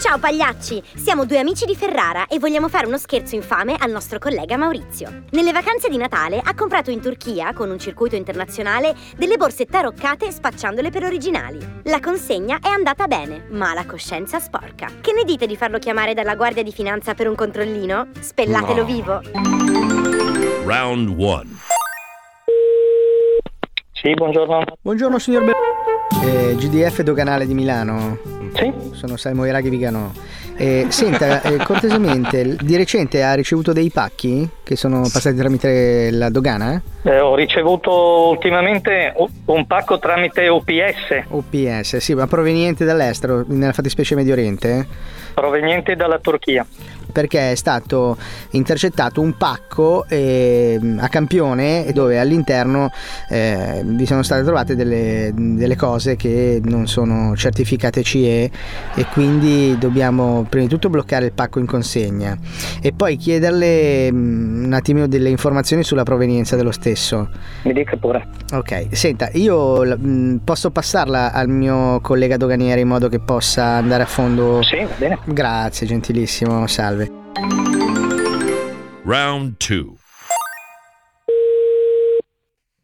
Speaker 12: Ciao pagliacci! Siamo due amici di Ferrara e vogliamo fare uno scherzo infame al nostro collega Maurizio. Nelle vacanze di Natale ha comprato in Turchia, con un circuito internazionale, delle borse taroccate spacciandole per originali. La consegna è andata bene, ma la coscienza sporca. Che ne dite di farlo chiamare dalla Guardia di Finanza per un controllino? Spellatelo
Speaker 28: No.
Speaker 12: vivo!
Speaker 28: Round 1.
Speaker 29: Sì, buongiorno.
Speaker 30: Buongiorno signor Be- Eh, GDF doganale di Milano.
Speaker 29: Sì.
Speaker 30: Sono Salmo Iraghi Vigano. Eh, senta, eh, cortesemente, l- di recente ha ricevuto dei pacchi che sono passati tramite la dogana?
Speaker 29: Eh, ho ricevuto ultimamente u- un pacco tramite UPS
Speaker 30: OPS, sì, ma proveniente dall'estero, nella fattispecie Medio Oriente?
Speaker 29: proveniente dalla Turchia.
Speaker 30: Perché è stato intercettato un pacco ehm, a campione dove all'interno eh, vi sono state trovate delle, delle cose che non sono certificate CE e quindi dobbiamo prima di tutto bloccare il pacco in consegna e poi chiederle mm, un attimino delle informazioni sulla provenienza dello stesso.
Speaker 29: Mi dica pure.
Speaker 30: Ok, senta, io l- mh, posso passarla al mio collega doganiere in modo che possa andare a fondo?
Speaker 29: Sì, va bene.
Speaker 30: Grazie, gentilissimo, salve.
Speaker 28: Round 2.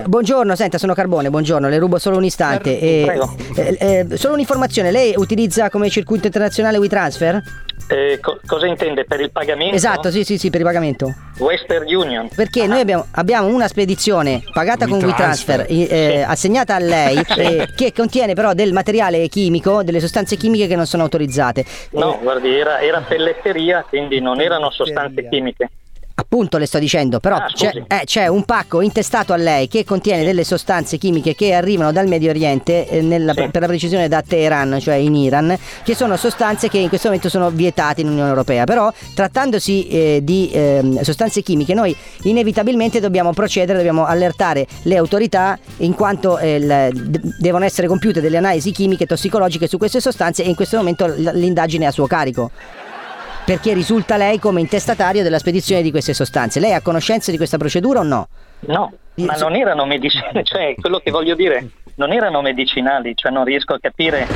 Speaker 24: Buongiorno, senta, sono Carbone, buongiorno, le rubo solo un istante. Eh,
Speaker 29: Prego.
Speaker 30: eh,
Speaker 24: eh, solo un'informazione, lei utilizza come circuito internazionale WeTransfer?
Speaker 29: Eh, co- cosa intende? Per il pagamento?
Speaker 24: Esatto, sì, sì, sì, per il pagamento.
Speaker 29: Western Union.
Speaker 24: Perché noi abbiamo, abbiamo una spedizione pagata con
Speaker 29: WeTransfer.
Speaker 24: WeTransfer, eh, eh, assegnata a lei,
Speaker 29: Sì.
Speaker 24: eh, che contiene però del materiale chimico, delle sostanze chimiche che non sono autorizzate.
Speaker 29: No, guardi, era, era pelletteria, quindi non erano sostanze chimiche.
Speaker 24: Appunto le sto dicendo, però
Speaker 29: Ah,
Speaker 24: c'è,
Speaker 29: scusi.
Speaker 24: eh, c'è un pacco intestato a lei che contiene delle sostanze chimiche che arrivano dal Medio Oriente, eh, nella- per la precisione da Teheran, cioè in Iran, che sono sostanze che in questo momento sono vietate in Unione Europea. Però trattandosi eh, di ehm, sostanze chimiche, noi inevitabilmente dobbiamo procedere, dobbiamo allertare le autorità in quanto eh, il- de- devono essere compiute delle analisi chimiche e tossicologiche su queste sostanze e in questo momento l- l'indagine è a suo carico perché risulta lei come intestatario della spedizione di queste sostanze. Lei ha conoscenza di questa procedura o no?
Speaker 29: No, ma non erano medicinali, cioè quello che voglio dire, non erano medicinali, cioè non riesco a capire.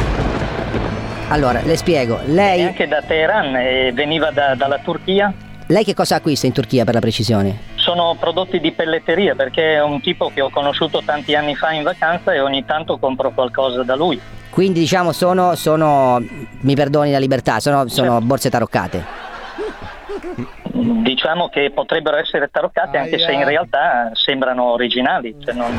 Speaker 24: Allora, le spiego. Lei,
Speaker 29: Anche da Teheran eh, veniva da- dalla Turchia.
Speaker 24: lei che cosa acquista in Turchia per la precisione?
Speaker 29: Sono prodotti di pelletteria perché è un tipo che ho conosciuto tanti anni fa in vacanza e ogni tanto compro qualcosa da lui.
Speaker 24: Quindi diciamo sono, sono mi perdoni la libertà, sono, sono borse taroccate.
Speaker 29: Diciamo che potrebbero essere taroccate anche se in realtà sembrano originali. cioè non...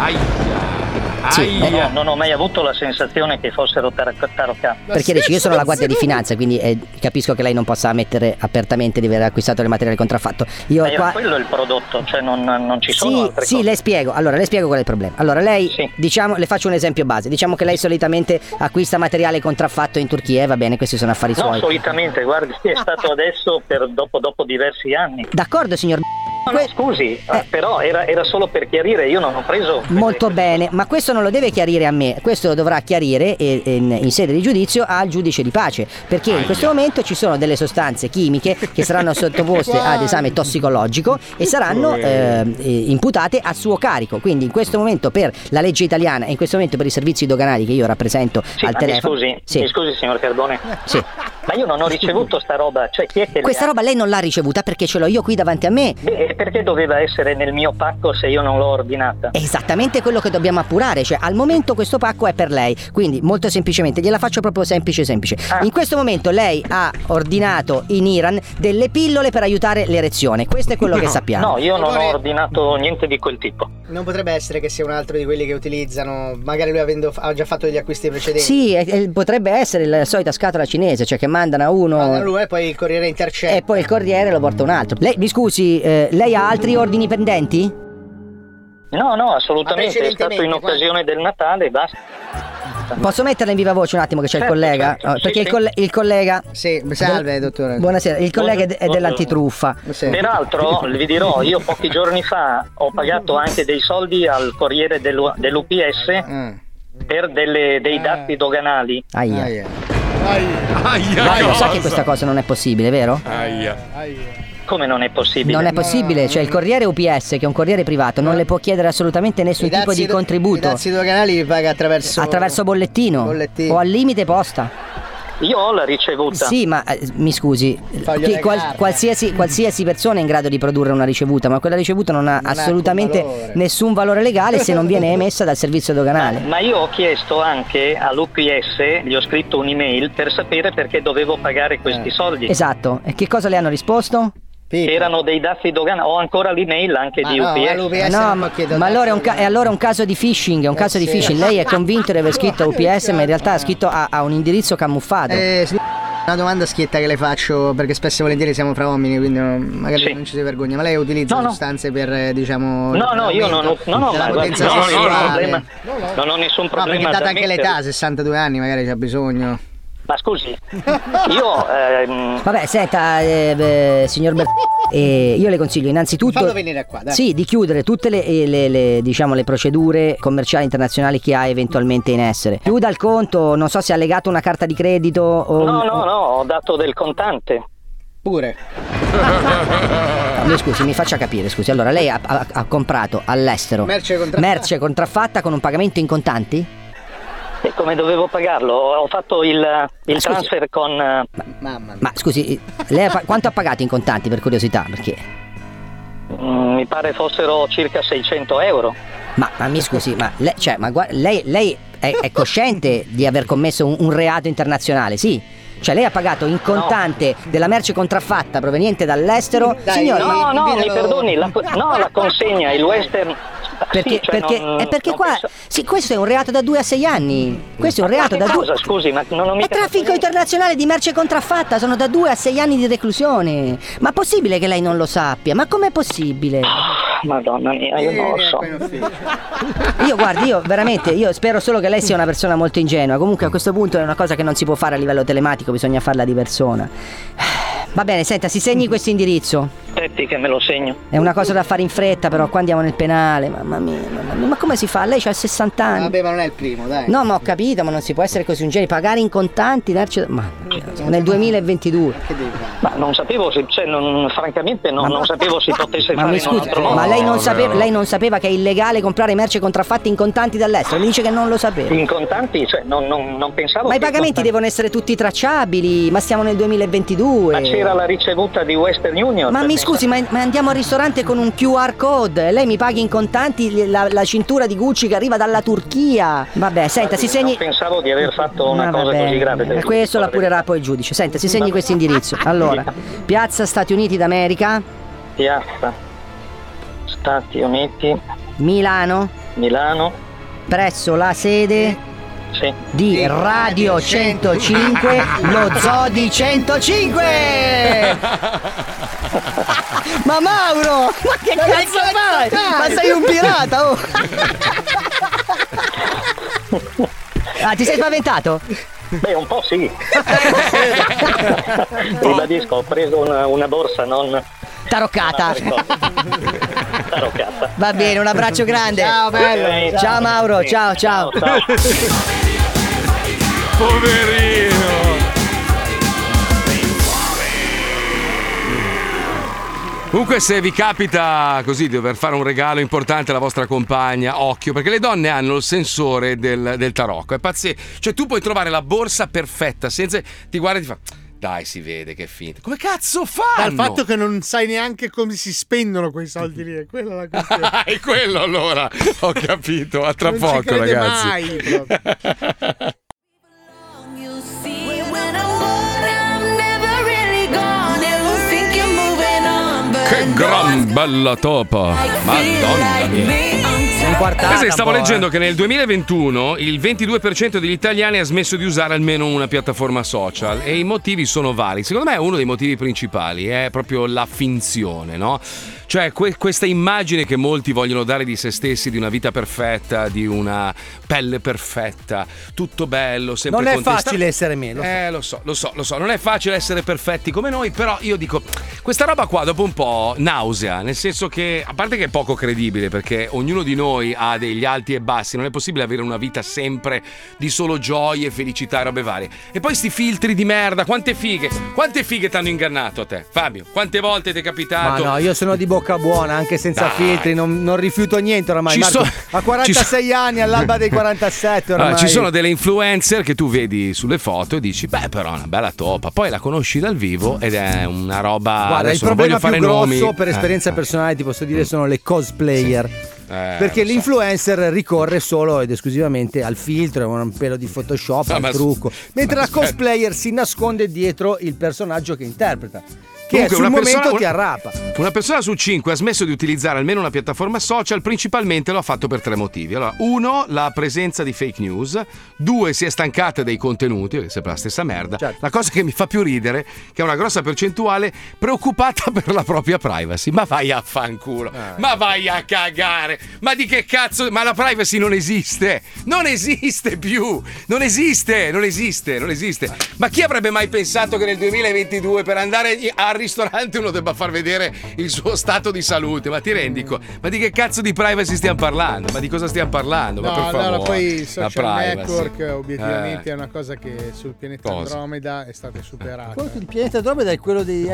Speaker 24: Sì.
Speaker 29: non, ho, non ho mai avuto la sensazione che fossero tar- taroccate.
Speaker 24: Perché dice io sono la guardia di finanza, quindi eh, capisco che lei non possa ammettere apertamente di aver acquistato del materiale contraffatto. Io
Speaker 29: Ma Era
Speaker 24: qua
Speaker 29: quello il prodotto, cioè non, non ci sono
Speaker 24: Sì,
Speaker 29: altre
Speaker 24: sì, le spiego. Allora, le spiego qual è il problema. Allora, lei, diciamo, le faccio un esempio base. Diciamo che lei solitamente acquista materiale contraffatto in Turchia, eh, va bene, questi sono affari
Speaker 29: No,
Speaker 24: suoi.
Speaker 29: solitamente, guardi, è stato adesso per dopo, dopo diversi anni.
Speaker 24: D'accordo, signor.
Speaker 29: No, no, scusi, eh, però era, era solo per chiarire, io non ho preso...
Speaker 24: Molto bene, ma questo non lo deve chiarire a me, questo lo dovrà chiarire eh, in, in sede di giudizio al giudice di pace, perché in questo momento ci sono delle sostanze chimiche che saranno sottoposte ad esame tossicologico e saranno ehm, eh, imputate a suo carico. Quindi in questo momento per la legge italiana e in questo momento per i servizi doganali che io rappresento
Speaker 29: Sì,
Speaker 24: al
Speaker 29: ma mi
Speaker 24: telefono.
Speaker 29: scusi,
Speaker 24: Sì.
Speaker 29: mi scusi signor Carbone,
Speaker 24: Sì.
Speaker 29: ma io non ho ricevuto sta roba, cioè chi è che... le
Speaker 24: Questa
Speaker 29: ha?
Speaker 24: roba lei non l'ha ricevuta perché ce l'ho io qui davanti a me.
Speaker 29: Beh, e perché doveva essere nel mio pacco se io non l'ho ordinata?
Speaker 24: È esattamente quello che dobbiamo appurare, cioè al momento questo pacco è per lei, quindi molto semplicemente, gliela faccio proprio semplice semplice.
Speaker 29: Ah.
Speaker 24: In questo momento lei ha ordinato in Iran delle pillole per aiutare l'erezione, questo è quello che
Speaker 29: No,
Speaker 24: sappiamo.
Speaker 29: No, io non ho
Speaker 30: Carbone-
Speaker 29: ordinato niente di quel tipo.
Speaker 30: Non potrebbe essere che sia un altro di quelli che utilizzano, magari lui avendo ha già fatto degli acquisti precedenti.
Speaker 24: Sì, è- è- potrebbe essere la solita scatola cinese, cioè che mandano a uno
Speaker 30: lui e poi il corriere intercetta.
Speaker 24: e poi il corriere lo porta un altro. Lei, mi scusi, eh, lei ha altri ordini pendenti?
Speaker 29: No, no, assolutamente, è stato in
Speaker 30: precedentemente,
Speaker 29: occasione del Natale e basta.
Speaker 24: Posso metterla in viva voce un attimo che c'è
Speaker 29: Certo,
Speaker 24: il collega?
Speaker 29: certo,
Speaker 24: Oh,
Speaker 29: sì,
Speaker 24: perché il,
Speaker 29: sì.
Speaker 24: coll- il collega...
Speaker 30: Sì, salve, dottore.
Speaker 24: Buonasera, il collega è, de- è
Speaker 29: Buongiorno.
Speaker 24: dell'antitruffa.
Speaker 29: Peraltro, vi dirò, io pochi giorni fa ho pagato anche dei soldi al Corriere dell'U- dell'UPS per delle- dei dati doganali.
Speaker 24: Aia.
Speaker 29: Aia,
Speaker 24: Ma lo sa
Speaker 29: cosa?
Speaker 24: che questa cosa non è possibile, vero?
Speaker 29: Come non è possibile?
Speaker 24: Non è possibile, cioè il corriere UPS, che è un corriere privato, non le può chiedere assolutamente nessun
Speaker 30: I
Speaker 24: tipo
Speaker 30: dazi
Speaker 24: di
Speaker 30: do- I
Speaker 24: contributo.
Speaker 30: dazi doganali li paga attraverso...
Speaker 24: Attraverso bollettino,
Speaker 30: Bollettino.
Speaker 24: o al limite posta.
Speaker 29: Io ho la ricevuta.
Speaker 24: Sì, ma eh, mi scusi,
Speaker 29: Voglio
Speaker 24: chi- qual-
Speaker 29: negarla.
Speaker 24: qualsiasi, qualsiasi persona è in grado di produrre una ricevuta, ma quella ricevuta non ha assolutamente
Speaker 29: valore.
Speaker 24: nessun valore legale se non viene emessa dal servizio doganale.
Speaker 29: Ma io ho chiesto anche all'UPS, gli ho scritto un'email per sapere perché dovevo pagare questi soldi.
Speaker 24: Esatto, e che cosa le hanno risposto?
Speaker 29: Erano dei dazi doganali, ho ancora l'email anche di UPS.
Speaker 24: No, ma, ma allora, è un ca- è allora un caso di phishing, è un caso di
Speaker 29: sì.
Speaker 24: phishing. Lei è convinto di aver scritto UPS, ma in realtà ha scritto a, a un indirizzo camuffato.
Speaker 30: Eh, sì, una domanda schietta che le faccio, perché spesso e volentieri siamo fra uomini, quindi non- magari non ci si vergogna, ma lei utilizza sostanze per, eh, diciamo...
Speaker 29: No, no, io non ho, no, no,
Speaker 30: della
Speaker 29: ma
Speaker 30: potenza
Speaker 29: no, no, no,
Speaker 30: sessuale.
Speaker 29: problema- non ho nessun
Speaker 30: No, perché
Speaker 29: problema.
Speaker 30: data
Speaker 29: ad
Speaker 30: anche l'età,
Speaker 29: ammetterlo.
Speaker 30: 62 anni magari c'ha bisogno.
Speaker 29: Ma scusi, io... ehm,
Speaker 24: Vabbè, senta, eh, beh, signor Ber- eh, io le consiglio innanzitutto
Speaker 30: Fallo venire qua, dai.
Speaker 24: Sì, di chiudere tutte le, eh, le- le, diciamo, le procedure commerciali internazionali che ha eventualmente in essere. Chiuda il conto, non so se ha legato una carta di credito o...
Speaker 29: no, no, no, ho dato del contante.
Speaker 30: Pure.
Speaker 24: Mi scusi, mi faccia capire, scusi. Allora, lei ha, ha- ha comprato all'estero
Speaker 30: Merce contraffatta.
Speaker 24: merce contraffatta con un pagamento in contanti?
Speaker 29: E come dovevo pagarlo? Ho fatto il, il
Speaker 24: scusi.
Speaker 29: transfer con... eh,
Speaker 30: Mamma
Speaker 24: Ma scusi, eh, lei ha pa- quanto ha pagato in contanti per curiosità? Perché...
Speaker 29: mm, mi pare fossero circa 600 euro.
Speaker 24: Ma, ma mi scusi, ma lei, cioè, ma gua- lei, lei è, è cosciente di aver commesso un, un reato internazionale, sì? Cioè lei ha pagato in contante della merce contraffatta proveniente dall'estero? Signor,
Speaker 29: no,
Speaker 24: ma-
Speaker 29: no, mi perdoni, la, no, la consegna, il western... Ah,
Speaker 24: Perché,
Speaker 29: sì, cioè
Speaker 24: perché-
Speaker 29: non-
Speaker 24: è perché
Speaker 29: non
Speaker 24: qua. Sì, questo è un reato da 2 a 6 anni. Questo è un reato da
Speaker 29: Che
Speaker 24: 2.
Speaker 29: cosa, scusi, ma non ho
Speaker 24: È
Speaker 29: mica...
Speaker 24: traffico internazionale di merce contraffatta, sono da 2 a 6 anni di reclusione. Ma possibile che lei non lo sappia? Ma com'è possibile?
Speaker 29: Madonna mia, io non lo
Speaker 30: Eh,
Speaker 29: so.
Speaker 24: Io guardi, io veramente, io spero solo che lei sia una persona molto ingenua. Comunque a questo punto è una cosa che non si può fare a livello telematico, bisogna farla di persona. Va bene, senta, si segni questo indirizzo.
Speaker 29: Aspetti che me lo segno.
Speaker 24: È una cosa da fare in fretta, però qua andiamo nel penale. Mamma mia, mamma mia. Ma come si fa? Lei ha 60 anni.
Speaker 30: Vabbè, Ah, ma non è il primo, dai.
Speaker 24: No, ma ho capito, ma non si può essere così ingenui. Pagare in contanti, darci. Ma nel 2022.
Speaker 29: Ma non sapevo se, cioè, non- francamente non, non sapevo si potesse
Speaker 24: Ma
Speaker 29: fare
Speaker 24: mi
Speaker 29: in un
Speaker 24: scusi,
Speaker 29: altro modo.
Speaker 24: ma lei non, sapeva, lei non sapeva che è illegale comprare merce contraffatte in contanti dall'estero? Mi dice che non lo sapeva.
Speaker 29: In contanti, cioè, non, non- non pensavo.
Speaker 24: Ma i
Speaker 29: che-
Speaker 24: pagamenti devono essere tutti tracciabili, ma siamo nel 2022.
Speaker 29: Ma c'era la ricevuta di Western Union.
Speaker 24: Ma mi
Speaker 29: cioè, pensa-
Speaker 24: scusi, ma, ma andiamo al ristorante con un QR code? Lei mi paghi in contanti la, la cintura di Gucci che arriva dalla Turchia? Vabbè, senta, si segni.
Speaker 29: Non pensavo di aver fatto una
Speaker 24: Ma
Speaker 29: cosa
Speaker 24: vabbè,
Speaker 29: così grave.
Speaker 24: eh, Questo l'appurerà poi il giudice. Senta, si segni questo indirizzo. Allora, Piazza Stati Uniti d'America,
Speaker 29: Piazza, Stati Uniti,
Speaker 24: Milano,
Speaker 29: Milano.
Speaker 24: presso la sede
Speaker 29: Sì.
Speaker 24: di Radio 105, lo zoo di 105! Ma Mauro, ma che cazzo fai? Ma sei un pirata, oh! Ah, ti sei spaventato?
Speaker 29: Beh, un po' sì. Ribadisco, ho preso una, una borsa non Ah,
Speaker 24: Taroccata.
Speaker 29: taroccata.
Speaker 24: Va bene, un
Speaker 30: Eh,
Speaker 24: abbraccio grande.
Speaker 29: Ciao, bello.
Speaker 24: Ciao Mauro, ciao,
Speaker 29: Ciao.
Speaker 24: ciao.
Speaker 2: Poverino. Comunque se vi capita così di dover fare un regalo importante alla vostra compagna, occhio, perché le donne hanno il sensore del, del tarocco, è pazzesco. Cioè tu puoi trovare la borsa perfetta senza... ti guarda e ti fa... Dai, si vede che è finta. Come cazzo fa?
Speaker 4: Dal fatto che non sai neanche come si spendono quei soldi lì, è quella la questione.
Speaker 2: è quello allora, ho capito, a tra
Speaker 4: Non ci
Speaker 2: poco
Speaker 4: crede
Speaker 2: ragazzi.
Speaker 4: mai,
Speaker 2: Che gran bella topa! Madonna mia!
Speaker 24: Un quartato.
Speaker 2: Questa
Speaker 3: boh,
Speaker 2: stavo leggendo
Speaker 3: eh.
Speaker 2: che nel 2021 il 22% degli italiani ha smesso di usare almeno una piattaforma social e i motivi sono vari. Secondo me uno dei motivi principali è proprio la finzione, no? Cioè que- questa immagine che molti vogliono dare di se stessi, di una vita perfetta, di una pelle perfetta, tutto bello, sempre
Speaker 3: Non è
Speaker 2: contestato.
Speaker 3: facile essere me, lo so.
Speaker 2: Eh, lo so, lo so, lo so, non è facile essere perfetti come noi, però io dico, questa roba qua dopo un po' nausea, nel senso che, a parte che è poco credibile, perché ognuno di noi ha degli alti e bassi, non è possibile avere una vita sempre di solo gioie, felicità e robe varie. E poi sti filtri di merda, quante fighe, quante fighe ti hanno ingannato a te, Fabio? Quante volte ti è
Speaker 3: Ma
Speaker 2: capitato?
Speaker 3: no, io sono di bocca buona anche senza
Speaker 2: Dai.
Speaker 3: filtri, non, non rifiuto niente oramai.
Speaker 2: Ci
Speaker 3: Marco,
Speaker 2: so-
Speaker 3: a 46 anni, all'alba dei 47 oramai.
Speaker 2: Allora, ci sono delle influencer che tu vedi sulle foto e dici, beh, però è una bella topa. Poi la conosci dal vivo ed è una roba.
Speaker 3: Guarda, il
Speaker 2: adesso non voglio
Speaker 3: problema più
Speaker 2: fare
Speaker 3: grosso
Speaker 2: nomi.
Speaker 3: per
Speaker 2: Eh.
Speaker 3: esperienza personale, ti posso dire, sono le cosplayer.
Speaker 2: Eh,
Speaker 3: Perché
Speaker 2: lo so.
Speaker 3: l'influencer ricorre solo ed esclusivamente al filtro, a un pelo di Photoshop,
Speaker 2: No,
Speaker 3: al
Speaker 2: Ah, ma-
Speaker 3: trucco. Mentre
Speaker 2: ma
Speaker 3: la
Speaker 2: aspetta.
Speaker 3: cosplayer si nasconde dietro il personaggio che interpreta. Che
Speaker 2: Comunque,
Speaker 3: sul
Speaker 2: una
Speaker 3: momento
Speaker 2: persona-
Speaker 3: ti arrapa.
Speaker 2: Una persona su cinque ha smesso di utilizzare almeno una piattaforma social, principalmente lo ha fatto per tre motivi. Allora, uno, la presenza di fake news, due, si è stancata dei contenuti, è sempre la stessa merda. La cosa che mi fa più ridere, che è una grossa percentuale preoccupata per la propria privacy. Ma vai a fanculo, ma vai a cagare, ma di che cazzo? Ma la privacy non esiste, non esiste più, non esiste, non esiste, non esiste. Ma chi avrebbe mai pensato che nel 2022 per andare i- al ristorante uno debba far vedere il suo stato di salute? Ma ti rendi conto? Ma di che cazzo di privacy stiamo parlando? Ma di cosa stiamo parlando? Ma
Speaker 4: No,
Speaker 2: per favore,
Speaker 4: allora poi i
Speaker 2: la
Speaker 4: social
Speaker 2: privacy.
Speaker 4: network obiettivamente
Speaker 2: Eh.
Speaker 4: è una cosa che sul pianeta
Speaker 2: Cosa?
Speaker 4: Andromeda è stata superata.
Speaker 3: Quello del pianeta Andromeda è quello di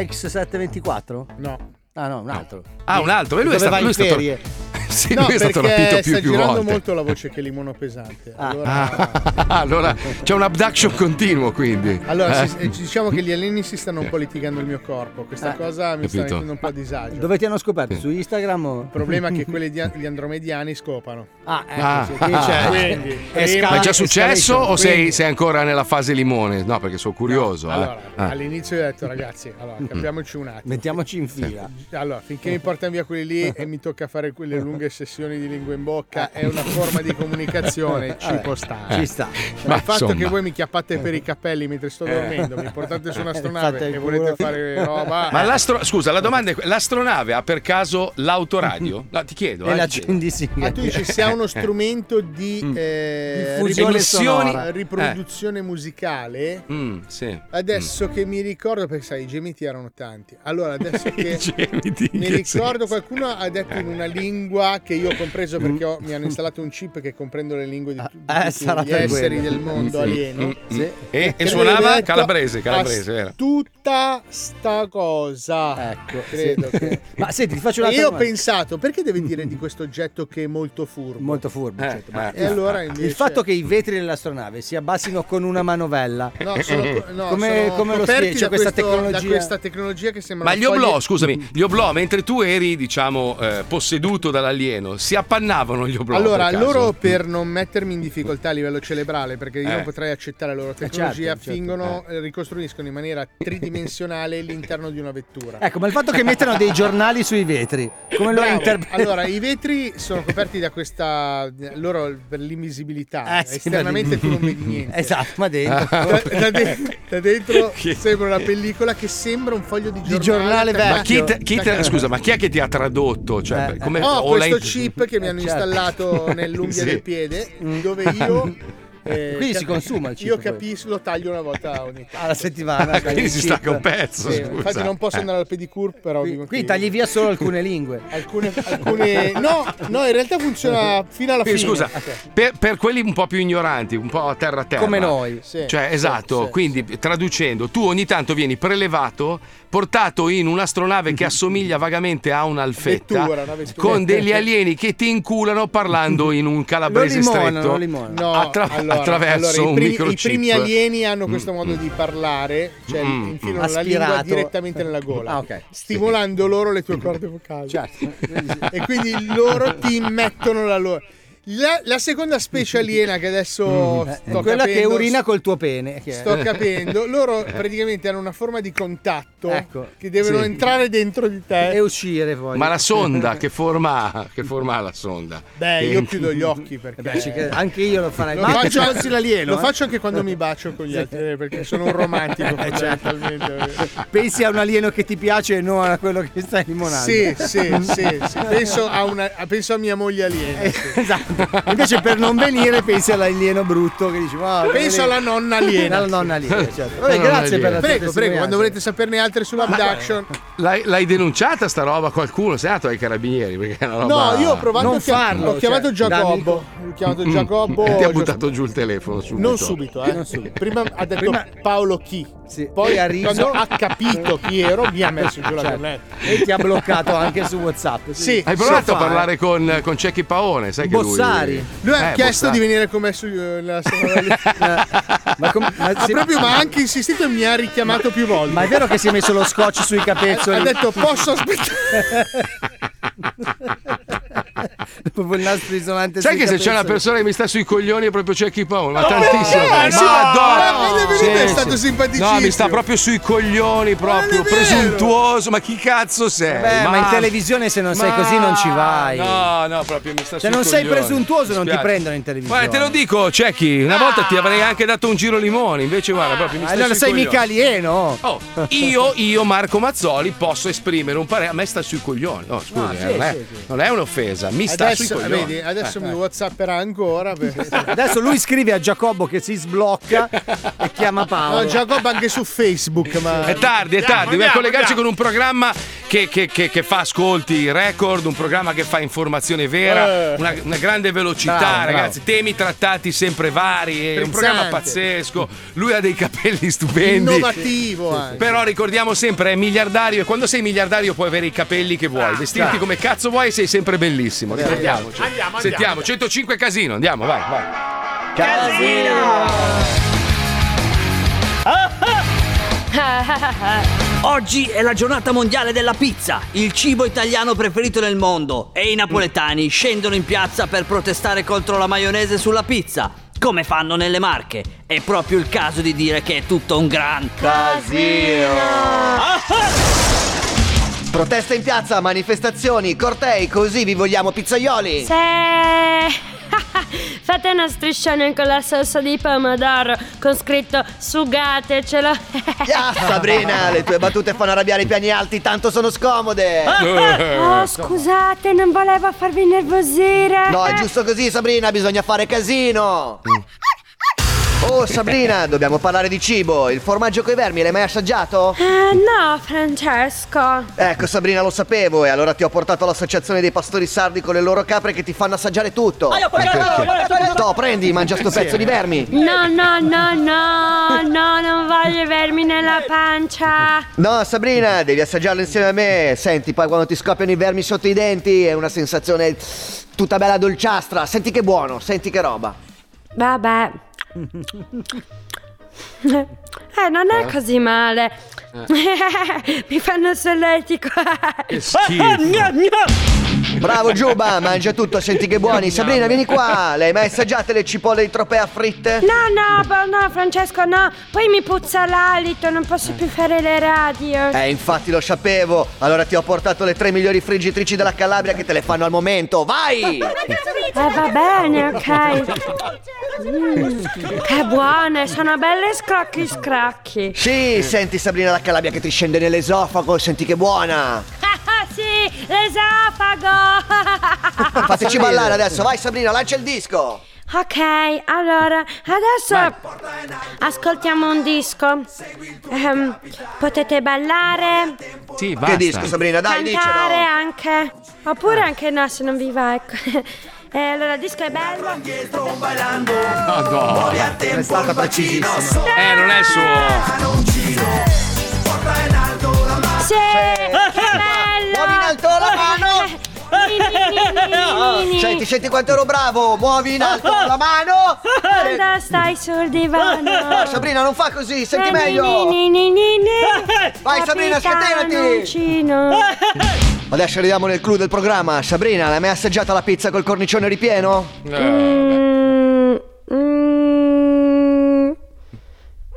Speaker 3: X724?
Speaker 4: No.
Speaker 3: Ah no, un altro.
Speaker 2: Ah, un altro, e lui è
Speaker 3: Dove
Speaker 2: stato-
Speaker 3: vai
Speaker 2: lui è
Speaker 3: in
Speaker 2: stato-
Speaker 3: ferie?
Speaker 2: Sì,
Speaker 4: no,
Speaker 2: lui è stato
Speaker 4: perché
Speaker 2: rapito più-
Speaker 4: sta
Speaker 2: più
Speaker 4: girando
Speaker 2: volte.
Speaker 4: molto la voce che limono pesante. Allora,
Speaker 2: Ah, allora c'è un abduction continuo quindi.
Speaker 4: allora,
Speaker 2: Eh?
Speaker 4: si- eh, diciamo che gli alieni si stanno un po' litigando il mio corpo. Questa
Speaker 3: Eh.
Speaker 4: cosa mi sta
Speaker 2: Capito.
Speaker 4: mettendo un po' a disagio.
Speaker 3: Dove ti hanno scoperto? Su Instagram? O...
Speaker 4: Il problema è che quelli di- gli andromediani scopano.
Speaker 3: Ah,
Speaker 2: ecco, Ah. sì, quindi c'è-
Speaker 4: Quindi,
Speaker 2: Ma
Speaker 4: prima-
Speaker 2: è già successo o sei,
Speaker 4: Quindi,
Speaker 2: sei ancora nella fase limone? No, perché sono curioso. eh.
Speaker 4: Allora,
Speaker 2: Ah.
Speaker 4: all'inizio ho detto, ragazzi, allora, capiamoci un attimo.
Speaker 3: Mettiamoci in fila.
Speaker 4: Allora, finché mi portano via quelli lì e mi tocca fare quelle lunghe sessioni di lingua in bocca, è una forma di comunicazione, ci
Speaker 3: Vabbè,
Speaker 4: può stare.
Speaker 3: ci sta.
Speaker 4: Ma,
Speaker 3: Ma
Speaker 4: il fatto
Speaker 3: insomma. Eh.
Speaker 4: che voi mi chiappate per i capelli mentre sto dormendo, mi portate su un'astronave
Speaker 3: Fate il
Speaker 4: e volete
Speaker 3: culo.
Speaker 4: fare roba...
Speaker 2: Ma l'astro- scusa, la domanda è: que- l'astronave ha per caso l'autoradio? No, ti chiedo.
Speaker 4: E
Speaker 2: eh,
Speaker 4: la
Speaker 2: ti chiedo.
Speaker 4: Ma tu dici sia uno strumento di
Speaker 2: Mm.
Speaker 4: eh,
Speaker 2: Diffusione
Speaker 4: riproduzione-
Speaker 2: sonora.
Speaker 4: riproduzione musicale
Speaker 2: Mm, sì.
Speaker 3: Mm.
Speaker 4: Adesso che mi ricordo, perché sai, i gemiti erano tanti. Allora, adesso che
Speaker 2: gemiti,
Speaker 4: mi
Speaker 2: che
Speaker 4: ricordo, qualcuno ha detto in una lingua che io ho compreso perché ho- mi hanno installato un chip che comprendo le lingue di, tu- di
Speaker 3: Mm. eh,
Speaker 4: tutti
Speaker 3: sarà
Speaker 4: gli
Speaker 3: per
Speaker 4: esseri
Speaker 3: quello.
Speaker 4: del mondo
Speaker 3: Sì.
Speaker 4: alieno.
Speaker 3: Mm, sì.
Speaker 2: E- E,
Speaker 4: Credo di
Speaker 2: suonava
Speaker 4: aver detto,
Speaker 2: calabrese, calabrese, vero?
Speaker 4: Tutta sta cosa. Ecco, credo
Speaker 3: sì.
Speaker 4: che-
Speaker 3: Ma senti, ti faccio un'altra
Speaker 4: Io ho
Speaker 3: domanda.
Speaker 4: pensato, perché deve dire di questo oggetto che è molto furbo?
Speaker 3: Molto furbo.
Speaker 4: Eh,
Speaker 3: certo, ma-
Speaker 4: eh, e allora invece-
Speaker 3: Il fatto che i vetri dell'astronave si abbassino con una manovella.
Speaker 4: No, sono, no,
Speaker 3: come,
Speaker 4: sono
Speaker 3: come lo
Speaker 4: coperti
Speaker 3: spiega
Speaker 4: da
Speaker 3: questa
Speaker 4: questo-
Speaker 3: tecnologia?
Speaker 4: Da questa tecnologia che sembra
Speaker 2: Ma
Speaker 4: una
Speaker 2: gli oblò,
Speaker 4: foglia-
Speaker 2: scusami, gli oblò, mentre tu eri, diciamo, eh, posseduto dall'alieno, si appannavano gli oblò.
Speaker 4: Allora,
Speaker 2: per caso? Mm.
Speaker 4: loro per non mettermi in difficoltà a livello cerebrale, perché io
Speaker 2: Eh.
Speaker 4: non potrei accettare la loro tecnologia,
Speaker 3: certo, certo.
Speaker 4: fingono, eh, ricostruiscono in maniera tridimensionale l'interno di una vettura.
Speaker 3: Ecco, ma il fatto che mettano dei giornali sui vetri, come lo
Speaker 4: Bravo.
Speaker 3: interpretano?
Speaker 4: Allora, i vetri sono coperti da questa loro per l'invisibilità.
Speaker 3: Eh, sì,
Speaker 4: Esternamente
Speaker 3: ma
Speaker 4: tu
Speaker 3: di-
Speaker 4: non vedi niente.
Speaker 3: Esatto, ma dentro.
Speaker 4: Da, da de- da dentro
Speaker 2: Che-
Speaker 4: sembra una pellicola che sembra un foglio di giornale.
Speaker 3: giornale
Speaker 4: tagliato-
Speaker 2: Ma chi te- chi te-
Speaker 4: tagliato-
Speaker 2: scusa, ma chi è che ti ha tradotto? Cioè, come,
Speaker 4: ho
Speaker 2: o l'hai-
Speaker 4: Oh, questo chip che mi
Speaker 3: Eh,
Speaker 4: hanno
Speaker 2: Certo.
Speaker 4: installato nell'unghia
Speaker 2: Sì.
Speaker 4: del piede dove io eh,
Speaker 3: Quindi
Speaker 4: cap-
Speaker 3: si consuma il chip
Speaker 4: io
Speaker 3: poi.
Speaker 4: capisco lo taglio una volta ogni
Speaker 3: alla settimana.
Speaker 2: Ah,
Speaker 3: tagli
Speaker 2: quindi
Speaker 3: il
Speaker 2: si
Speaker 3: chip.
Speaker 2: stacca un pezzo.
Speaker 4: Sì,
Speaker 2: scusa.
Speaker 4: infatti non posso
Speaker 2: Eh.
Speaker 4: andare al pedicure però
Speaker 3: Qui, qui tagli via solo alcune lingue.
Speaker 4: alcune, alcune- no no in realtà funziona fino alla fine
Speaker 2: Quindi, Eh, scusa, per, per quelli un po' più ignoranti, un po' a terra a terra.
Speaker 4: Come noi. Sì.
Speaker 2: Cioè,
Speaker 4: Sì,
Speaker 2: esatto.
Speaker 4: sì,
Speaker 2: quindi, traducendo, tu ogni tanto vieni prelevato, portato in un'astronave che assomiglia vagamente a un'alfetta,
Speaker 4: Vettura, una vettura.
Speaker 2: con degli alieni che ti inculano parlando in un calabrese stretto.
Speaker 4: No,
Speaker 2: attra-
Speaker 4: allora,
Speaker 2: attraverso
Speaker 4: allora, i
Speaker 2: un
Speaker 4: primi,
Speaker 2: microchip.
Speaker 4: I primi alieni hanno questo modo di parlare, cioè
Speaker 2: Mm.
Speaker 4: infilano la
Speaker 3: Aspirato.
Speaker 4: lingua direttamente nella gola,
Speaker 3: Ah, ok. Certo.
Speaker 4: stimolando loro le tue corde vocali. E quindi loro ti mettono la loro. La, la seconda specie aliena che adesso
Speaker 3: Mm.
Speaker 4: sto
Speaker 3: È quella che
Speaker 4: capendo-
Speaker 3: urina col tuo pene. che è-
Speaker 4: Sto capendo, loro praticamente hanno una forma di contatto
Speaker 3: Ecco,
Speaker 4: che devono
Speaker 3: sì.
Speaker 4: entrare dentro di te
Speaker 3: e uscire poi.
Speaker 2: Ma la sonda, che forma ha? Che forma ha la sonda?
Speaker 4: Beh,
Speaker 2: Che-
Speaker 4: io chiudo gli occhi perché
Speaker 3: Beh, ci credo. anche io lo farei.
Speaker 4: Lo
Speaker 3: Ma
Speaker 4: faccio-
Speaker 3: anche se l'alieno,
Speaker 4: lo
Speaker 3: eh.
Speaker 4: faccio anche quando mi bacio con gli altri eh, perché sono un romantico
Speaker 3: Eh, certo.
Speaker 4: fondamentalmente.
Speaker 3: Pensi a un alieno che ti piace e non a quello che stai limonando.
Speaker 4: Sì, sì, sì, sì. Penso, a una- a- penso a mia moglie aliena.
Speaker 3: Invece per non venire pensi all'alieno brutto che dici "Ma,
Speaker 4: Penso alla nonna aliena.
Speaker 3: Alla nonna aliena, certo.
Speaker 2: La
Speaker 3: Vabbè,
Speaker 2: nonna
Speaker 3: grazie per la
Speaker 2: aliena.
Speaker 3: tua
Speaker 4: Prego, prego,
Speaker 3: testimonianza.
Speaker 4: quando volete saperne altre sull'abduction.
Speaker 2: L'hai, l'hai denunciata sta roba a qualcuno? Sei andato ai carabinieri? Perché è una roba...
Speaker 4: No, io ho provato
Speaker 2: Non
Speaker 4: a chiam-
Speaker 2: farlo,
Speaker 4: ho chiamato
Speaker 2: cioè, da
Speaker 4: Giacobbo, chiamato Giacobbo.
Speaker 2: Ti ha
Speaker 4: Gios-
Speaker 2: buttato giù il telefono subito.
Speaker 4: Non subito, eh.
Speaker 2: Non
Speaker 4: Prima ha detto
Speaker 2: Prima-
Speaker 4: Paolo chi. Poi
Speaker 2: e ha riso.
Speaker 4: quando ha capito chi ero, mi ha messo giù la
Speaker 2: Certo.
Speaker 4: cornetta.
Speaker 3: E ti ha bloccato anche su WhatsApp.
Speaker 4: Sì,
Speaker 2: Hai provato a parlare con, con Cecchi Paone, sai che
Speaker 4: Bossari.
Speaker 2: lui...
Speaker 4: Lui ha
Speaker 2: Eh,
Speaker 4: chiesto di
Speaker 2: Bossari.
Speaker 4: venire con me su, eh, nella serata lì.
Speaker 3: ma
Speaker 4: ha
Speaker 3: se-
Speaker 4: proprio, ma ha anche insistito e mi ha richiamato più volte.
Speaker 3: Ma è vero che si è messo lo scotch sui capezzoli?
Speaker 4: Ha detto posso aspettare.
Speaker 3: Proprio il nastro risonante
Speaker 2: Sai
Speaker 3: sui
Speaker 2: che se c'è
Speaker 3: capezzoli.
Speaker 2: una persona che mi sta sui coglioni è proprio Cecchi Paone, ma
Speaker 4: Oh,
Speaker 3: No,
Speaker 2: tantissimo.
Speaker 3: perché?
Speaker 2: Ma
Speaker 3: Sì,
Speaker 4: ma vedi, vedi, è stato simpaticissimo.
Speaker 2: No, mi sta proprio sui coglioni, proprio presuntuoso. Ma chi cazzo sei?
Speaker 4: Eh,
Speaker 3: Beh, ma in televisione se non sei così non ci vai.
Speaker 2: No, no, proprio mi sta
Speaker 3: Se
Speaker 2: sui
Speaker 3: non sei
Speaker 2: coglioni.
Speaker 3: presuntuoso non ti
Speaker 2: Spiace.
Speaker 3: prendono in televisione.
Speaker 2: Guarda, te lo dico, Cecchi,
Speaker 4: Ah.
Speaker 2: una volta ti avrei anche dato un giro limone, invece guarda, proprio mi
Speaker 3: Ma
Speaker 2: stai
Speaker 3: non
Speaker 2: sui
Speaker 3: Eh, sei mica
Speaker 2: coglioni.
Speaker 3: alieno.
Speaker 2: Oh, Io, io, Marco Mazzoli, posso esprimere un parere. A me sta sui coglioni. No, scusa,
Speaker 4: No, Ah, sì,
Speaker 2: eh, non, è,
Speaker 4: sì, sì.
Speaker 2: non è un'offesa, mi sta sui
Speaker 4: adesso,
Speaker 2: coglioni.
Speaker 4: vedi, adesso
Speaker 2: Eh,
Speaker 4: mi
Speaker 2: eh.
Speaker 4: whatsapperà ancora.
Speaker 3: Adesso lui scrive a Giacobbo che si sblocca e chiama Paolo.
Speaker 4: No, Giacobbo anche su Facebook, ma...
Speaker 2: È tardi, è tardi, dobbiamo collegarci con un programma che, che- che- che fa ascolti record, un programma che fa informazione vera,
Speaker 4: Eh.
Speaker 2: una, una grande velocità,
Speaker 4: Bravo,
Speaker 2: ragazzi, temi trattati sempre vari, è un
Speaker 4: Frizzante.
Speaker 2: programma pazzesco, lui ha dei capelli stupendi.
Speaker 4: Innovativo anche.
Speaker 2: Però ricordiamo sempre, è miliardario e quando sei miliardario puoi avere i capelli che vuoi, vestirti
Speaker 4: chiaro.
Speaker 2: come cazzo vuoi e sei sempre bellissimo.
Speaker 4: Ah, Andiamo,
Speaker 2: Ricordiamoci.
Speaker 4: andiamo, andiamo.
Speaker 2: Sentiamo, 105 casino, andiamo, vai, vai.
Speaker 18: Oggi è la giornata mondiale della pizza, il cibo italiano preferito nel mondo e i napoletani scendono in piazza per protestare contro la maionese sulla pizza, come fanno nelle Marche. È proprio il caso di dire che è tutto un gran
Speaker 31: Proteste in piazza, manifestazioni, cortei, così vi vogliamo pizzaioli!
Speaker 32: Se... Fate una striscione con la salsa di pomodoro con scritto sugatecelo.
Speaker 31: Sabrina, le tue battute fanno arrabbiare i piani alti, tanto sono scomode!
Speaker 3: Ah,
Speaker 32: Oh, scusate, non volevo farvi nervosire.
Speaker 31: No, è giusto così, Sabrina, bisogna fare casino! Oh, Sabrina, dobbiamo parlare di cibo. Il formaggio coi vermi l'hai mai assaggiato?
Speaker 32: Eh, no, Francesco.
Speaker 31: Ecco, Sabrina, lo sapevo, e allora ti ho portato all'associazione dei pastori sardi con le loro capre che ti fanno assaggiare tutto.
Speaker 32: Ah, io ho pagato, io ho pagato.
Speaker 31: Toh, prendi, mangia sto pezzo di vermi.
Speaker 32: No, no, no, no, no, non voglio i vermi nella pancia.
Speaker 31: No, Sabrina, devi assaggiarlo insieme a me. Senti, poi quando ti scoppiano i vermi sotto i denti è una sensazione tutta bella dolciastra. Senti che buono, senti che roba.
Speaker 32: Vabbè. Eh, non è
Speaker 31: Eh?
Speaker 32: così male. Mi fanno solletico.
Speaker 31: Bravo Giuba, mangia tutto, senti che buoni. Sabrina, vieni qua. Le hai mai assaggiate le cipolle di tropea fritte?
Speaker 32: No, no, bo- no, Francesco, no. Poi mi puzza l'alito, non posso più fare le radio.
Speaker 31: Eh, infatti lo sapevo. Allora ti ho portato le tre migliori friggitrici della Calabria che te le fanno al momento. Vai!
Speaker 32: Eh, va bene, ok. Mm, che buone, sono belle scrocchi scracchi.
Speaker 31: Sì, senti Sabrina la Calabria che ti scende nell'esofago, senti che buona.
Speaker 32: Ah, sì, l'esofago.
Speaker 31: Fateci ballare adesso, vai Sabrina, lancia il disco.
Speaker 32: Ok, allora adesso ascoltiamo un disco. Ehm, potete ballare,
Speaker 2: Sì,
Speaker 31: Che disco Sabrina, dai, Eh. dicelo.
Speaker 32: cantare anche, oppure anche no se non vi va. Ecco. Eh, allora, il disco è bello.
Speaker 31: È stata precisissima.
Speaker 2: Eh, non è il suo.
Speaker 32: Sì, che bello!
Speaker 31: Muovi in Eh, alto la mano! Senti, senti quanto ero bravo! Muovi in alto la mano!
Speaker 32: Quando stai sul divano.
Speaker 31: No, Sabrina, non fa così, senti meglio!
Speaker 32: Vai
Speaker 31: Vai, Sabrina, scatenati! Adesso arriviamo nel clou del programma. Sabrina, l'hai mai assaggiata la pizza col cornicione ripieno?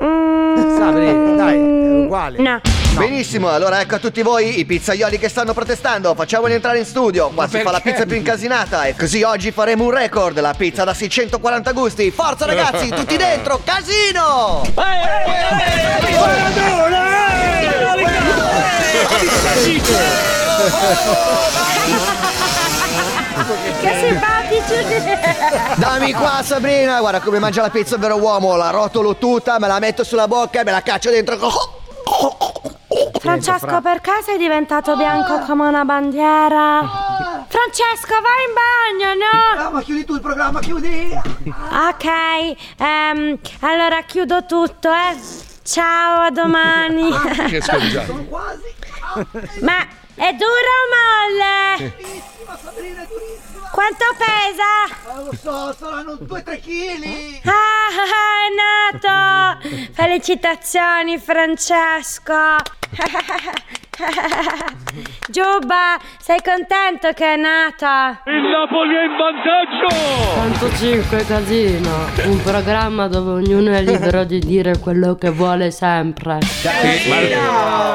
Speaker 3: Sabrina, dai, è uguale.
Speaker 32: No.
Speaker 31: Benissimo, allora ecco a tutti voi i pizzaioli che stanno protestando. Facciamoli entrare in studio. Qua si fa la pizza più incasinata. E così oggi faremo un record: la pizza da 640 gusti. Forza, ragazzi, tutti dentro! Casino!
Speaker 32: Che simpatici!
Speaker 31: Dammi qua Sabrina, guarda come mangia la pizza il vero uomo, la rotolo tutta, me la metto sulla bocca e me la caccio dentro.
Speaker 32: Francesco, perché Ah, sei diventato bianco come una bandiera? Francesco, vai in bagno,
Speaker 11: programma,
Speaker 32: no?
Speaker 11: chiudi tu il programma, chiudi!
Speaker 32: Ok, ehm, allora chiudo tutto, eh. Ciao, a domani.
Speaker 31: Ah,
Speaker 2: Che scongiato. Sono
Speaker 11: quasi.
Speaker 32: Ma è dura o molle?
Speaker 11: Durissima, Sabrina, è durissima!
Speaker 32: Quanto pesa?
Speaker 11: Non lo so, saranno 2-3 kg!
Speaker 32: Ah, ah, ah, è nato! Felicitazioni, Francesco! Giubba, sei contento che è nata?
Speaker 12: Il Napoli è in vantaggio!
Speaker 33: 105 Casino, un programma dove ognuno è libero di dire quello che vuole sempre.
Speaker 2: Sì, ma,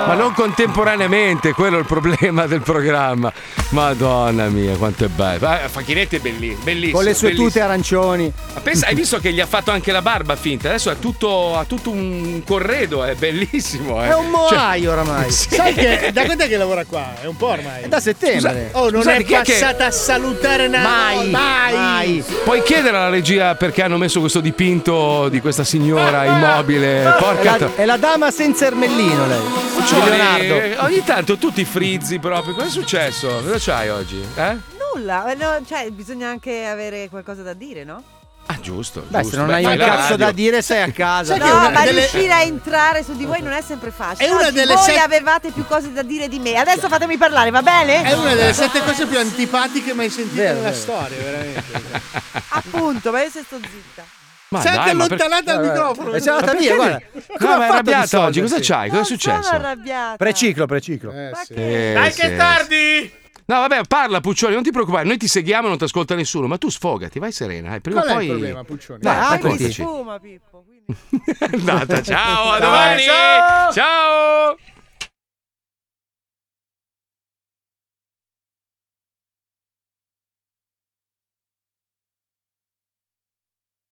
Speaker 2: ma non contemporaneamente, quello è il problema del programma. Madonna mia, quanto è bello. Ah, Facchinetti è belli- bellissimo.
Speaker 3: Con le sue
Speaker 2: bellissimo.
Speaker 3: tute arancioni.
Speaker 2: Ma pensa, hai visto che gli ha fatto anche la barba finta? Adesso ha tutto, ha tutto un corredo, è bellissimo. eh.
Speaker 3: È un
Speaker 2: Cioè-
Speaker 3: moai oramai.
Speaker 4: Sai che da quant'è che lavora qua? È un po' ormai.
Speaker 3: È da settembre.
Speaker 4: oh, non
Speaker 2: Scusate,
Speaker 4: è
Speaker 2: chi è che-
Speaker 4: passata a salutare na-
Speaker 3: Mai,
Speaker 4: mai.
Speaker 2: Puoi chiedere alla regia perché hanno messo questo dipinto di questa signora immobile?
Speaker 3: È
Speaker 2: Porca
Speaker 3: Eh, la, è la dama senza ermellino lei.
Speaker 2: Ciccione,
Speaker 3: Leonardo.
Speaker 2: Ogni tanto tu ti frizzi proprio. Cosa è successo? Cosa c'hai oggi? Eh?
Speaker 5: Nulla, eh, no, cioè bisogna anche avere qualcosa da dire, no?
Speaker 2: Ah, giusto.
Speaker 3: Beh, se
Speaker 2: giusto.
Speaker 3: non
Speaker 2: Beh,
Speaker 3: hai
Speaker 2: fai
Speaker 3: un
Speaker 2: la
Speaker 3: cazzo
Speaker 2: radio.
Speaker 3: da dire, sei a casa.
Speaker 5: no, ma riuscire a entrare su di voi non è sempre facile.
Speaker 4: È una
Speaker 5: Oggi
Speaker 4: delle
Speaker 5: voi
Speaker 4: set-
Speaker 5: avevate più cose da dire di me. Adesso fatemi parlare, va bene?
Speaker 4: È una delle sette cose più antipatiche mai sentite
Speaker 3: Vero,
Speaker 4: nella
Speaker 3: vero.
Speaker 4: storia, veramente.
Speaker 5: Appunto, ma io se sto zitta.
Speaker 2: Ma
Speaker 4: Senti,
Speaker 2: dai, ma per-
Speaker 3: Eh,
Speaker 4: allontanata dal microfono.
Speaker 3: È già andata via, guarda.
Speaker 2: No,
Speaker 3: Come ha
Speaker 2: ma è
Speaker 3: fatto di
Speaker 2: arrabbiata oggi. Cosa
Speaker 3: risolversi?
Speaker 2: c'hai? Cosa è
Speaker 5: Sono
Speaker 2: successo?
Speaker 5: arrabbiata.
Speaker 3: Preciclo, preciclo.
Speaker 2: Dai, No, vabbè, parla Puccioli, non ti preoccupare, noi ti seguiamo, non ti ascolta nessuno, ma tu sfogati, vai serena. eh, Prima o
Speaker 4: Qual è il
Speaker 2: poi...
Speaker 4: problema, Puccioni?
Speaker 2: Dai,
Speaker 5: Ah, mi
Speaker 2: raccontaci.
Speaker 5: sfuma, Pippo.
Speaker 2: Andata, ciao, a
Speaker 4: Ciao.
Speaker 2: domani.
Speaker 4: Ciao.
Speaker 2: Ciao.